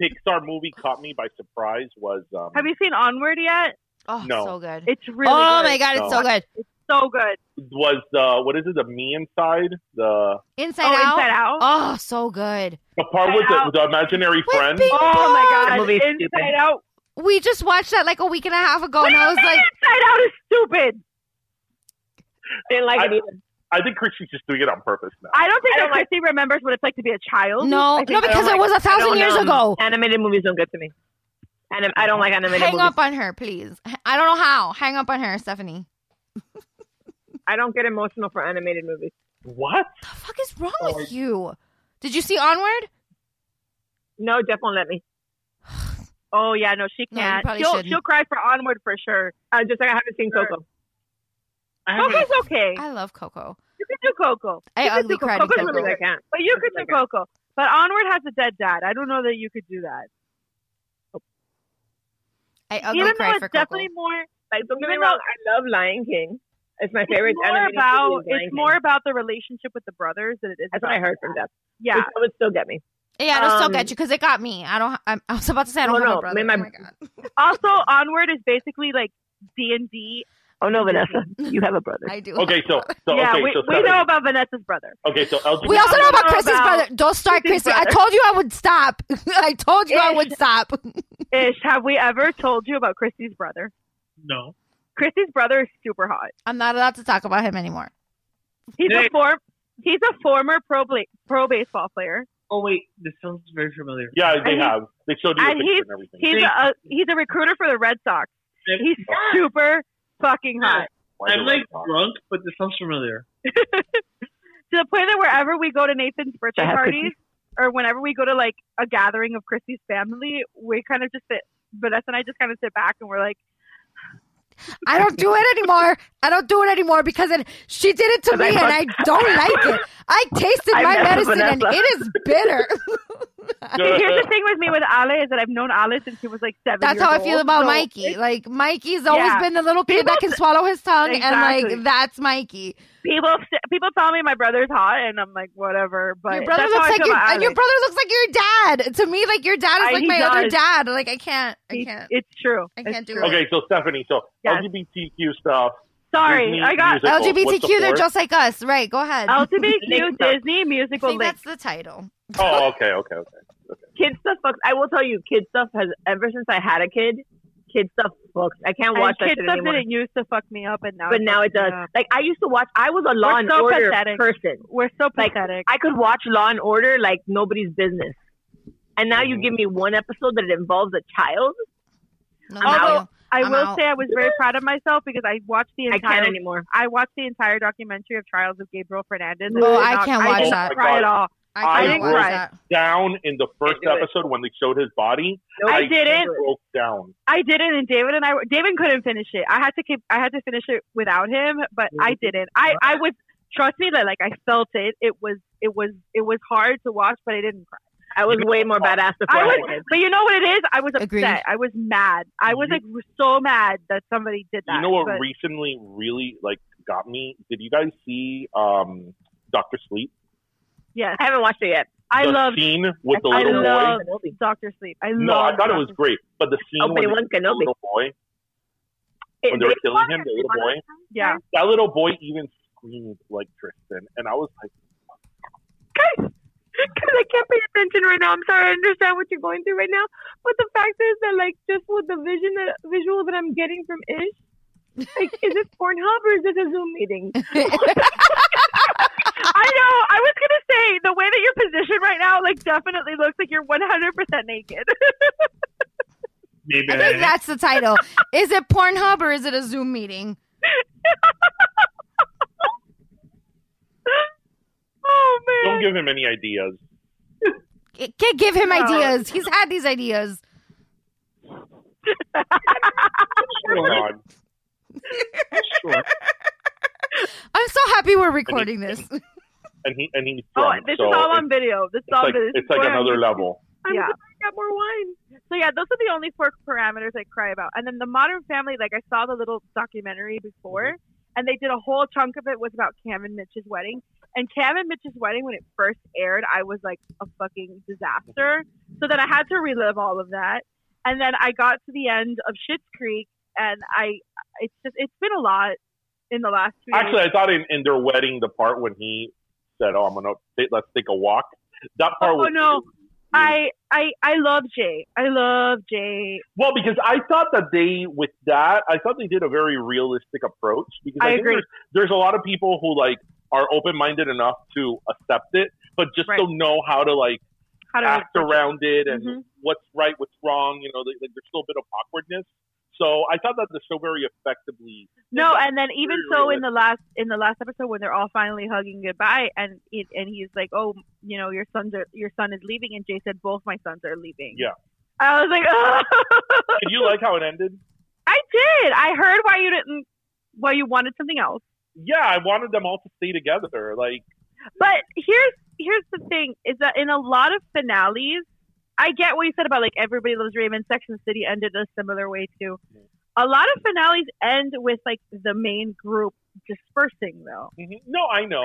I: Pixar movie caught me by surprise was um,
L: Have you seen Onward yet?
J: Oh,
I: No. so good.
L: It's really.
J: Oh
L: good.
J: my God, it's so No. good.
L: It's so good.
I: was the what is it the me inside the
J: Inside,
L: Oh,
J: out.
L: Inside Out?
J: Oh, so good.
I: the part with
J: Inside
I: the,
J: Out.
I: the imaginary friend.
J: Bing
L: Oh my
J: Bong.
L: God, That movie's Inside stupid. Out.
J: We just watched that like a week and a half ago,
L: What
J: and
L: do you
J: I was
L: mean
J: like,
L: Inside Out is stupid. Didn't like
I: I, I think Christian's just doing it on purpose now.
L: I don't think that Christy remembers what it's like to be a child.
J: No,
L: I think
J: no,
L: that-
J: because
L: I
J: it
L: don't
J: was a
L: like- I
J: thousand
L: don't,
J: years
L: um,
J: ago.
K: Animated movies don't get to me. Anim- I don't like animated
J: "Hang
K: movies.
J: up on her, please." I don't know how. Hang up on her, Stephanie.
K: I don't get emotional for animated movies.
I: What? Oh,
J: Fuck is wrong with you? Did you see Onward?
K: No, Jeff won't let me.
L: Oh yeah, no, she
J: No, you
L: can't.
J: probably
L: she'll
J: shouldn't.
L: she'll cry for Onward for sure.
K: Uh, just like I haven't seen Coco.
D: I haven't-
L: Coco's okay.
J: I love Coco.
L: You can do Coco.
J: I
L: You can
J: ugly
L: do Coco.
J: cried in
L: Coco's
J: Coco.
L: really
K: I
L: good.
K: can't.
L: But you could do Coco. But Onward has a dead dad. I don't know that you could do that.
J: I
L: Even
J: ugly
L: though
J: cried
L: it's
J: for Coco.
L: definitely more
K: Like don't get me
L: Even
K: wrong,
L: though-
K: I love Lion King. It's my favorite
L: it's more
K: animated
L: about
K: movie. is Lion
L: it's
K: King.
L: more about the relationship with the brothers than it is.
K: That's what
L: about
K: I heard
L: the
K: from
L: dad.
K: Jeff.
L: Yeah,
K: Which I would still get me.
J: Yeah, it'll still
K: Um,
J: get you because it got me. I don't. I'm, I was about to say I don't
K: Oh,
J: have
K: no,
J: a brother.
K: me, my-
J: oh my god.
L: also onward is basically like D and D.
K: Oh no, Vanessa, you have a brother.
J: I do.
I: Okay, so so
L: yeah,
I: okay,
L: we,
I: so
L: we know about Vanessa's brother.
I: Okay, so LGBT
J: We also know about
L: know
J: Christy's
L: about
J: brother. Don't start, Christy.
L: Christy's
J: I
L: brother.
J: told you I would stop. I told you I would stop.
L: Ish, have we ever told you about Christy's brother?
D: No.
L: Christy's brother is super hot.
J: I'm not allowed to talk about him anymore.
L: He's
D: Hey.
L: a form. He's a former pro bla- pro baseball player,
D: Oh wait, this sounds very familiar.
I: Yeah, they
L: And he-
I: have. They showed you the
L: and
I: picture
L: he's
I: and everything.
L: he's a, a he's a recruiter for the Red Sox. He's super fucking hot
I: Why
D: I'm
I: do I
D: like
I: talk?
D: drunk, but this sounds familiar.
L: to the point that wherever we go to Nathan's birthday
K: I have
L: parties or whenever we go to like a gathering of Christy's family, we kind of just sit. Vanessa and I just kind of sit back and we're like,
J: I don't do it anymore. I don't do it anymore because it, she did it to me, and I don't like it. I tasted
K: I
J: my
K: messed with
J: medicine, and
K: Vanessa.
J: it is bitter.
L: See, here's the thing with me with Ale is that I've known Ale since she was like seven.
J: That's
L: years
J: how I feel
L: old,
J: about
L: so
J: Mikey.
L: it-
J: Like Mikey's always
L: Yeah.
J: been the little kid
L: People
J: that can swallow his tongue, and
L: Exactly.
J: like that's Mikey.
L: People, people tell me my brother's hot, and I'm like, whatever. But
J: your brother
L: that's
J: looks
L: how I
J: like
L: feel
J: your,
L: about
J: and your
L: Ale.
J: brother looks like your dad. To me, like your dad
L: I-
J: is like
L: he
J: my other
L: does.
J: dad. Like I can't, I
L: He-
J: can't.
L: It's true.
J: I can't
L: It's
J: do
L: true.
J: it.
I: Okay, so Stephanie, so
L: Yes.
I: LGBTQ stuff.
L: Sorry,
I: Disney
L: I got
I: musical, what's the
J: LGBTQ, they're
I: fourth?
J: just like us, right? Go ahead. I
L: LGBTQ Disney musical
J: think
L: link.
J: that's the title.
I: Oh, okay, okay, okay.
K: Kid stuff fucks. I will tell you, kid stuff has ever since I had a kid. Kid stuff fucks. I can't watch
L: And
K: that
L: kids
K: shit
L: stuff
K: anymore.
L: didn't used to fuck me up, and now
K: But now it
L: fucks me
K: does.
L: up.
K: Like I used to watch. I was a Law
L: We're
K: and
L: so
K: Order
L: pathetic.
K: person.
L: We're so
K: Like,
L: pathetic.
K: I could watch Law and Order like nobody's business. And now you give me one episode that it involves a child.
J: No,
K: I'm
J: no,
K: out.
J: no.
L: I
J: I'm
L: will
J: out.
L: say I was very proud of myself because I watched the
K: I
L: entire
K: can't anymore.
L: I watched the entire documentary of Trials of Gabriel Fernandez. and
J: Oh,
L: did
J: I
L: not-
J: can't watch
L: I didn't
J: that.
L: Cry at all.
J: I
L: I
J: can't
L: didn't
J: watch
L: cry.
J: that.
I: Down in the first
K: do it.
I: episode when they showed his body,
K: Nope.
L: I didn't.
I: broke down.
L: I didn't, and David and I. David couldn't finish it. I had to keep. I had to finish it without him, but I didn't. I I was trust me that like I felt it. It was it was it was hard to watch, but I didn't cry.
K: I was way more badass before
L: I
K: I,
L: was, but you know what it is? I was upset.
J: Agreed.
L: I was mad. I
K: Mm-hmm.
L: was like so mad that somebody did that.
I: You know what
L: but-
I: recently really like got me? Did you guys see um Doctor Sleep?
L: yes,
K: I haven't watched it yet.
L: I
I: the
L: love
I: scene with the
K: I
I: little
K: love-
I: boy.
L: Doctor Sleep. I
I: No,
L: love
I: I thought it was
L: Dr.
I: great, but the scene
K: Obi
I: when
K: Wan
I: they- the
K: Kenobi.
I: little boy
K: It-
I: when they were
K: they-
I: killing him, the little boy.
L: Yeah,
I: That little boy even screamed like Tristan, and I was like,
K: because I can't pay attention right now. I'm sorry. I understand what you're going through right now, but the fact is that like just with the vision that visual that I'm getting from Ish, like is this Pornhub or is this a Zoom meeting?
L: I know. I was gonna say the way that you're positioned right now, like definitely looks like you're 100 percent naked.
D: Maybe
J: I think that's the title. Is it Pornhub or is it a Zoom meeting?
L: oh man!
I: Don't give him any ideas.
J: G- g- give him ideas. He's had these ideas.
I: Come on. Sure.
J: I'm so happy we're recording this.
I: And he and he's
L: Oh,
I: drunk,
L: this
I: so
L: is all on
I: it's-
L: video. This is
I: It's
L: all
I: like,
L: video.
I: it's like another level.
L: I'm
K: Yeah.
L: yeah. I got more wine. So yeah, those are the only four parameters I cry about. And then the Modern Family, like I saw the little documentary before, and they did a whole chunk of it was about Cam and Mitch's wedding. And Cam and Mitch's wedding, when it first aired, I was like a fucking disaster. So then I had to relive all of that. And then I got to the end of Schitt's Creek, and I, it's just, it's been a lot in the last. Few
I: Actually, I thought in, in their wedding, the part when he said, "Oh, I'm gonna take, let's take a walk," that part
L: oh
I: was
L: no, I, I, I love Jay. I love Jay.
I: Well, because I thought that they, with that, I thought they did a very realistic approach. Because I,
L: I
I: think
L: agree.
I: There's, there's a lot of people who like are open minded enough to accept it, but just don't know how to like
L: How to
I: act
L: approach it.
I: around it and
L: Mhm.
I: what's right, what's wrong. You know, like, like there's still a bit of awkwardness. So I thought that the show very effectively.
L: No, and then even
I: Very
L: so in the last in the last episode when they're all finally hugging goodbye and it, and he's like, "Oh, you know, your sons are your son is leaving." And Jay said, "Both my sons are leaving."
I: Yeah.
L: I was like, "Oh."
I: Did you like how it ended?
L: I did. I heard why you didn't why you wanted something else.
I: Yeah, I wanted them all to stay together. Like,
L: But here's here's the thing is that in a lot of finales, I get what you said about like everybody loves Raymond. Sex and the City ended a similar way too. A lot of finales end with like the main group dispersing though.
I: Mhm. No, I know,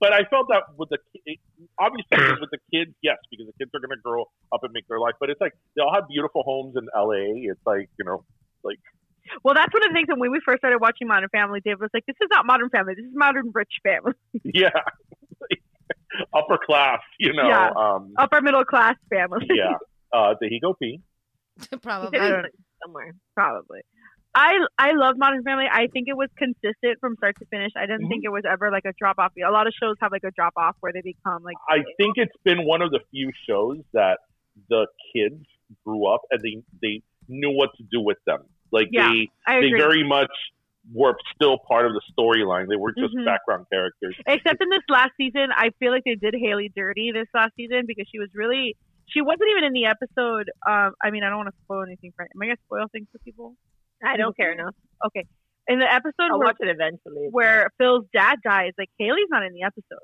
I: but I felt that with the ki- obviously with the kids, yes, because the kids are going to grow up and make their life. But it's like they all have beautiful homes in L.A. It's like you know, like
L: Well, that's one of the things that when we first started watching Modern Family, Dave was like, "This is not Modern Family. This is Modern Rich Family,
I: yeah, upper class, you know,
L: Yeah. Oh.
I: um,
L: upper middle class family."
I: yeah. Uh, did he go pee?
J: probably
L: I don't know. somewhere. Probably. I I love Modern Family. I think it was consistent from start to finish. I didn't think it was ever like a drop off. A lot of shows have like a drop off where they become like
I: I think it's been one of the few shows that the kids grew up and they they knew what to do with them. Like
L: Yeah,
I: they
L: I
I: they
L: agree.
I: very much were still part of the storyline. They were just
L: Mhm.
I: background characters.
L: Except in this last season, I feel like they did Haley dirty this last season because she was really she wasn't even in the episode. Um, I mean, I don't want to spoil anything. For, am I gonna spoil things for people?
K: I don't care enough.
L: Okay, in the episode
K: I'll
L: where,
K: watch it eventually.
L: where Phil's dad dies, like Haley's not in the episode.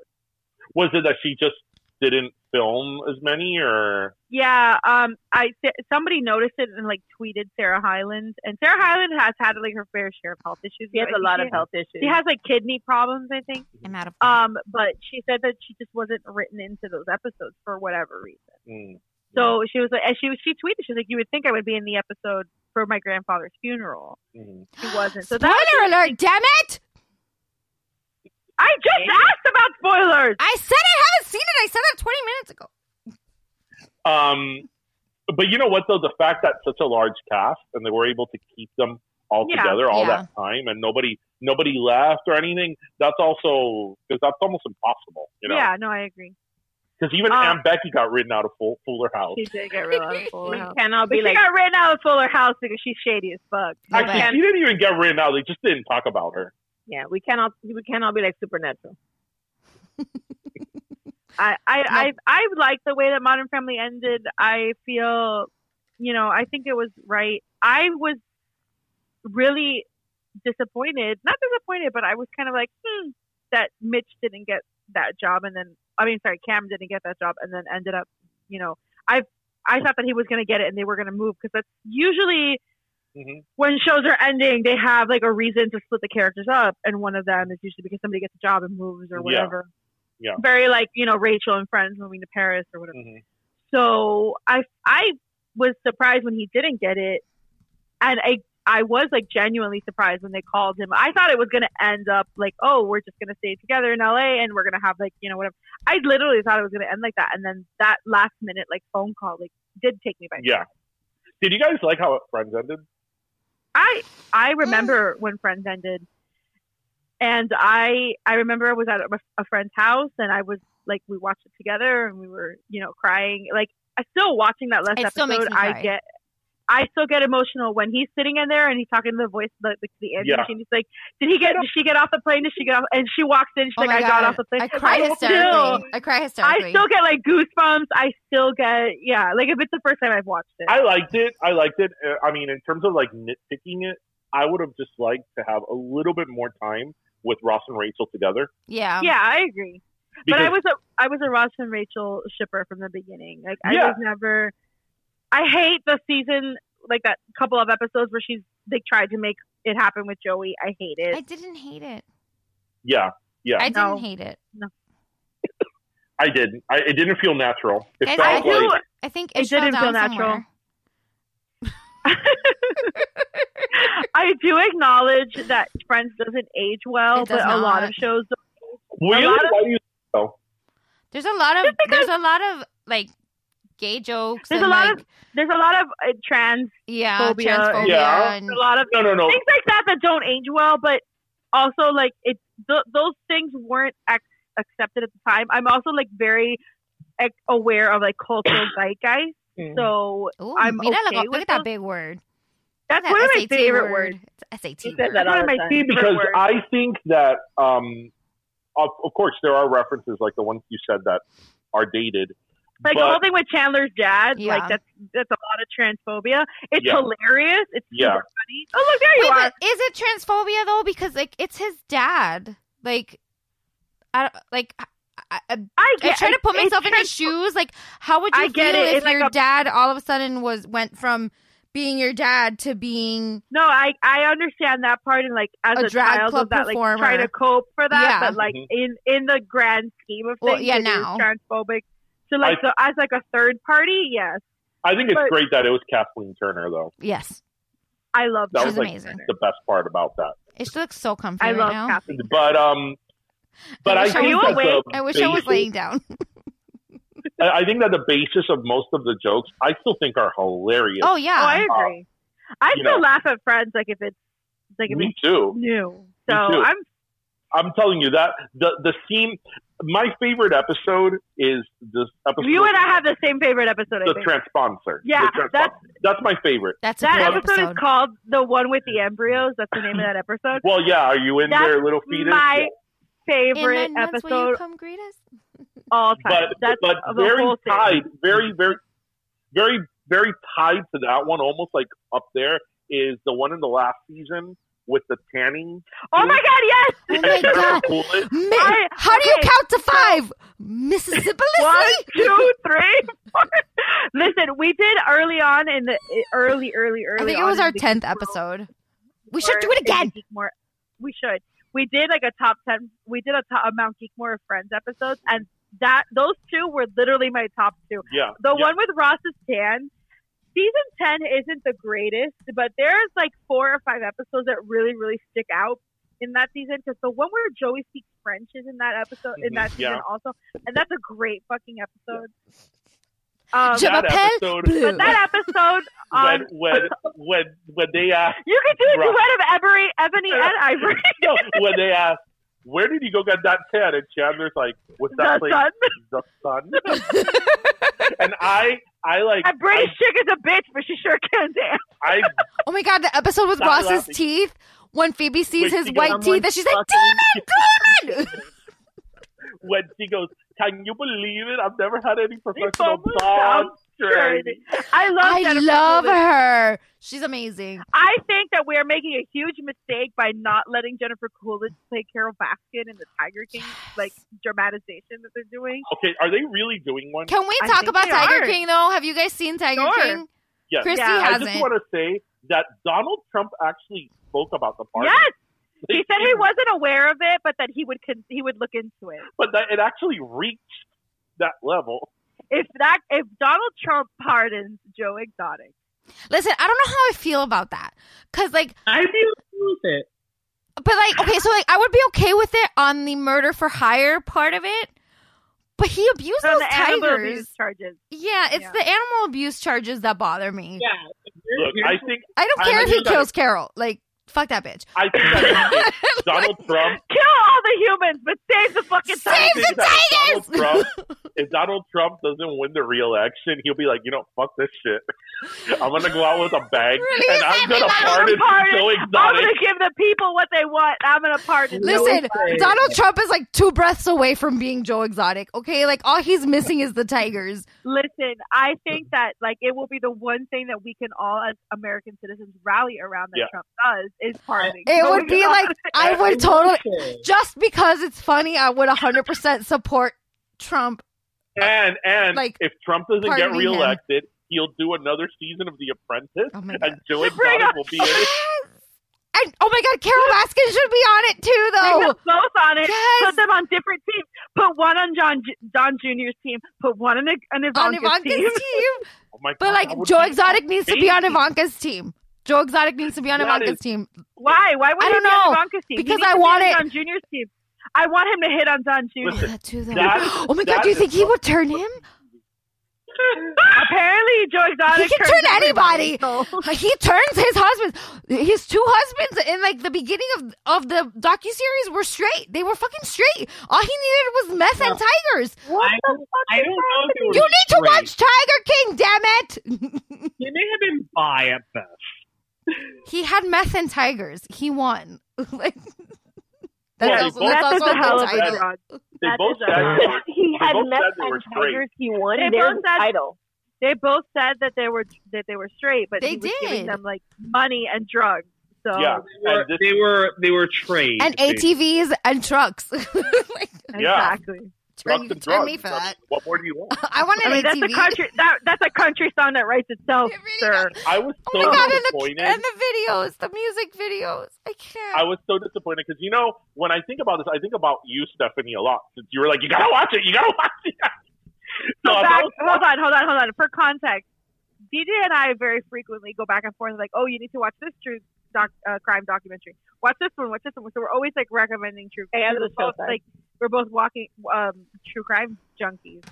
I: Was it that she just didn't film as many, or
L: Yeah, um, I somebody noticed it and like tweeted Sarah Hyland, and Sarah Hyland has had like her fair share of health issues.
K: She has
L: I
K: a
L: think
K: lot of health issues.
L: She has like kidney problems, I think.
J: I'm out of.
L: Um, but she said that she just wasn't written into those episodes for whatever reason.
I: Mm,
L: So she was like, and she was- she tweeted, she's like, you would think I would be in the episode for my grandfather's funeral.
I: mm.
L: She wasn't. So
J: Spoiler
L: that
J: alert! Damn it!
L: I just asked about spoilers.
J: I said I haven't seen it. I said that 20 minutes ago.
I: um, but you know what though, the fact that such a large cast and they were able to keep them all
L: Yeah.
I: together all
L: Yeah.
I: that time and nobody nobody left or anything, that's also because that's almost impossible, you know.
L: yeah, no, I agree.
I: Because even
L: Um,
I: Aunt Becky got ridden out of Full, Fuller House.
L: She did get rid of Fuller House.
K: cannot
L: But
K: be
L: she
K: like-
L: got ran out of Fuller House because she's shady as fuck.
I: Actually, she didn't even get ridden out. They just didn't talk about her.
K: Yeah, we cannot we cannot be like supernatural.
L: I I, I I like the way that Modern Family ended. I feel, you know, I think it was right. I was really disappointed, not disappointed, but I was kind of like, hmm, that Mitch didn't get that job, and then I mean, sorry, Cam didn't get that job, and then ended up, you know, I I thought that he was going to get it, and they were going to move because that's usually when shows are ending, they have like a reason to split the characters up, and one of them is usually because somebody gets a job and moves
I: Yeah.
L: or whatever
I: Yeah.
L: very like you know Rachel and Friends moving to Paris or whatever. So I I was surprised when he didn't get it, and I I was like genuinely surprised when they called him. I thought it was going to end up like, oh, we're just going to stay together in LA and we're going to have like, you know, whatever. I literally thought it was going to end like that. And then that last minute like phone call like did take me by
I: Yeah. Did you guys like how Friends ended?
L: I I remember when Friends ended, and I I remember I was at a, a friend's house, and I was like, we watched it together, and we were you know crying. Like I still watching that last
J: It still
L: episode,
J: makes me
L: I
J: cry.
L: get. I still get emotional when he's sitting in there and he's talking to the voice, the, the, the air
J: Yeah.
L: machine. He's like, "Did he get? Did she get off the plane? Did she get off?" And she walks in. She's
J: Oh
L: like,
J: my
L: "I
J: God.
L: got off the plane."
J: I cry hysterically. I cry hysterically.
L: I still get like goosebumps. I still get yeah. Like if it's the first time I've watched it,
I: I liked it. I liked it. Uh, I mean, in terms of like nitpicking it, I would have just liked to have a little bit more time with Ross and Rachel together.
J: Yeah,
L: yeah, I agree. but I
I: Because-
L: was a I was a Ross and Rachel shipper from the beginning. Like I
I: Yeah.
L: was never. I hate the season like that couple of episodes where she's they tried to make it happen with Joey. I hate it.
J: I didn't hate it.
I: Yeah, yeah.
J: I didn't hate it.
L: No.
I: I did. I, it didn't feel natural. It
J: Guys,
I: felt
J: I,
I: like
J: I think
L: it
J: it, fell
L: didn't feel
J: down
L: natural.
J: somewhere.
L: I do acknowledge that Friends doesn't age well,
J: It does
L: but a lot
J: not.
L: of shows. Don't
I: really.
L: a lot of-
I: Why do you? Oh.
J: There's a lot of there's a lot of like gay jokes.
L: There's
J: and,
L: a lot
J: like,
L: of there's a lot of uh, trans
J: yeah
L: phobia,
J: transphobia.
I: Yeah.
J: And,
L: a lot of
I: No, no, no.
L: things like that that don't age well, but also like it th- those things weren't ac- accepted at the time. I'm also like very ac- aware of like cultural zeitgeist,
I: Mm.
L: so
J: Ooh,
L: I'm
J: mira lo-
L: okay
J: look,
L: with
J: at that
L: those.
J: big word.
L: That's
J: That
L: one of my
J: SAT
L: favorite
J: word.
L: words.
J: It's SAT
L: He
J: word.
L: said that all
J: one of
L: the
J: my
L: time.
I: See,
J: favorite
I: because
J: words.
I: I think that um, of, of course there are references like the ones you said that are dated.
L: Like the
I: but-
L: whole thing with Chandler's dad,
J: Yeah.
L: like that's that's a lot of transphobia. It's
I: Yeah.
L: hilarious. It's
I: Yeah.
L: super funny. Oh look, there you
J: Wait,
L: are.
J: but is it transphobia though? Because like it's his dad. Like, I don't- like I, I,
L: I
J: I
L: get-
J: try to put
L: it's-
J: myself in
L: it's
J: his shoes. Like, how would you
L: I get
J: feel
L: it.
J: if
L: It's like
J: your
L: a-
J: dad all of a sudden was went from being your dad to being
L: No, I I understand that part and like as
J: A
L: a,
J: drag
L: child
J: club
L: of that,
J: performer.
L: like trying to cope for that.
J: Yeah.
L: But like
I: Mhm.
L: in in the grand scheme of
J: Well,
L: things,
J: yeah,
L: it is
J: now.
L: transphobic. So like
I: I-
L: so as like a third party, yes,
I: I think it's
L: But-
I: great that it was Kathleen Turner though.
J: yes.
L: I love
I: That
J: She's
I: was like
J: amazing.
I: the best part about that.
J: It just looks so comfy
L: I
J: right
L: love
J: now.
L: Kathy.
I: But um, but
J: I
I: I,
J: wish I
I: think
L: was
I: that the
L: awake.
J: I wish I was
I: basic-
J: laying down.
I: I I think that the basis of most of the jokes I still think are hilarious.
J: Oh
L: Oh, I
J: yeah.
L: agree. I
I: you
L: still
I: know.
L: laugh at friends like if it's like if
I: Me
L: it's
I: too.
L: new.
I: Me
L: So
I: too.
L: I'm
I: I'm telling you that the the scene. My favorite episode is this episode.
L: you and I have the same favorite episode. I
I: the
L: think.
I: transponsor.
L: Yeah,
I: The transponsor.
L: that's-
I: that's my favorite.
J: That's a
L: that
J: great
L: episode, is called the one with the embryos. That's the name of that episode.
I: Well, yeah. Are you in
L: That's
I: there, little fetus?
L: My
J: In
L: favorite
J: nine months, will you
L: episode
J: come greet us?
L: all time.
I: but
L: That's
I: but
L: of the
I: very
L: whole series.
I: tied, very very very very tied to that one, almost like up there is the one in the last season with the tanning.
L: Oh my god, yes!
J: Oh
I: and
J: my
I: Jennifer
J: god.
I: Coolidge.
J: Mi-
L: I-
J: how do you
L: okay,
J: count to five? Mississippi.
L: One, two, three, four. Listen, we did early on in the early, early, early.
J: I think it
L: on
J: was
L: in
J: our
L: the
J: tenth
L: Geek World,
J: episode. We should
L: or
J: do it
L: in the
J: again.
L: Geek More, we should. We did like a top ten. We did a, top, a Mount Geekmore Friends episodes, and that those two were literally my top two.
I: Yeah,
L: The
I: yeah.
L: one with Ross's tan. Season ten isn't the greatest, but there's like four or five episodes that really, really stick out in that season. Because the one where Joey speaks French is in that episode in
I: Mhm,
L: that season
I: yeah.
L: also, and that's a great fucking episode. Um,
J: Je
I: that
J: m'appelle
I: episode-
J: Blue.
L: but that episode on
I: When when when when they ask
L: you could do a
I: Right.
L: duet of Ebery, Ebony and Ivory.
I: no, when they ask where did you go get that tan, and Chandler's like, "What's that
L: The
I: place?
L: sun.
I: The sun." and I I like
L: That British chick is a bitch, but she sure can dance.
I: I, I
J: Oh my god, the episode with
I: Stop
J: Ross's
I: laughing.
J: teeth. When Phoebe sees
I: Wait,
J: his
I: she goes,
J: white teeth, and she's like, "Damn it,
I: when she goes, "Can you believe it? I've never had any professional
L: Bubble
I: blonde
L: gum
I: training."
L: I love
J: I
L: Jennifer
J: love
L: Coolidge.
J: her. She's amazing.
L: I think that we are making a huge mistake by not letting Jennifer Coolidge play Carol Baskin in the Tiger King like dramatization that they're doing.
I: Okay, are they really doing one?
J: Can we
L: I
J: talk
L: think
J: about
L: they
J: Tiger
L: are.
J: King though? Have you guys seen Tiger
L: Sure.
J: King?
I: Yes.
J: Christy
L: Yeah.
I: I
J: hasn't.
I: just want to say that Donald Trump actually spoke about the party.
L: Yes,
I: Like,
L: he said he
I: it-
L: wasn't aware of it, but that he would con- he would look into it.
I: but that, it actually reached that level.
L: If that if Donald Trump pardons Joe Exotic,
J: Listen, I don't know how I feel about that. Cause like
D: I'd be okay with it.
J: But like, okay, so like I would be okay with it on the murder for hire part of it. But he abused
L: No,
J: those
L: the
J: tigers.
L: animal abuse charges.
J: Yeah, it's the animal abuse charges that bother me.
D: Yeah.
I: Look, I think
J: I don't care if he
I: think that-
J: kills Carol. Like, fuck that bitch.
I: I think that Donald Trump
L: Kill all the humans, but save the fucking
J: Save
I: the Donald Trump, if Donald Trump doesn't win the re-election, he'll be like, you know, fuck this shit. I'm gonna go out with a bang and I'm gonna
L: I'm
I: pardon so
L: I'm
I: exotic.
L: gonna give the people what they want. I'm gonna pardon.
J: Listen,
L: Joe Exotic.
J: Donald Trump is like two breaths away from being Joe Exotic. Okay, like all he's missing is the tigers.
L: Listen, I think that like it will be the one thing that we can all as American citizens rally around that
J: Yeah.
L: Trump does is pardoning.
J: It
L: Joe
J: would be
L: Exotic.
J: like I would totally just because it's funny. I would 100 percent support Trump.
I: And and
J: Like,
I: if Trump doesn't
J: pardoning
I: get
J: him.
I: reelected, he'll do another season of The Apprentice,
J: Oh
I: and Joe
J: Bring
I: Exotic
J: up-
I: will be in it.
J: And oh my God, Carol Baskin should be on it too,
L: Bring
J: though.
L: them both on it. Put them on different teams. Put one on John J- Don Junior's team. Put one on, a- on Ivanka's,
J: On Ivanka's
L: team.
J: team.
I: Oh my
J: But
I: God,
J: like
I: that would
J: Joe
I: be
J: Exotic needs to be on
I: amazing.
J: Ivanka's team. Joe Exotic needs to be on
L: That
J: Ivanka's
L: is-
J: team.
L: Why? Why would
J: I don't
L: he be
J: know.
L: on Ivanka's team? He
J: Because
L: needs
J: I
L: to be
J: want
L: on
J: it-
L: Don Junior's team. I want him to hit on Don Junior.
I: Listen,
J: Oh my God, do you think he would turn him?
L: Apparently, Joe Exotic
J: He can
L: turns
J: turn anybody.
L: everybody, so-
J: He turns his husbands. His two husbands in like the beginning of of the docu series were straight. They were fucking straight. All he needed was meth and tigers.
D: I, I don't know if it
J: You
D: was
J: need to
D: straight.
J: watch Tiger King, damn it!
D: He may have been bi at best.
J: He had meth and tigers. He won. like that's
I: Well,
J: also,
I: they
J: that's
I: both-
J: also
I: That's
J: a
I: a hell
J: good
I: of a
J: title.
I: drug. They
L: That
I: both
L: is
I: said
L: a-
I: they were-
L: He
I: they
L: had
I: both
L: meth
I: said they
L: and
I: were straight.
L: tigers.
K: He won.
L: They
K: there's
L: both
K: the
L: said-
K: title.
L: They both said that they were that they were straight, but
J: They
L: he was giving
J: did.
L: them like money and drugs. So
D: They were, they were they were trade
J: And ATVs and trucks.
I: Yeah.
L: exactly.
J: Turn, turn me for that.
I: What more do you want?
J: I want an
L: I mean, that's a
J: ATV.
L: country that, that's a country song that writes itself, sir.
I: I was
J: Oh
I: so
J: my god! And
I: disappointed.
J: the, and the videos, the music videos. I can't.
I: I was so disappointed because you know when I think about this, I think about you, Stephanie, a lot. Since you were like, you gotta watch it, you gotta watch it.
L: So
I: No, I
L: back,
I: was-
L: hold on, hold on, hold on. For context, DJ and I very frequently go back and forth like, oh, you need to watch this true doc, uh, crime documentary. Watch this one. Watch this one. So we're always like recommending true.
K: Hey, I
L: crime.
K: love
L: We're
K: the show,
L: both,
K: guys.
L: like we're both walking um, true crime junkies.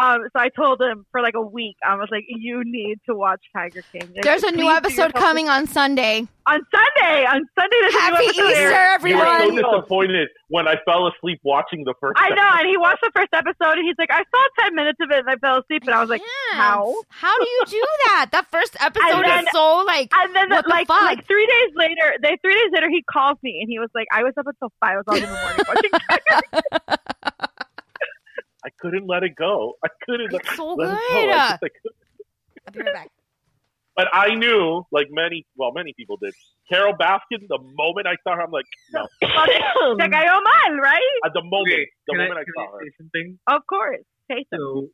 L: Um, so I told him for like a week, I was like, you need to watch Tiger King. Like,
J: There's a
L: please
J: new
L: do
J: episode
L: yourself-
J: coming on Sunday.
L: on Sunday. On Sunday, there's
J: Happy
L: a new episode.
J: Easter,
I: you were so
J: everyone.
I: disappointed when I fell asleep watching the first.
L: I know,
I: episode.
L: and he watched the first episode, and he's like, "I saw ten minutes of it, and I fell asleep." And I was like, "How?"
J: How do you do that? That first episode
L: And then-
J: is so like.
L: And then,
J: what the
L: like,
J: fuck?
L: like three days later, they three days later, he calls me, and he was like, "I was up until five o'clock in the morning." watching
I: I couldn't let it go. I couldn't. let-
J: It's so
I: let it
J: good.
I: go. I just, like,
J: I'll be right back.
I: but I knew, like many, well, many people did. Carol Baskin. The moment I saw her, I'm like, no.
L: Tiger- like I owe mine, right?
I: At the moment,
D: Okay,
I: the
D: can I-
I: moment I,
D: can
I: saw her.
D: Say something
L: Of course, Taste it.
D: so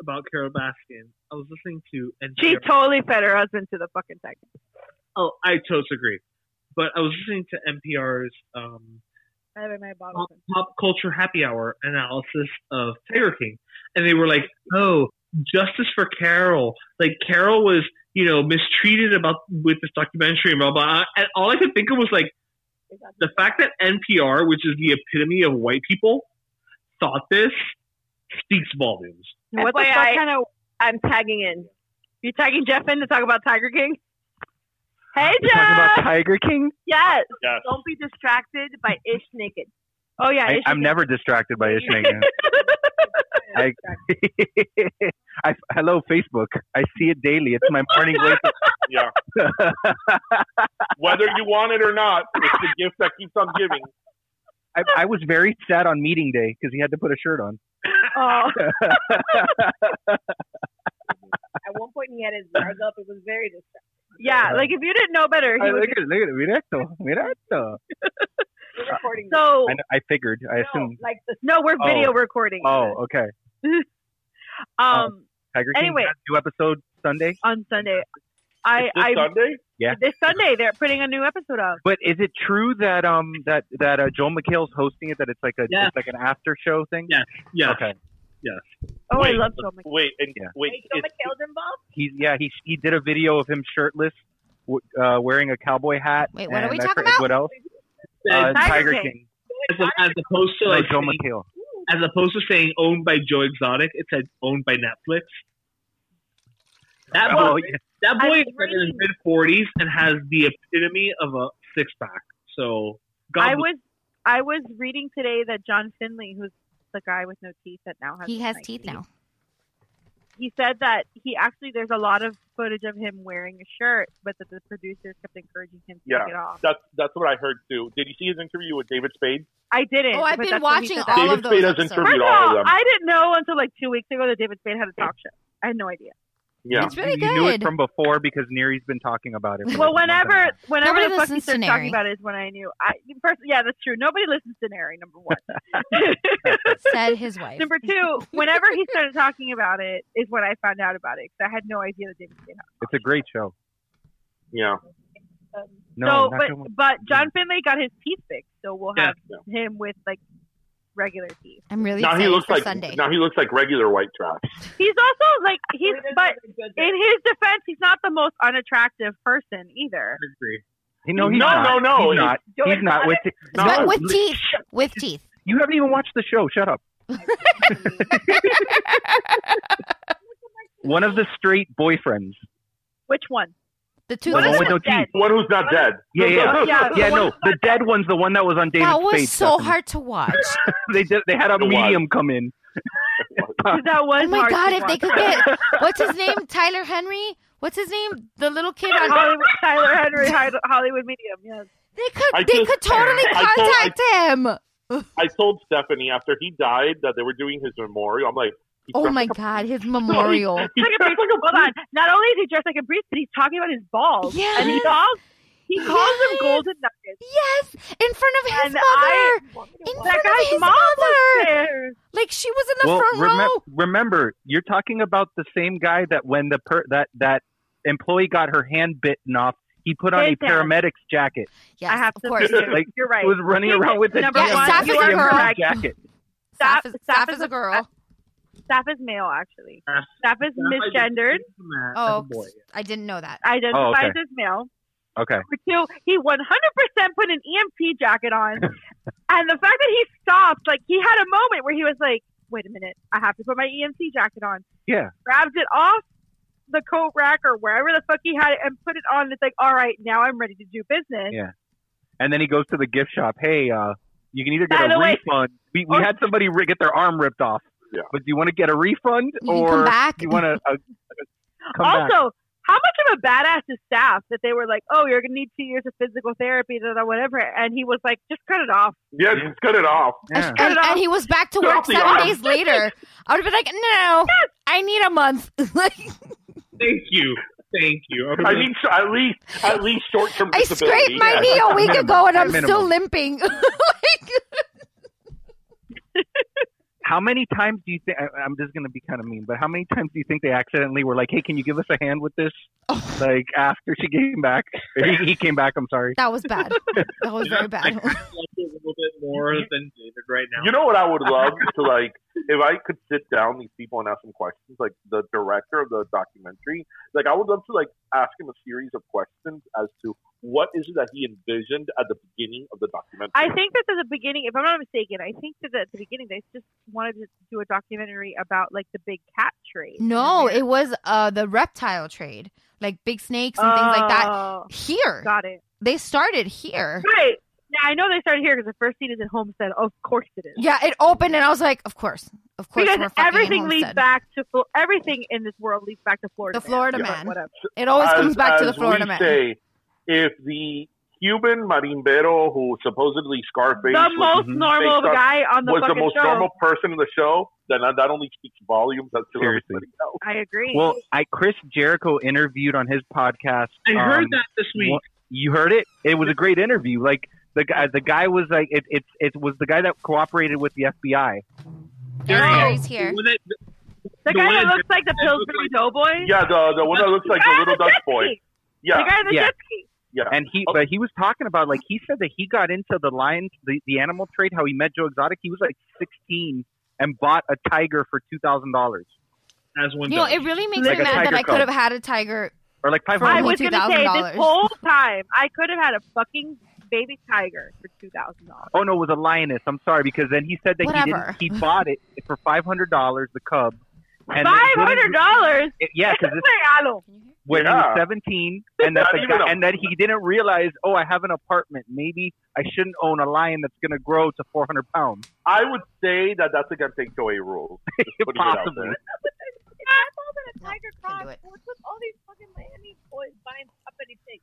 D: about Carol Baskin. I was listening to and
L: She totally fed her husband to the fucking tiger.
D: Oh, I totally agree. But I was listening to NPR's um,
L: I have it in my bottle.
D: pop, pop culture happy hour analysis of Tiger King, and they were like, "Oh, justice for Carol! Like Carol was, you know, mistreated about with this documentary and blah blah." And all I could think of was like the fact that NPR, which is the epitome of white people, thought this speaks volumes.
L: What the
K: FYI,
L: fuck kind of?
K: I'm tagging in.
L: You tagging Jeff in to talk about Tiger King? Hey,
N: We're
L: Jeff.
N: talking about Tiger King.
L: yes.
I: Yes.
L: Don't be distracted by Ish Naked. Oh yeah,
N: I,
L: Ish
N: I'm never distracted by Ishmael. I, I hello Facebook. I see it daily. It's my morning wake.
I: Yeah. Whether you want it or not, it's the gift that keeps on giving.
N: I, I was very sad on meeting day because he had to put a shirt on.
L: Oh.
K: At one point, he had his guards up. It was very distracting.
L: Yeah, like if you didn't know better,
N: I,
L: he
N: look
L: would.
N: at it. Look at it. Mira esto. Mira esto.
K: We're recording. this.
L: So
N: I, kn- I figured. I assumed.
K: like the
L: no, we're
N: Oh.
L: video recording.
N: Oh, okay.
L: Um,
N: Tiger King.
L: Anyway.
N: has New episode Sunday.
L: on Sunday, I
I: This
L: I
I: Sunday,
N: Yeah.
L: this Sunday they're putting a new episode out.
N: But is it true that um that that uh, Joel McHale's hosting it? That it's like a
L: Yes.
N: it's like an after show thing.
D: Yeah.
N: Okay.
D: Yes.
L: Oh,
I: wait,
L: I love
I: Selma. Wait, and wait,
L: Wait,
I: it's-
L: killed involved?
K: He's yeah. He he did a video of him shirtless, w- uh, wearing a cowboy hat.
J: Wait,
D: what are
K: and
D: we
K: I
D: talking
K: forget
D: about?
K: What else? Uh, Tiger King.
D: As, of- as opposed to
K: No,
D: like
K: Joe
D: saying-
K: McHale.
D: as opposed to saying owned by Joe Exotic, it said owned by Netflix. That boy,
K: Oh, yeah.
D: that boy is in his mid forties and has the epitome of a six pack. So God
L: I
D: bless-
L: was I was reading today that John Finley, who's the guy with no teeth that now has
J: He has
L: nice
J: teeth now.
L: He said that he actually there's a lot of footage of him wearing a shirt, but that the producers kept encouraging him to take it
I: Yeah,
L: off.
I: that's that's what I heard too. Did you see his interview with David Spade?
L: I didn't.
J: Oh, I've
L: but
J: been
L: that's what he
J: watching
L: said.
J: all
I: David of those Spade has episodes. interviewed
L: First
I: all of them.
L: I didn't know until like two weeks ago that David Spade had a talk show. I had no idea.
K: Yeah,
L: It's really
K: You knew it
L: good.
K: from before because Neri's been talking about it. for
L: Well,
K: like a month and a
L: whenever
K: half.
L: whenever
J: Nobody
L: the fuck he
J: listens to
L: starts
J: Neri.
L: talking about it is when I knew. I first, yeah, that's true. Nobody listens to Neri. Number one.
J: Said his wife.
L: Number two, whenever he started talking about it is when I found out about it because I had no idea that David Spade had.
K: it's a great show.
I: Yeah.
L: Um,
K: No,
L: so,
K: not
L: but
K: Joe Mo-
L: but John Finley got his teeth fixed, so we'll
I: Yeah.
L: have him with like regular teeth.
J: I'm really
I: now he
J: excited
I: looks
J: for
I: like
J: Sunday.
I: now he looks like regular white trash.
L: He's also like he's but in his defense, he's not the most unattractive person either.
K: No, he's
I: No,
K: not.
I: no, no.
K: He's not.
L: Joe
K: He's not with. No,
J: But with
K: li-
J: teeth. With teeth.
K: You haven't even watched the show. Shut up. One of the straight boyfriends.
L: Which one?
J: The two
K: The one with no teeth.
I: One who's not dead.
K: Yeah, yeah, yeah.
L: the one
K: no, the dead one's the one that was on David
J: That was
K: Spade,
J: so
K: Stephanie.
J: hard to watch.
K: they did, they had a
I: was.
K: medium come in.
L: 'Cause That was
J: Oh my
L: hard
J: god,
L: to
J: if they could
L: watch.
J: get what's his name? Tyler Henry? What's his name? The little kid on
L: Hollywood, Tyler Henry, Hy- Hollywood Medium. Yes.
J: They could
I: I
J: they
I: just-
J: could totally
I: I told- I-
J: contact him.
I: I told Stephanie after he died that they were doing his memorial. I'm like, he
J: Oh
I: dressed
J: my
I: like a-
J: god, his memorial.
I: He
L: Like a
I: dressed
L: priest.
I: like a
L: Hold on. Not only is he dressed like a priest, but he's talking about his balls.
J: Yes.
L: And he calls he calls
J: Yes.
L: them golden nuggets.
J: Yes, in front of his
L: And I-
J: mother. in
L: That
J: front of
L: guy's
J: his
L: mom was
J: mother.
L: there.
J: Like she was in the
K: well,
J: front
K: remem-
J: row.
K: remember, you're talking about the same guy that when the per- that that employee got her hand bitten off, he put on
L: His
K: a
L: hand.
K: paramedic's jacket.
J: Yes,
L: I have
J: of
L: to
J: course.
L: agree.
K: Like,
L: You're right.
K: He was running
L: Two
K: around
L: things.
K: with a
L: Number
J: Yeah,
L: one,
J: Saf
L: you
J: is a
L: are
J: girl.
L: correct.
K: jacket.
J: Staff,
L: Staff-
J: is,
L: staff
J: staff
L: is
J: is a
L: a-
J: girl.
L: Staff is male, actually.
D: Uh,
L: Staff is misgendered,
J: Oh,
D: oh boy.
J: I didn't know that.
L: identifies
K: Oh, okay.
L: as male.
K: Okay.
L: Number two, he 100% put an EMT jacket on. and the fact that he stopped, like, he had a moment where he was like, wait a minute, I have to put my EMT jacket on.
K: Yeah.
L: grabbed it off the coat rack or wherever the fuck he had it and put it on. It's like, all right, now I'm ready to do business.
K: Yeah. And then he goes to the gift shop. Hey, uh, you can either get
L: By
K: a
L: the way-
K: refund. We, we
L: Oh.
K: had somebody ri- get their arm ripped off.
I: Yeah.
K: But do you want to get a refund
J: You can
K: or
J: come back.
K: do you want to uh, come back?
L: also, how much of a badass is staff that they were like, oh, you're going to need two years of physical therapy, da, da, da, whatever. And he was like, just cut it off.
I: Yeah, just cut it off.
K: Yeah.
J: And, and- and he was back to
I: Get
J: work
I: off the
J: seven
I: arm.
J: days later. I would have been like, no, I need a month. like,
D: Thank you. Thank you. Okay.
I: I need so- at least at least short term
J: I
I: disability.
J: scraped my
I: yeah.
J: knee a week
K: minimum,
J: ago and
K: at
J: I'm still
K: minimum.
J: limping. like,
K: how many times do you think I, I'm just gonna be kind of mean, but how many times do you think they accidentally were like, "Hey, can you give us a hand with this?"
D: Oh.
K: like after she came back, or he, he came back. I'm sorry.
J: that was bad. That was very bad.
D: I like it a little bit more than David right now.
I: You know what I would love to like if I could sit down these people and ask them questions, like the director of the documentary. Like I would love to like ask him a series of questions as to what is it that he envisioned at the beginning of the documentary.
L: I think that at the beginning, if I'm not mistaken, I think that at the beginning they just wanted to do a documentary about like the big cat trade.
J: No, it was uh, the reptile trade, like big snakes and things like that.
L: Oh,
J: Here,
L: Got it.
J: they started here.
L: Right. Now I know they started here because the first scene is in Homestead. Of course it is.
J: Yeah, it opened and I was like, of course, of course, we're
L: because
J: fucking in
L: everything leads
J: Homestead.
L: back to Flo- everything in this world leads back to Florida.
J: The Florida
L: But
J: man.
L: Whatever.
J: It always
I: as,
J: comes back to the
I: as
J: Florida
I: we
J: man.
I: Say, if the Cuban marimbero who supposedly Scarface
L: The
I: was,
L: most normal
I: based on-
L: guy on the
I: was the
L: fucking
I: most
L: show.
I: normal person in the show, then that that only speaks volumes as to
K: Seriously.
I: everybody else.
L: I agree.
K: Well, I Chris Jericho interviewed on his podcast.
D: I heard
K: um,
D: that this week.
K: what- You heard it. It was a great interview. Like the guy, the guy was like, it, it's it was the guy that cooperated with the FBI.
J: There he is. He's here.
D: The one that-
L: the
D: the
L: guy
D: one
L: that
D: that-
L: looks like the
D: that looks
L: Pillsbury Doughboy.
I: Yeah, the the one that looks like
L: guy
I: the
L: on
I: little
L: the
I: Dutch
L: jet
I: boy.
L: ski.
I: Yeah,
L: The guy in the
K: yeah.
L: jet ski.
I: yeah.
K: And he,
I: Oh.
K: but he was talking about like he said that he got into the lion, the, the animal trade, how he met Joe Exotic. He was like 16, and bought a tiger for two thousand dollars.
D: As one,
J: You know, it really makes me mad that I could have had a tiger.
K: or like five
J: I
L: I
K: hundred.
L: was
J: Only
L: gonna say
J: $2,000.
L: this whole time I could have had a fucking baby tiger for two thousand dollars.
K: Oh no, it was a lioness. I'm sorry because then he said that
L: Whatever.
K: he didn't. He bought it for five hundred dollars the cub. and it
L: Five
K: wouldn't-
L: hundred dollars.
K: It- Yeah, because when he was
L: Yeah.
K: 17 and that
L: Not
K: the
L: even
K: guy-
L: a-
K: and that he didn't realize oh i have an apartment maybe i shouldn't own a lion that's going to grow to 400 pounds
I: I would say that that's against HOA rules. Just putting it out
K: Possibly.
I: there.
O: Tiger Crocs. What's with all these fucking Miami boys buying uppity pigs?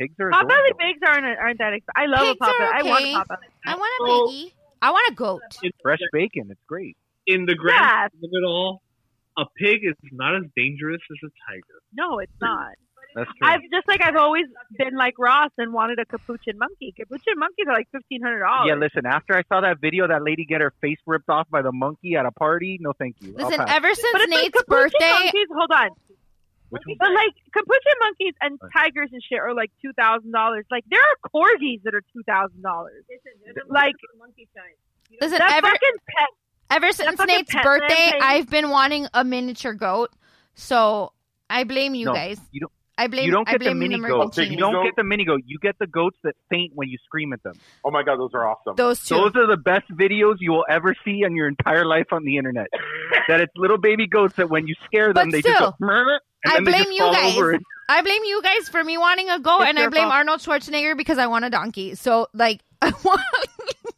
K: pigs are
L: Potbelly
K: adorable.
L: pigs aren't aren't that expensive. I love
J: Pigs
L: a
J: are
L: potbelly. I want
J: okay.
L: a potbelly.
J: I want a
L: Oh.
J: piggy. I want a goat.
K: fresh bacon it's great
D: in the grand scheme of it all, a pig is not as dangerous as a tiger.
L: No, it's not.
K: That's
L: I've just like I've always been like Ross and wanted a capuchin monkey. Capuchin monkeys are like fifteen hundred dollars.
K: yeah listen after i saw that video that lady get her face ripped off by the monkey at a party no thank you I'll
J: Listen,
K: pass.
J: ever since
L: But it's like
J: Nate's
L: capuchin
J: birthday,
L: monkeys. Hold on. But like capuchin monkeys and tigers and shit are like two thousand dollars. Like there are corgis that are two thousand dollars. Like monkey
J: Listen,
L: that
J: ever-
L: fucking pet.
J: ever
L: that
J: since
L: fucking
J: Nate's
L: pet
J: birthday,
L: rampage-
J: I've been wanting a miniature goat. So I blame you
K: No,
J: guys.
K: you don't
J: I blame.
K: you don't
J: I
K: get the
J: blame
K: mini
J: number
K: goats.
J: team.
K: You don't get the mini goat. You get the goats that faint when you scream at them.
I: Oh my god, those are awesome.
J: Those two.
K: Those are the best videos you will ever see in your entire life on the internet. that it's little baby goats that when you scare them,
J: But
K: they
J: still,
K: just go. "Meh," And
J: I
K: then they
J: blame
K: just
J: you
K: fall
J: guys.
K: Over it.
J: I blame you guys for me wanting a goat,
L: It's
J: and I
L: your
J: blame
L: fault.
J: Arnold Schwarzenegger because I want a donkey. So like, I want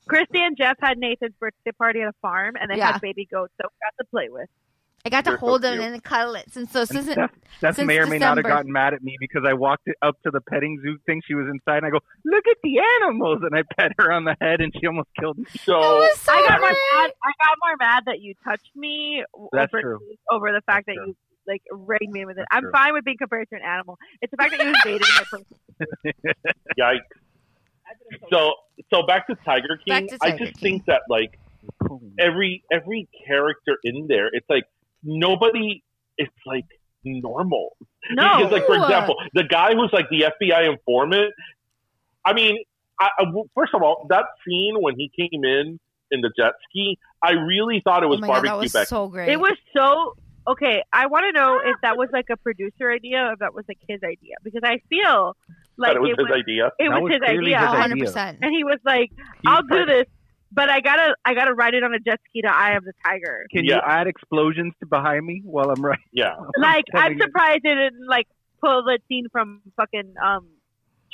L: Christy and Jeff had Nathan's birthday party at a farm, and they
J: Yeah.
L: had baby goats that we got to play with.
J: I got to
K: They're so
J: hold him
K: cute.
J: and then cuddle it. Since so since
K: Steph, Steph
J: since
K: may or may not have
J: December.
K: gotten mad at me because I walked up to the petting zoo thing. She was inside, and I go, "Look at the animals!" And I pet her on the head, and she almost killed me.
I: So
L: I got more mad. I got more mad that you touched me w-
K: That's
L: over,
K: true.
L: over the fact
K: That's
L: that
K: true.
L: you like ragged me with it.
K: That's
L: I'm
K: true.
L: fine with being compared to an animal. It's the fact that you invaded my personal
I: Yikes. So so back to Tiger King.
L: Back to
I: I
L: Tiger
I: just think that like every every character in there, it's like nobody it's like normal.
L: No.
I: Because like for example, the guy who's like the FBI informant, I mean, I, I- first of all, that scene when he came in in the jet ski, I really thought it
J: Oh
I: was
L: Oh
I: barbecue Beck.
L: It was so okay. I want to know if that was like a producer idea or if that was like his idea because I feel like
I: That it was his idea.
L: It
I: That
L: was,
I: was
L: his
I: clearly
L: idea,
I: his idea. 100%.
L: And he was like, "I'll do this, but I gotta, I gotta ride it on a jet ski to Eye of the Tiger."
K: Can you add explosions to behind me while I'm right?
I: Yeah.
L: Like, I'm surprised they didn't like pull the scene from fucking um,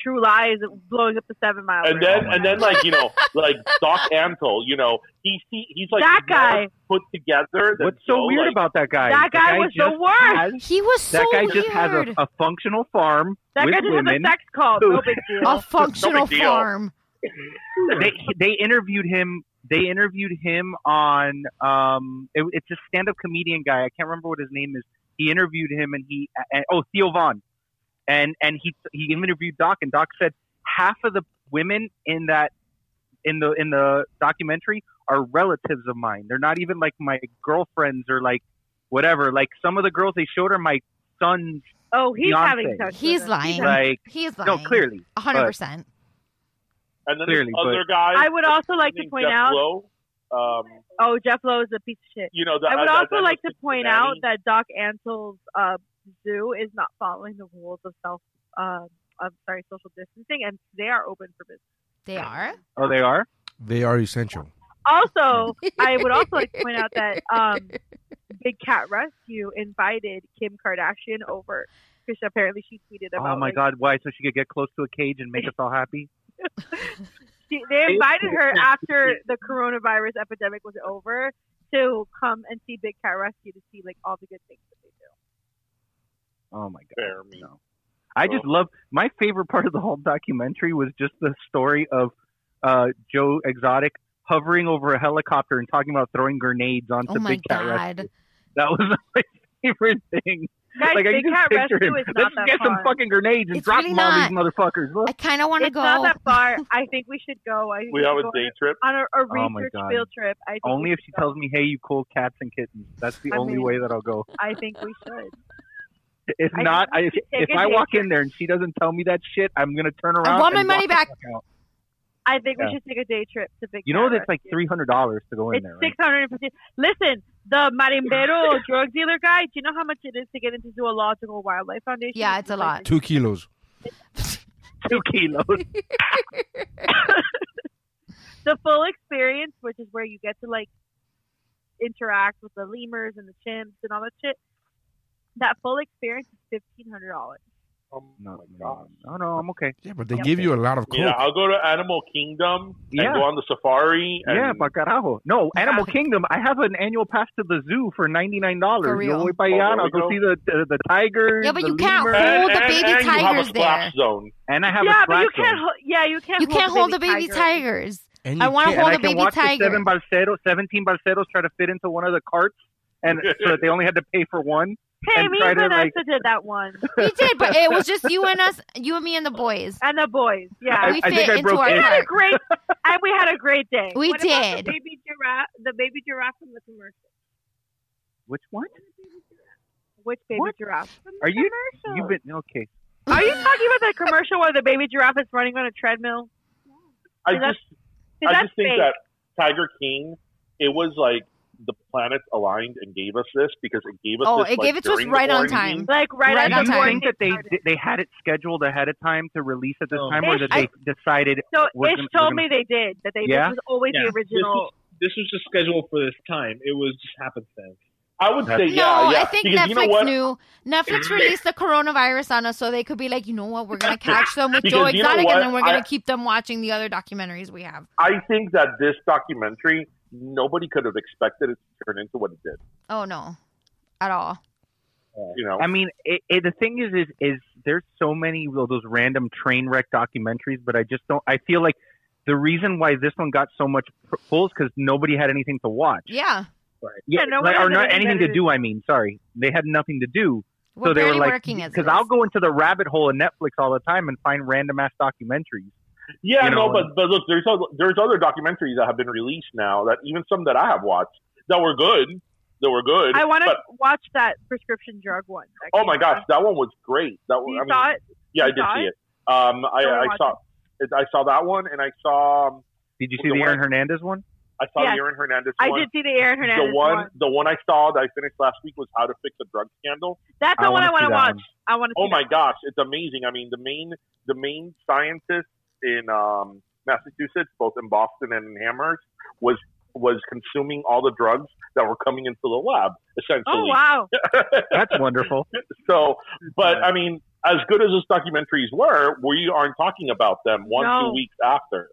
L: True Lies blowing up the Seven Mile.
I: and
L: Road.
I: then and then like you know like Doc Antle, you know he, he he's like
L: That guy.
I: more put together. than
K: What's so
I: Joe,
K: weird
I: like-
K: about that guy?
L: That
K: The
L: guy was the
K: just
L: worst.
K: has-
J: He was
K: that
J: so
K: guy just has
J: weird.
K: a, a functional farm
L: that
K: with
L: guy just
K: women.
L: had a sex call. No big deal.
J: a functional farm.
K: they they interviewed him. They interviewed him on um. It, it's a stand-up comedian guy. I can't remember what his name is. He interviewed him, and he and, oh Theo Vaughn, and and he he interviewed Doc, and Doc said half of the women in that in the in the documentary are relatives of mine. They're not even like my girlfriends or like whatever. Like some of the girls they showed are my son's.
L: Oh, he's
K: fiance.
L: having sex.
J: He's lying.
K: Like
J: He's lying.
K: no, clearly,
J: A hundred
K: but-
J: percent.
I: and then
K: clearly,
I: this other
K: but-
I: guy.
L: I would also like to
I: named
L: point
I: Jeff
L: out-
I: Lowe, um,
L: Oh, Jeff Lowe is a piece of shit.
I: You know, the-
L: I would
I: uh,
L: also
I: that-
L: like
I: that
L: to point out
I: Cincinnati-
L: that Doc Antle's uh, zoo is not following the rules of self, uh, of sorry, social distancing, and they are open for business.
J: They are.
K: Oh, they are.
P: They are essential.
L: Also, I would also like to point out that um, Big Cat Rescue invited Kim Kardashian over because apparently she tweeted about.
K: Oh my
L: like,
K: God! Why? So she could get close to a cage and make us all happy.
L: She, they invited her after the coronavirus epidemic was over to come and see Big Cat Rescue to see like all the good things that they do.
K: Oh my god. No. I just love my favorite part of the whole documentary was just the story of uh, Joe Exotic hovering over a helicopter and talking about throwing grenades onto
J: Oh my
K: Big Cat
J: God.
K: Rescue. That was my favorite thing.
J: Guys,
K: like I
J: Big
K: can just
J: Cat
K: picture
J: Rescue
K: him.
J: is not
K: Let's
J: that
K: get some
J: far.
K: fucking grenades and
J: It's
K: drop
J: really
K: them on
J: not.
K: these motherfuckers. Look.
J: I kind of want to
L: it's
J: go.
L: not that far. I think we should go. I think
K: We
L: should
K: have a
L: go
K: day
L: on
K: trip?
L: on a, a
K: Oh my
L: research
K: God.
L: field trip. I think
K: only
L: we
K: if she tells me, "Hey, you cool cats and kittens." That's the
L: I
K: only
L: mean-
K: way that I'll go.
L: should. I think we should.
K: If
L: I
K: not,
L: think
K: I,
L: we
K: if,
L: should take
K: if I walk
L: advantage.
K: in there and she doesn't tell me that shit, I'm gonna turn around.
L: want my
K: and
L: money
K: walk the
L: back.
K: fuck out.
L: I think
K: Yeah.
L: we should take a day trip to Big.
K: You know
L: Cat
K: that's like three hundred dollars to go in
L: It's
K: there, right?
L: six hundred and fifty. Listen, the marimbero drug dealer guy. Do you know how much it is to get into Zoological Wildlife Foundation? Yeah, it's a lot.
Q: Two kilos.
K: Two kilos.
L: the full experience, which is where you get to like interact with the lemurs and the chimps and all that shit. That full experience is fifteen hundred dollars.
I: Oh
K: no, no, no, no, I'm okay.
Q: Yeah, but they give you a lot of coke.
I: Yeah, I'll go to Animal Kingdom and
K: Yeah.
I: go on the safari. And
K: Yeah, pa carajo. No, Animal Kingdom. I have an annual pass to the zoo for ninety nine dollars.
I: For real.
K: Yo voy pa
I: Oh, there
K: allá,
I: we
K: I'll go,
I: go.
K: see the the, the tigers.
J: Yeah, but
K: the
J: you can't
K: lemurs.
J: hold the baby
K: and you have a
J: tigers
K: splash
J: there.
I: Zone.
K: And I have
J: Yeah,
K: a
J: but you
K: splash
J: can't
K: zone.
J: hold-
L: Yeah, you can't.
J: You
L: hold
J: can't
L: the
J: hold the
L: baby
J: baby tigers. I want to
K: And
J: hold the
K: I can
J: baby
K: watch The
J: tiger.
K: seven balseros, seventeen balseros, try to fit into one of the carts, and so that they only had to pay for one.
L: Hey,
K: and
L: me
K: try
L: and
K: to,
L: Vanessa
K: like,
L: did that one.
J: We did, but it was just you and us, you and me and the boys,
L: and the boys. Yeah,
J: we fit into our
L: We had a
J: cart.
L: great, and we had a great day.
J: We
L: What about
J: did.
L: the baby giraffe, the baby giraffe from the commercial.
K: Which one?
L: Which baby giraffe?
K: Are you?
L: commercial.
K: You've been okay.
L: Are you talking about that commercial where the baby giraffe is running on a treadmill?
I: I
L: See, that's-
I: just,
L: see,
I: I
L: that's
I: just think
L: fake.
I: that Tiger King, it was like the planets aligned and gave us this because it gave us.
L: Oh,
I: this, like, during the quarantine.
L: Like right,
K: do
L: on
K: you
L: time.
K: think that they they had it scheduled ahead of time to release at this time, or
L: Ish,
K: that they decided?
L: So
K: we're
L: Ish
K: gonna- we're
L: told
K: gonna-
L: me they did that. They
K: Yeah?
L: this was always
D: Yeah.
L: the original.
D: This was, this was just scheduled for this time. It was just happenstance.
I: I would
J: No, I think Netflix knew. Netflix released the coronavirus on us, so they could be like, you know what, we're gonna catch them with
I: Because
J: Joe
I: you know
J: Exotic,
I: what?
J: and then we're gonna
I: I-
J: keep them watching the other documentaries we have.
I: I think that this documentary, nobody could have expected it to turn into what it did.
J: Oh no, at all.
I: You know,
K: I mean, it, it, the thing is, is, is there's so many of those random train wreck documentaries, but I just don't. I feel like the reason why this one got so much pr- pulls because nobody had anything to watch.
J: Yeah,
K: Yeah,
J: no one
K: like, or
J: had
K: not
J: anything
K: anything
J: better
K: to
J: to
K: do. I mean, sorry, they had nothing to do.
J: We're
K: so they were
J: barely
K: like,
J: working as
K: because I'll go into the rabbit hole of Netflix all the time and find random ass documentaries.
I: yeah,
K: You know,
I: no, but, but look, there's other, there's other documentaries that have been released now that even some that I have watched that were good, that were good.
L: I want to
I: but-
L: watch that prescription drug one. That
I: Oh
L: came
I: my
L: out.
I: gosh, that one was great. That one,
L: You
I: I mean,
L: saw it?
I: Yeah,
L: You
I: I did
L: saw
I: see
L: it?
I: it. Um, I,
L: I wanna
I: I
L: watch
I: saw, I saw that one, and I saw. Um,
K: Did you see the Aaron Hernandez one?
I: I saw
L: Yes.
I: the Aaron Hernandez.
L: I
I: one.
L: did see the Aaron Hernandez
I: The one,
L: one.
I: the one I saw that I finished last week was How to Fix a Drug Scandal.
L: That's the one I want to watch. I want to.
I: Oh my gosh, it's amazing. I mean, the main the main scientist in um, Massachusetts, both in Boston and in Amherst, was was consuming all the drugs that were coming into the lab. Essentially,
L: Oh wow.
K: That's wonderful. Uh,
I: so, but I mean, as good as those documentaries were, we aren't talking about them one
L: No.
I: two weeks after.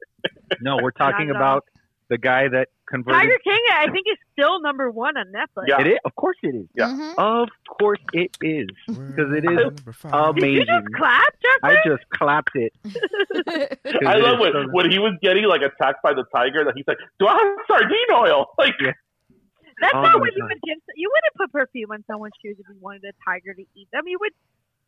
K: No, we're talking
L: Not at all.
K: about the guy that converted.
L: Tiger King, I think, is still number one on Netflix.
K: It is, of course it is.
I: Yeah.
K: Of course it is because it is um,
L: Did
K: amazing.
L: you just clap,
K: I
L: Jeffrey?
K: just clapped it.
J: Mm-hmm.
I: I love when when he was getting like attacked by the tiger. That he's like, "Do I have sardine oil?" Like,
L: That's
I: Oh
L: not
I: my
L: what you
I: God.
L: would give. You wouldn't put perfume on someone's shoes if you wanted a tiger to eat them. You would,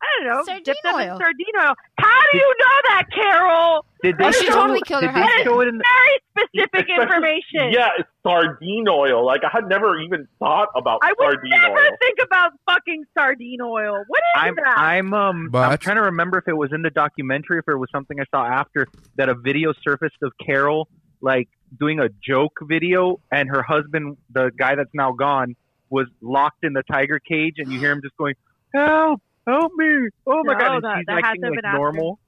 L: I don't know, dip them in
J: oil.
L: sardine oil. How do you know that, Carol?
K: Did they
J: Oh,
L: That is
K: show-
L: Oh, totally
K: did
L: killed
K: they
L: her husband.
K: show it in-
L: Very specific information.
I: yeah, it's sardine oil. Like I had never even thought about
L: I would
I: sardine
L: never
I: oil.
L: think about fucking sardine oil. What is
K: I'm
L: that?
K: I'm um I'm trying to remember if it was in the documentary if it was something I saw after that a video surfaced of Carol like doing a joke video and her husband the guy that's now gone was locked in the tiger cage and you hear him just going help help me oh my
L: No,
K: god and
L: that-
K: she's
L: that has
K: acting
L: to have
K: like
L: been after.
K: normal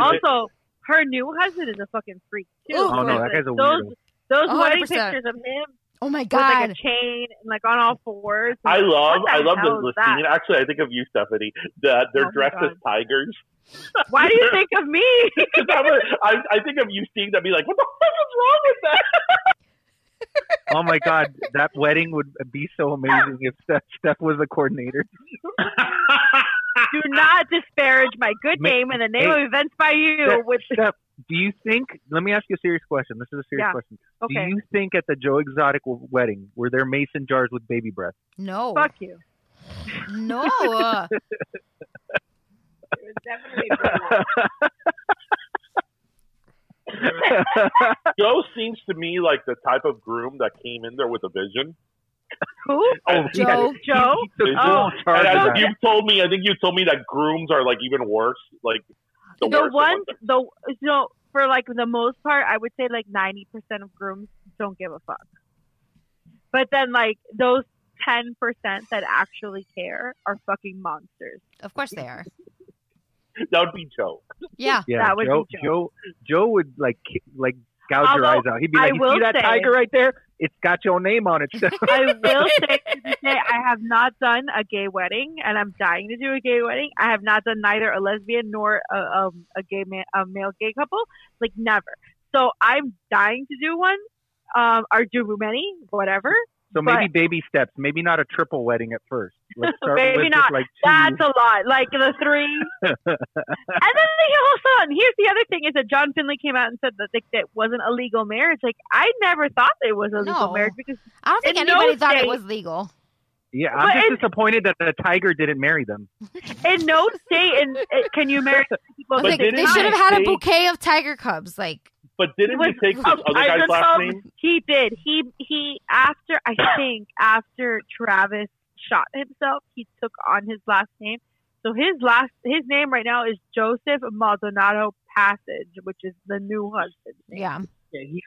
L: also, her new husband is a fucking freak too.
K: Oh, no, that guy's a
L: those
K: weirdo.
L: those
J: A hundred
L: wedding
J: percent.
L: pictures of him.
J: Oh my
L: With like
J: God.
L: a chain and like on all fours.
I: I love,
L: What the
I: I love
L: hell
I: the,
L: is
I: the
L: that?
I: scene. Actually, I think of you, Stephanie. That they're
L: Oh my
I: dressed
L: God.
I: as tigers.
L: Why do you think of me?
I: 'Cause I'm a- I I think of you, Steve. That be like, "What the fuck is wrong with that?"
K: oh my god that wedding would be so amazing if Steph, Steph was the coordinator
L: Do not disparage my good
K: Ma-
L: name and the name
K: hey,
L: of events by you.
K: Steph,
L: which
K: Steph, do you think? Let me ask you a serious question. This is a serious
L: Yeah.
K: question.
L: Okay.
K: Do you think at the Joe Exotic w- wedding were there mason jars with baby breath?
J: No.
L: Fuck you.
J: No.
I: Joe seems to me like the type of groom that came in there with a vision.
L: Who?
I: Oh,
L: Joe? Joe?
I: Oh,
L: Oh,
I: and as
L: Joe.
I: you told me, I think you told me that grooms are like even worse. Like the,
L: the
I: worst.
L: one the so for like the most part, I would say like ninety percent of grooms don't give a fuck. But then like those ten percent that actually care are fucking monsters.
J: Of course they are.
I: that would be Joe.
J: Yeah,
L: that would
K: Joe,
L: be Joe.
K: Joe. Joe would like ki- like gouge your eyes
L: Although,
K: out. He'd be
L: I
K: like, "You
L: will
K: see that
L: say-
K: tiger right there? It's got your name on it."
L: I will say to this day, I have not done a gay wedding, and I'm dying to do a gay wedding. I have not done neither a lesbian nor a, um, a gay man, a male gay couple, like never. So I'm dying to do one, um, or do many, whatever.
K: so maybe baby steps. Maybe not a triple wedding at first. Let's
L: but
K: start
L: maybe
K: with
L: not.
K: Just, like
J: Mm-hmm.
L: That's a lot. Like the three, and then they also. And here's the other thing: is that John Finley came out and said that like, that wasn't a legal marriage. Like I never thought it was a legal
J: No.
L: marriage because
J: I don't think
L: in
J: anybody
L: those
J: thought it
L: days-
J: was legal.
K: yeah,
L: But
K: I'm just
L: it-
K: disappointed that the tiger didn't marry them.
L: In no state, in it- can you marry two people?
J: I was like,
L: at the same
J: they
L: time?
J: should have had a
L: He
J: bouquet of tiger cubs. Like,
I: But didn't
L: was-
I: he take this
L: oh,
I: other
L: I
I: guy's
L: just
I: last
L: saw-
I: name?
L: He did. He he after I think after Travis shot himself, he took on his last name. So his last his name right now is Joseph Maldonado Passage, which is the new husband.
J: Yeah.
D: Yeah, he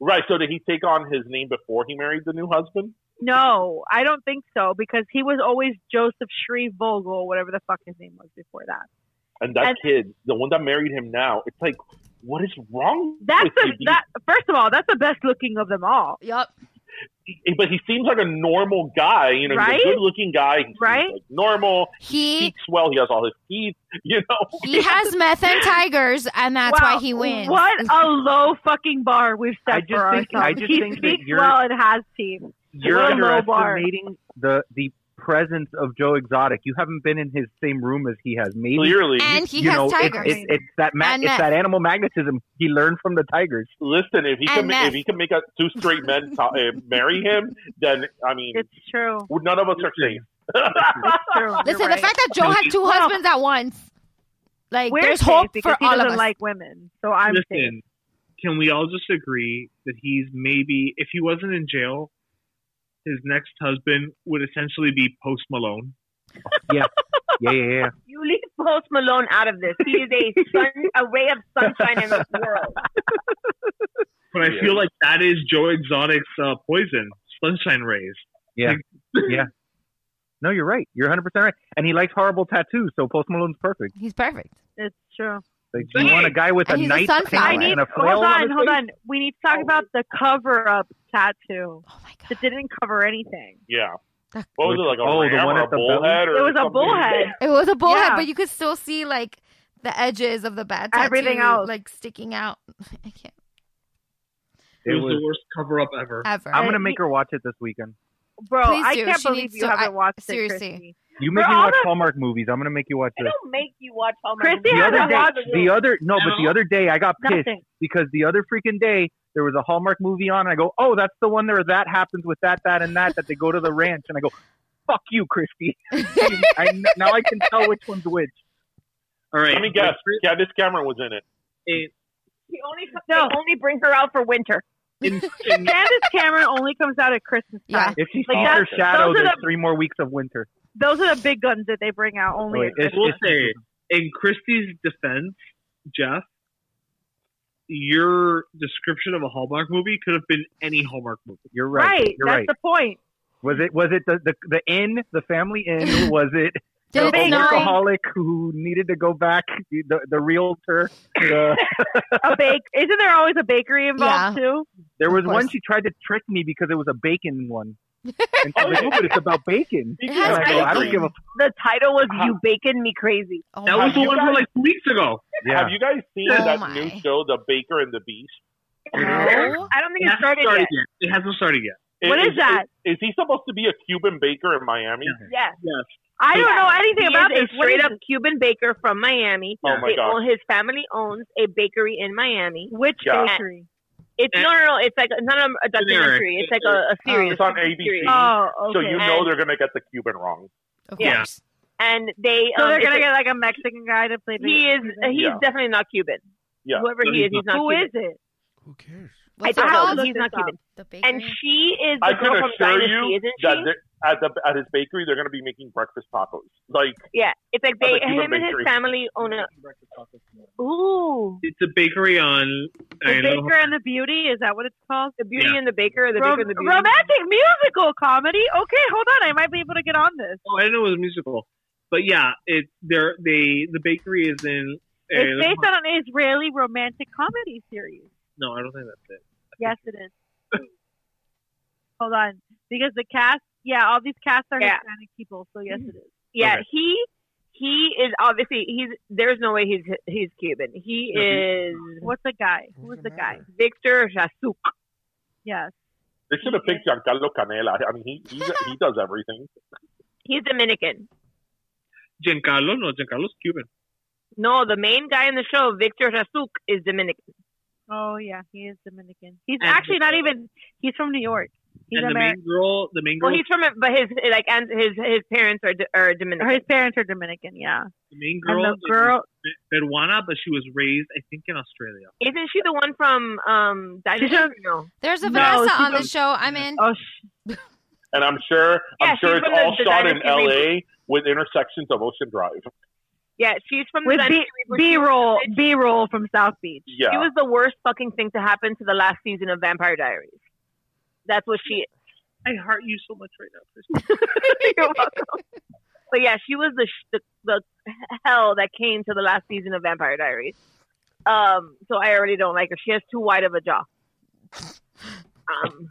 I: Right. So did he take on his name before he married the new husband?
L: No, I don't think so because he was always Joseph Shreve Vogel, whatever the fuck his name was before that.
I: And that
L: And-
I: kid, the one that married him now, it's like, what is wrong?
L: That's
I: with
L: the
I: you? Do you-
L: that first of all, that's the best looking of them all.
J: Yep.
I: but he seems like a normal guy. You know,
L: Right?
I: he's a good-looking guy. He's
L: Right?
I: like normal.
J: He-
I: speaks well. He has all his teeth. You know,
J: he has meth and tigers, and that's
L: Wow,
J: why he wins.
L: What a low fucking bar we've set
K: I just
L: for
K: think- I
L: ourselves.
K: just
L: he
K: think that
L: speaks
K: you're-
L: well and has teeth.
K: You're
L: what a low bar.
K: underestimating the the presence of Joe Exotic. You haven't been in his same room as he has. Maybe
I: Clearly.
J: And he
K: you
J: has
K: know, it's-
J: tigers.
K: It's, it's that ma-
J: And
K: it's
J: meth.
K: that animal magnetism he learned from the tigers.
I: listen. If he can,
J: And
I: ma-
J: meth.
I: if he can make a, two straight men to- uh, marry him, then I mean,
L: It's true.
I: none of us are safe.
L: It's true. You're
J: Listen,
L: right.
J: the fact that Joe had two husbands at once, like,
L: We're
J: there's
L: safe
J: hope
L: because
J: for
L: he
J: all
L: doesn't
J: of us.
L: like women, so I'm safe.
D: Listen, can we all just agree that he's maybe, if he wasn't in jail, his next husband would essentially be Post Malone?
K: Yeah, yeah, yeah, yeah.
R: You leave Post Malone out of this. He is a sun, a ray of sunshine in the world.
D: But I feel like that is Joe Exotic's uh, poison, Sunshine Rays.
K: Yeah. yeah. No, you're right. You're 100 percent right. And he likes horrible tattoos, so Post Malone's perfect.
J: He's perfect.
L: It's true.
K: Like, do you want a guy with a
J: And he's a
K: knife
J: sunflower.
K: hanging
J: I need-
K: and a flail
L: Hold
K: his
L: on, hold
K: face?
L: on. We need to talk about the cover up
J: Oh
L: tattoo.
J: my god.
L: That didn't cover anything.
I: Yeah. What was it like? A
K: Oh, the
I: ram
K: one
I: or
K: at
I: a
K: the
I: bullhead?
L: It
I: Or
L: was a
I: something?
L: bullhead.
J: It was a bullhead,
L: Yeah.
J: but you could still see like the edges of the bad tattoo,
L: Everything else.
J: like sticking out. I can't
D: It
K: It
D: was,
K: was-
D: the worst cover up ever.
J: ever.
K: I'm gonna make her watch it this weekend.
L: Bro,
J: Please
L: I
J: do.
L: can't
J: She
L: believe
J: needs
L: you
J: to-
L: haven't
J: I-
L: watched it.
J: seriously.
L: Christy.
K: You make
L: For
K: me
L: all
K: watch
L: the-
K: Hallmark movies. I'm gonna make you watch
R: I
K: this.
R: don't make you watch all my
L: Christy
K: The
L: has
K: other
L: a lot
K: day, the other no, but the other day I got pissed
L: Nothing.
K: because the other freaking day there was a Hallmark movie on. And I go, oh, that's the one where that happens with that, that, and that. That they go to the ranch, and I go, fuck you, Christy. I, kn- now I can tell which one's which.
D: All right.
I: Let me guess. Yeah, this Cameron was in it.
D: It-
R: He only
L: No.
R: they only bring her out for winter.
D: in- in-
L: Candace Cameron only comes out at Christmas
J: Yeah.
L: time.
K: If she
L: Like,
K: sees
L: that-
K: her shadow,
L: those are
K: there's
L: the-
K: three more weeks of winter.
L: Those are the big guns that they bring out only
K: Wait,
L: at
K: it's-
D: I will say, in Christie's defense, Jeff, your description of a Hallmark movie could have been any Hallmark movie.
K: You're right. You're
L: that's
K: right.
L: the point.
K: was it was it the the, the inn, the family inn? Was it
J: Did
K: the
J: it snow?
K: alcoholic who needed to go back? The the realtor. The,
L: A bake isn't there always a bakery involved too?
K: There was
J: Of
K: one
J: course.
K: she tried to trick me because it was a bacon one. And she's like, oh, but it's about bacon.
J: It
K: And
J: has
K: I go, I don't
J: bacon.
K: give a f-
R: The title was
I: Huh.
R: "You Bacon Me Crazy."
J: Oh
D: That
J: my
D: was the
J: God.
D: one from like two weeks ago.
K: yeah.
I: Have you guys seen
J: Oh
I: that
J: my.
I: new show, The Baker and the Beast?
J: No.
R: I don't think it
D: It hasn't
R: started
D: started
R: yet.
D: yet. It hasn't started yet.
L: What is that?
I: Is, is he supposed to be a Cuban baker in Miami?
R: Yes.
D: Yes.
L: I don't know anything
R: He
L: about
R: is
L: this.
R: a
L: What
R: straight
L: is
R: up Cuban baker from Miami.
I: Oh my
R: They
I: God.
R: own- his family owns a bakery in Miami.
L: it? which
I: Yeah.
L: bakery?
R: It's no, no, no. It's like it's not a, a documentary. It's like a, a series.
I: It's on ABC.
R: Series.
L: Oh, okay.
I: So you know
R: And-
I: they're gonna get the Cuban wrong.
J: Of
D: Yeah.
J: course.
R: And they
L: so
R: um,
L: they're
R: it's
L: gonna
R: a-
L: get like a Mexican guy to play.
R: he is he's
I: Yeah.
R: definitely not Cuban.
I: Yeah.
R: Whoever
D: No,
R: he
D: he's
R: is, he's
L: not
R: not
L: Who
R: Cuban.
L: is it?
A: Who cares?
R: I
J: What's it
R: don't
L: I'll
R: know.
J: called?
L: look
R: He's
L: this
R: not
L: up.
R: Cuban.
J: The bakery.
R: And she is the
I: I
R: girl
I: can
R: from
I: assure
R: Dynasty,
I: you
R: isn't she?
I: that there, at the at his bakery, they're going to be making breakfast tacos. Like
K: Yeah, it's like
I: At
K: they,
I: the Cuban
K: him and his
I: bakery.
K: family own a. Ooh,
D: It's a bakery on.
L: The
D: I know-
L: Baker and the Beauty, is that what it's called? The
K: Beauty Yeah. and the Baker, or The Baker and the Beauty?
L: Romantic musical comedy. Okay, hold on, I might be able to get on this.
D: Oh, I didn't know it was a musical, but yeah, it's there. They the bakery is in. uh,
L: It's based on an Israeli romantic comedy series.
D: no, I don't think that's it.
L: Yes, it is. Hold on, because the cast, yeah, all these casts are
K: Yeah.
L: Hispanic people, so yes, it is.
K: Yeah,
L: Okay.
K: he he is obviously he's there's no way he's he's Cuban. He
L: No,
K: is
L: What's the guy? Who's the guy?
K: Victor Jasuk.
L: Yes,
I: they should have picked Giancarlo Canela. I mean, he he, he does everything.
K: He's Dominican.
D: Giancarlo, no, Giancarlo's Cuban.
K: No, the main guy in the show, Victor Jasuk, is Dominican.
L: Oh yeah, he is Dominican. He's
K: And-
L: actually not even. He's from New York. He's
K: And the
L: American.
K: main
D: girl, the main
K: Well,
D: girl,
K: he's from but his like and his his parents are are Dominican.
L: His parents are Dominican. Yeah.
D: the main
K: and
D: girl,
K: the girl-
D: is Peruana, but she was raised, I think, in Australia.
K: Isn't she the one from um? Dynasty or no?
J: There's a
K: No,
J: Vanessa
K: she's
J: on the
K: from-
J: show. I'm in.
L: Oh,
I: And I'm sure
K: Yeah,
I: I'm sure
K: she's
I: it's
K: from the
I: all shot in
K: Dynasty
I: L.A. with intersections of Ocean Drive.
K: Yeah, she's from
L: With
K: the
L: B,
K: Dynasty Reaper.
L: B roll, B roll from South Beach.
I: Yeah.
K: She was the worst fucking thing to happen to the last season of Vampire Diaries. That's what she is.
D: I heart you so much right now, Chris.
K: You're welcome. But yeah, she was the, sh- the the hell that came to the last season of Vampire Diaries. Um, so I already don't like her. She has too wide of a jaw. Um,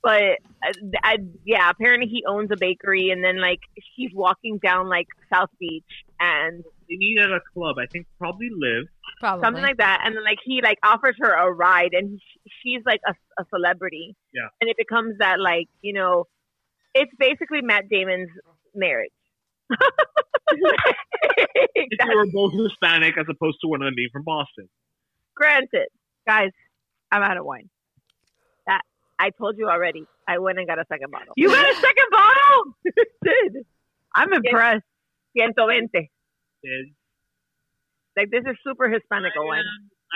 K: but I, I, yeah, apparently he owns a bakery, and then like he's walking down like South Beach, and
D: They meet at a club, I think, probably live.
J: Probably.
K: something like that. And then like he like offers her a ride, and sh she's like a, a celebrity,
D: Yeah.
K: and it becomes that like you know, it's basically Matt Damon's marriage.
D: If they were both Hispanic, as opposed to one of them being from Boston.
K: Granted,
L: guys, I'm out of wine.
K: That I told you already. I went and got a second bottle.
L: You got a second bottle, dude. I'm impressed.
K: 120.
D: Is
K: Like this is super Hispanic
D: I am-
K: wine.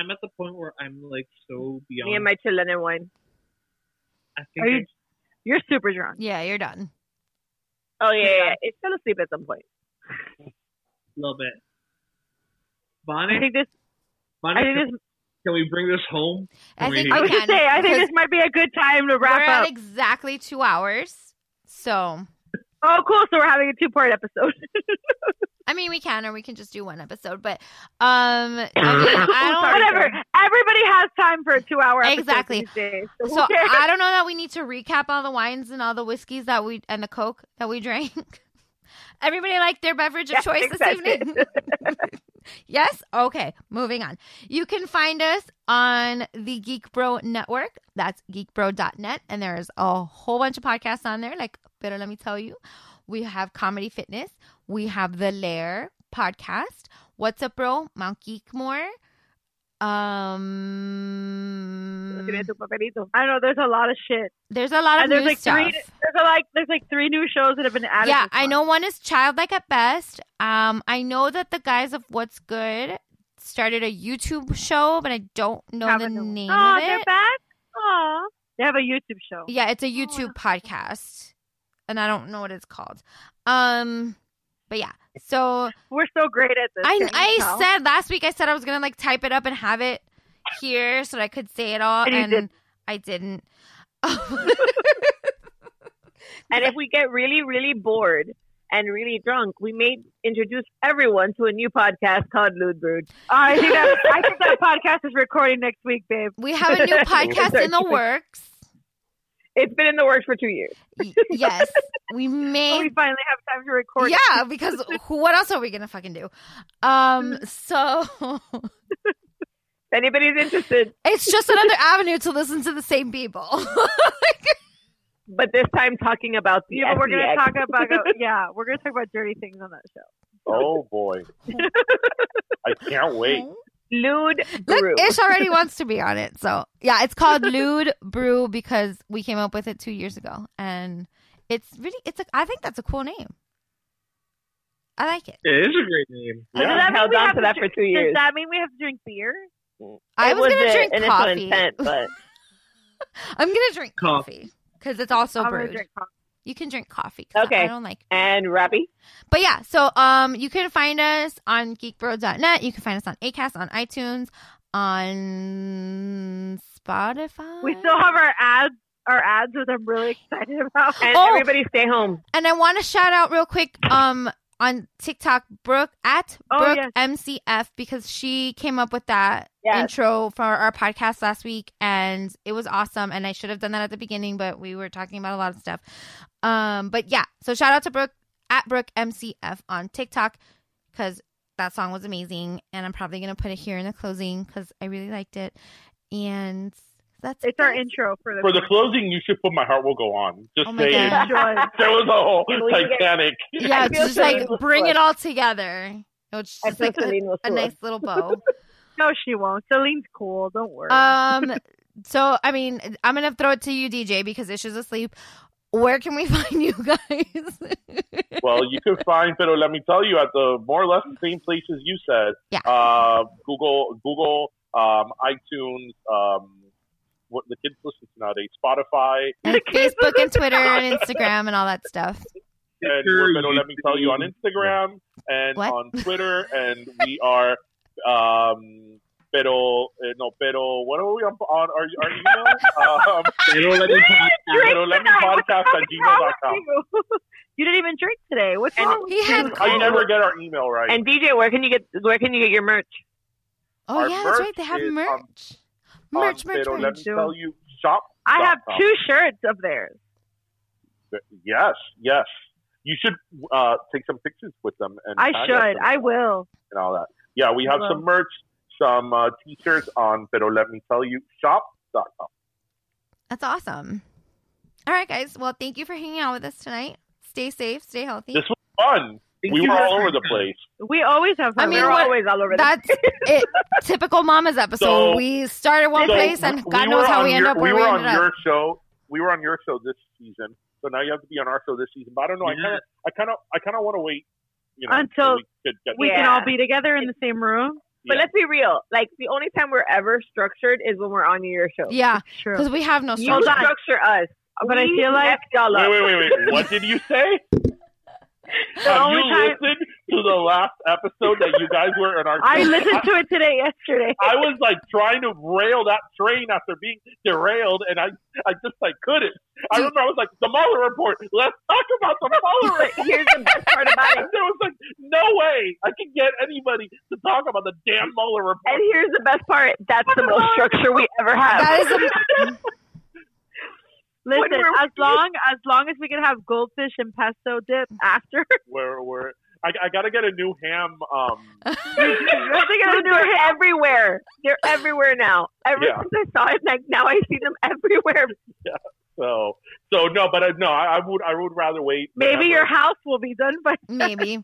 D: I'm at the point where I'm like so beyond.
K: Me and my Chilean wine.
D: I think
K: Are you-
D: I'm-
L: You're super drunk.
J: Yeah, you're done.
K: Oh yeah, yeah, yeah. it fell asleep at some point.
D: a little bit.
L: I
D: Bonnie,
L: think this.
D: Bonnie,
L: I think
D: can, can we bring this home? Can we-
L: I was gonna say. I think this might be a good time to wrap
J: We're
L: up.
J: at exactly two hours. So,
L: oh, cool. So we're having a two part episode.
J: I mean, we can, or we can just do one episode. But, um, I, mean, I don't.
L: Whatever. Everybody has time for a two hour episode.
J: Exactly.
L: These days, so who
J: So um,
L: cares?
J: I don't know that we need to recap all the wines and all the whiskeys that we and the coke that we drank. Everybody liked their beverage of
K: Yes,
J: choice this
K: exactly.
J: evening. yes. Okay. Moving on. You can find us on the Geek Bro Network. That's geekbro.net, and there's a whole bunch of podcasts on there. Like, better let me tell you, we have comedy fitness. We have the Lair podcast. What's up, bro? Mount Geekmore. Um,
K: Look at tu papelito.
L: I don't know. There's a lot of shit.
J: there's a lot of
L: And there's
J: new
L: like
J: stuff.
L: three. There's a, like there's like three new shows that have been added.
J: yeah,
L: this
J: I
L: month.
J: know one is childlike at best. Um, I know that the guys of What's Good started a YouTube show, but I don't know the
L: Haven't known.
J: name
L: Oh,
J: of
L: they're Oh,
J: it.
L: back. Aw. They have a YouTube show.
J: Yeah, it's a YouTube podcast, and I don't know what it's called. Um, but yeah, so
L: We're so great at this.
J: I
L: can you
J: I
L: tell?
J: said last week I said I was gonna like type it up and have it here so that I could say it all,
L: And you
J: and,
L: didn't.
J: I didn't.
K: And if we get really, really bored and really drunk, we may introduce everyone to a new podcast called Lewd Brood. Uh,
L: I think that I think that podcast is recording next week, babe.
J: We have a new podcast in the works.
K: It's been in the works for two years.
J: Y- yes, we may
L: We finally have time to record. it.
J: Yeah, because who, what else are we gonna fucking do? Um, so
K: If anybody's interested,
J: it's just another avenue to listen to the same people.
K: but this time talking about the
L: Yeah, but we're gonna
K: SEX.
L: talk about go- yeah, we're gonna talk about dirty things on that show.
I: Oh boy, I can't wait.
K: Lewd Brew.
J: Look, Ish already wants to be on it, so yeah, it's called Lewd Brew because we came up with it two years ago, and it's really it's a I think that's a cool name. I like it.
D: It is a great name.
K: I
I: Yeah.
L: that mean
K: held
L: we
K: on
L: have
K: to that for
L: drink-
K: two years.
L: Does that mean we have to drink beer?
J: I
K: It
J: was, gonna
K: the
J: drink
K: initial
J: coffee.
K: intent, but
J: I'm gonna drink
D: Coffee.
J: coffee because it's also
L: I'm gonna
J: brewed.
L: drink coffee.
J: You can drink coffee. 'cause
K: Okay.
J: I don't like
K: And Robbie?
J: But yeah, so um, you can find us on geekbro.net. You can find us on Acast, on iTunes, on Spotify.
L: We still have our ads, our ads, which I'm really excited about.
J: And Oh. everybody
K: stay home.
J: And I want to shout out real quick um on TikTok Brooke at
K: Oh,
J: Brooke
K: yes.
J: MCF because she came up with that
K: Yes.
J: intro for our podcast last week and it was awesome and I should have done that at the beginning but we were talking about a lot of stuff. Um but yeah, so shout out to Brooke at Brooke MCF on TikTok cuz that song was amazing and I'm probably going to put it here in the closing cuz I really liked it. And that's
L: It's our intro for the
I: For the closing, you should put "My Heart Will Go On." Just
J: Oh my
I: saying,
J: God.
I: there was a whole
J: And we can get-
I: Titanic.
J: Yeah,
K: I feel
J: just like
K: Celine was
J: bring it
K: flushed.
J: all together. It was
K: I
J: just
K: feel
J: like
K: Celine
J: a,
K: was
J: a nice
K: flushed.
J: little bow.
L: No, she won't. Celine's cool. Don't worry.
J: um, so I mean, I'm gonna throw it to you, DJ, because Ish is asleep. Where can we find you guys?
I: well, you can find, but let me tell you, at the more or less the same places you said.
J: Yeah.
I: Uh, Google, Google, um, iTunes, um, what the kids listen to nowadays, Spotify,
J: And Facebook and Twitter and Instagram and all that stuff.
I: and we're Pero, let me tell you on Instagram and on Twitter, and we are. Um, pero eh, no, pero what are we on, on our, our email? Um,
D: Pero let me podcast.
I: pero let me podcast at gmail.com.
K: You didn't even drink today. What's wrong?
J: He had
I: I never get our email right.
K: And DJ, where can you get where can you get your merch?
J: Oh
I: Our
J: yeah, that's right.
I: merch
J: They have
I: is on-
J: merch.
I: on
J: merch, merch,
I: Um, Pero let
J: merch.
I: me tell you, shop.
L: I have
I: dot com.
L: two shirts of theirs.
I: Yes, yes. You should uh, take some pictures with them. And
L: I
I: tag us
L: should.
I: and-
L: I will.
I: and all that. Yeah, we have
L: Hello.
I: some merch, some uh, t-shirts on. Pero let me tell you, shop.com.
J: That's awesome. All right, guys. Well, thank you for hanging out with us tonight. Stay safe. Stay healthy.
I: This was fun. we
L: you.
I: were all over the place.
L: We always have.
J: I
L: fun.
J: mean,
L: We're
J: what-
L: always all over. the-
J: That's it. Typical mama's episode.
I: So-
J: we started one
I: So,
J: place, and
I: we
J: God
I: were
J: knows how
I: on
J: we end
I: your-
J: up where
I: we
J: we
I: were
J: ended
I: on
J: up.
I: your show. We were on your show this season, so now you have to be on our show this season. But I don't know. I
D: Yeah.
I: kind of, I kind of, I kind of want to wait. You know,
L: Until
I: we could get
L: we
I: this-
L: can
K: Yeah.
L: all be together in the same room.
K: But
I: Yeah.
K: let's be real. Like the only time we're ever structured is when we're on your show.
J: Yeah,
L: True.
J: because we have no
K: You
J: structure.
K: structure us.
L: But I
K: We
L: feel like
K: messed y'all up.
I: Wait, wait, wait, wait. What did you say? Have
L: only
I: you
L: time-
I: listened to the last episode that you guys were in our?
L: I
I: show?
L: listened to it today, yesterday.
I: I was like trying to rail that train after being derailed, and I, I just like couldn't. I remember I was like, the Mueller report. Let's talk about the Mueller
K: But
I: report.
K: here's the best part about it.
I: And there was like no way I could get anybody to talk about the damn Mueller
K: And
I: report.
K: here's the best part. That's the most structure we ever have.
J: That is a
L: Listen,
K: When we're-
L: as long as long as we can have goldfish and pesto dip after,
I: Where, where I, I gotta get a new ham. Um,
K: I think I knew they're everywhere. They're everywhere now. Ever
I: Yeah.
K: since I saw it, like now I see them everywhere.
I: so, so no, but I, no, I, I would, I would rather wait.
L: maybe
I: forever.
L: your house will be done by
J: maybe.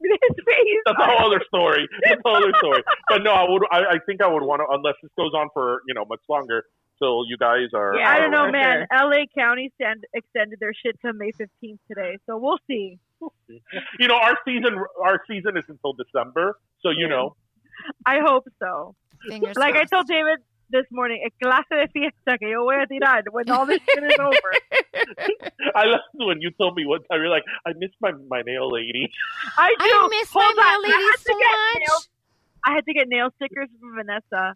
L: this face.
I: That's a whole other story. That's a whole other story. But no, I would. I, I think I would want to, unless this goes on for you know much longer, till you guys are.
K: Yeah,
L: I don't know,
K: For
L: man. LA County stand, extended their shit to May 15th today, so we'll see.
I: You know, our season, our season is until December, so you know.
L: I hope so.
J: Fingers
L: Like I
J: crossed.
L: told David this morning, a clase de fiesta que yo voy a tirar when all this shit is over.
I: I loved when you told me what time you're like. I miss my my nail lady.
L: I do.
J: I miss my
L: Hold on.
J: my
L: I
J: lady
L: had to
J: so
L: get
J: much.
L: nail- I had to get nail stickers from Vanessa.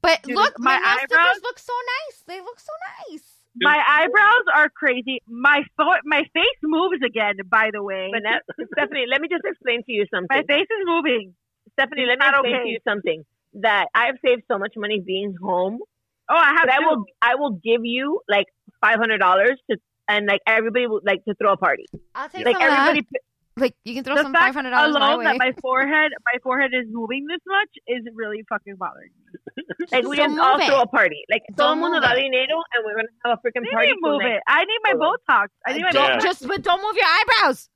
J: But
L: Dude,
J: look, my,
L: my
J: nail
L: eyebrows-
J: stickers look so nice. They look so nice.
L: My eyebrows are crazy. My fo- my face moves again. By the way,
K: Vanessa, Stephanie, let me just explain to you something.
L: my face is moving.
K: Stephanie, let me
L: Not
K: explain
L: okay.
K: to you something. That I have saved so much money being home.
L: Oh, I have.
K: That I
L: two.
K: will I will give you like five hundred dollars to and like everybody will like to throw a party.
J: I'll take
K: Like
J: some of
K: everybody
J: that. Like you can throw
L: the
J: some
L: fact
J: five hundred dollars my
L: alone
J: way.
L: that my forehead my forehead is moving this much is really fucking bothering me.
K: like we
J: Don't
K: can all
J: move
K: throw
J: it.
K: a party. Like todo
J: Don't
K: el mundo
J: move
K: da
J: it.
K: dinero and we're gonna have a freaking
L: Let
K: party.
L: me move
K: till
L: it. I need my Botox. I need my
I: Yeah.
J: don't,
L: Botox.
J: just but don't move your eyebrows.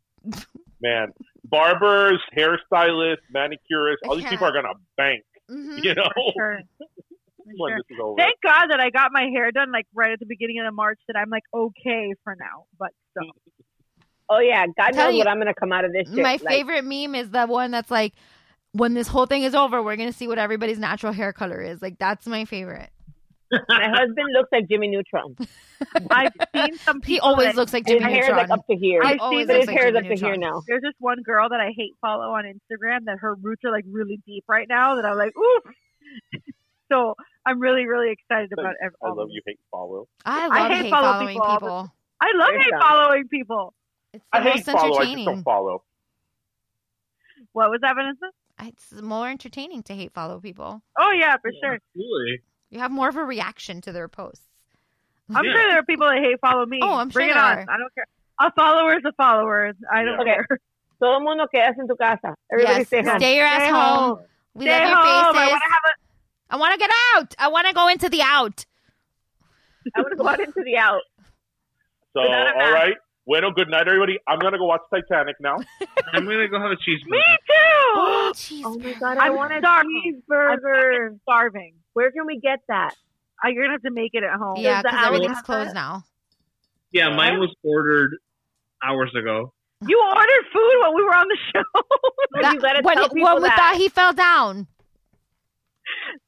I: Man, barbers, hairstylists, manicurists, all these people are gonna bank.
J: Mhm.
I: You know,
L: Mm, For sure. For
I: when
L: sure.
I: this is over.
L: Thank God that I got my hair done like right at the beginning of the March that I'm like okay for now. But still,
K: Oh yeah, God
J: Tell
K: knows
J: you,
K: what I'm gonna come out of this. Shit.
J: My
K: Like,
J: favorite meme is the one that's like, when this whole thing is over, we're gonna see what everybody's natural hair color is. Like that's my favorite.
K: My husband looks like Jimmy Neutron.
L: I've seen some.
J: He always looks like Jimmy
K: His hair is
J: Neutron.
K: like up to here.
J: He
K: I've
J: always
K: seen that
J: looks
K: his
J: like
K: hair is up
J: Jimmy
K: to here
J: Neutron.
K: now.
L: There's this one girl that I hate follow on Instagram that her roots are like really deep right now that I'm like, ooh. so I'm really, really excited about ev-
I: I
L: all
I: love
L: of
I: you hate follow.
J: I love
L: I hate
J: hate
L: follow
J: following
L: people all
J: people.
L: the- I love
I: There's
L: hate
I: some.
L: following people.
J: It's the
I: I hate
J: most
I: follow. I just
J: entertaining.
I: don't follow.
L: What was that, Vanessa?
J: It's more entertaining to hate follow people.
L: Oh yeah, for sure.
D: Absolutely.
J: You have more of a reaction to their posts.
L: I'm
J: Yeah.
L: sure there are people that hate follow me.
J: Oh, I'm
L: Bring
J: sure
L: it
J: there
L: on.
J: are.
L: I don't care. A follower is a follower. I don't
K: Okay.
L: care.
K: Todo el mundo quedas en tu casa. Everybody
J: Yes,
K: stay home.
J: stay your ass
L: Stay
J: home. We
L: Stay
J: love your
L: home. I
J: faces.
L: wanna have a-
J: I want to get out. I want to go into the out.
K: I want to go out into the out.
I: So all
K: Without a mask.
I: right, bueno, good night, everybody. I'm gonna go watch Titanic now.
D: I'm gonna go have a cheese.
L: Me too.
J: Oh, jeez.
K: Oh my god, I
L: I'm
K: want a
L: starving.
K: cheeseburger.
L: I'm starving.
K: Where can we get that?
L: I, you're gonna have to make it at home.
J: Yeah,
K: Does the
J: because
K: owl
J: everything's
K: have
J: closed
K: that?
J: now.
D: Yeah, mine was ordered hours ago.
L: You ordered food when we were on the show.
K: That- You gotta
J: when
K: tell
J: he-
K: people
J: when we
K: that.
J: thought he fell down.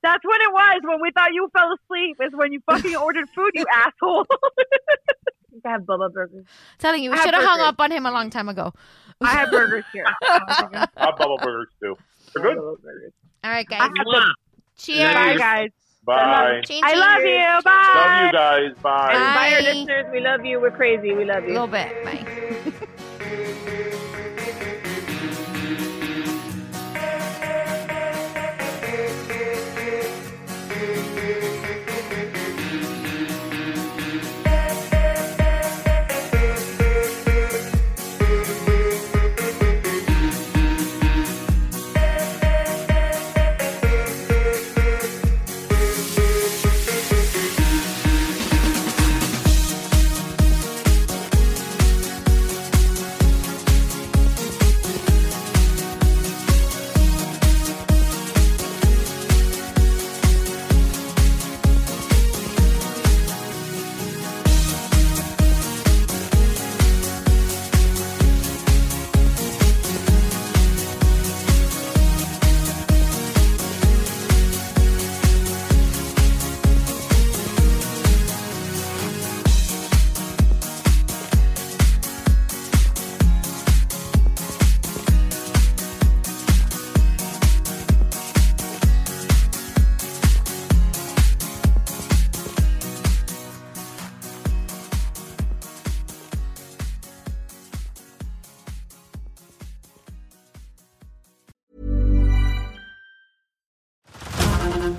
L: That's when it was. When we thought you fell asleep is when you fucking ordered food, you asshole.
K: We can have Bubba Burger.
J: Telling you, we
L: I have
J: should have hung
L: burgers.
J: up on him a long time ago.
L: I have burgers here.
I: I have bubble burgers too. They're good.
K: Bubba Burgers.
J: All right, guys.
D: Mwah.
J: Cheers.
L: Bye, guys.
I: Bye.
J: Ching,
L: I
J: ching.
L: love you.
I: Love
L: Bye.
I: you guys. Bye.
J: Bye.
K: Bye, our listeners. We love you. We're crazy. We love
J: A
K: you.
J: little bit. Bye.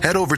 Q: Head over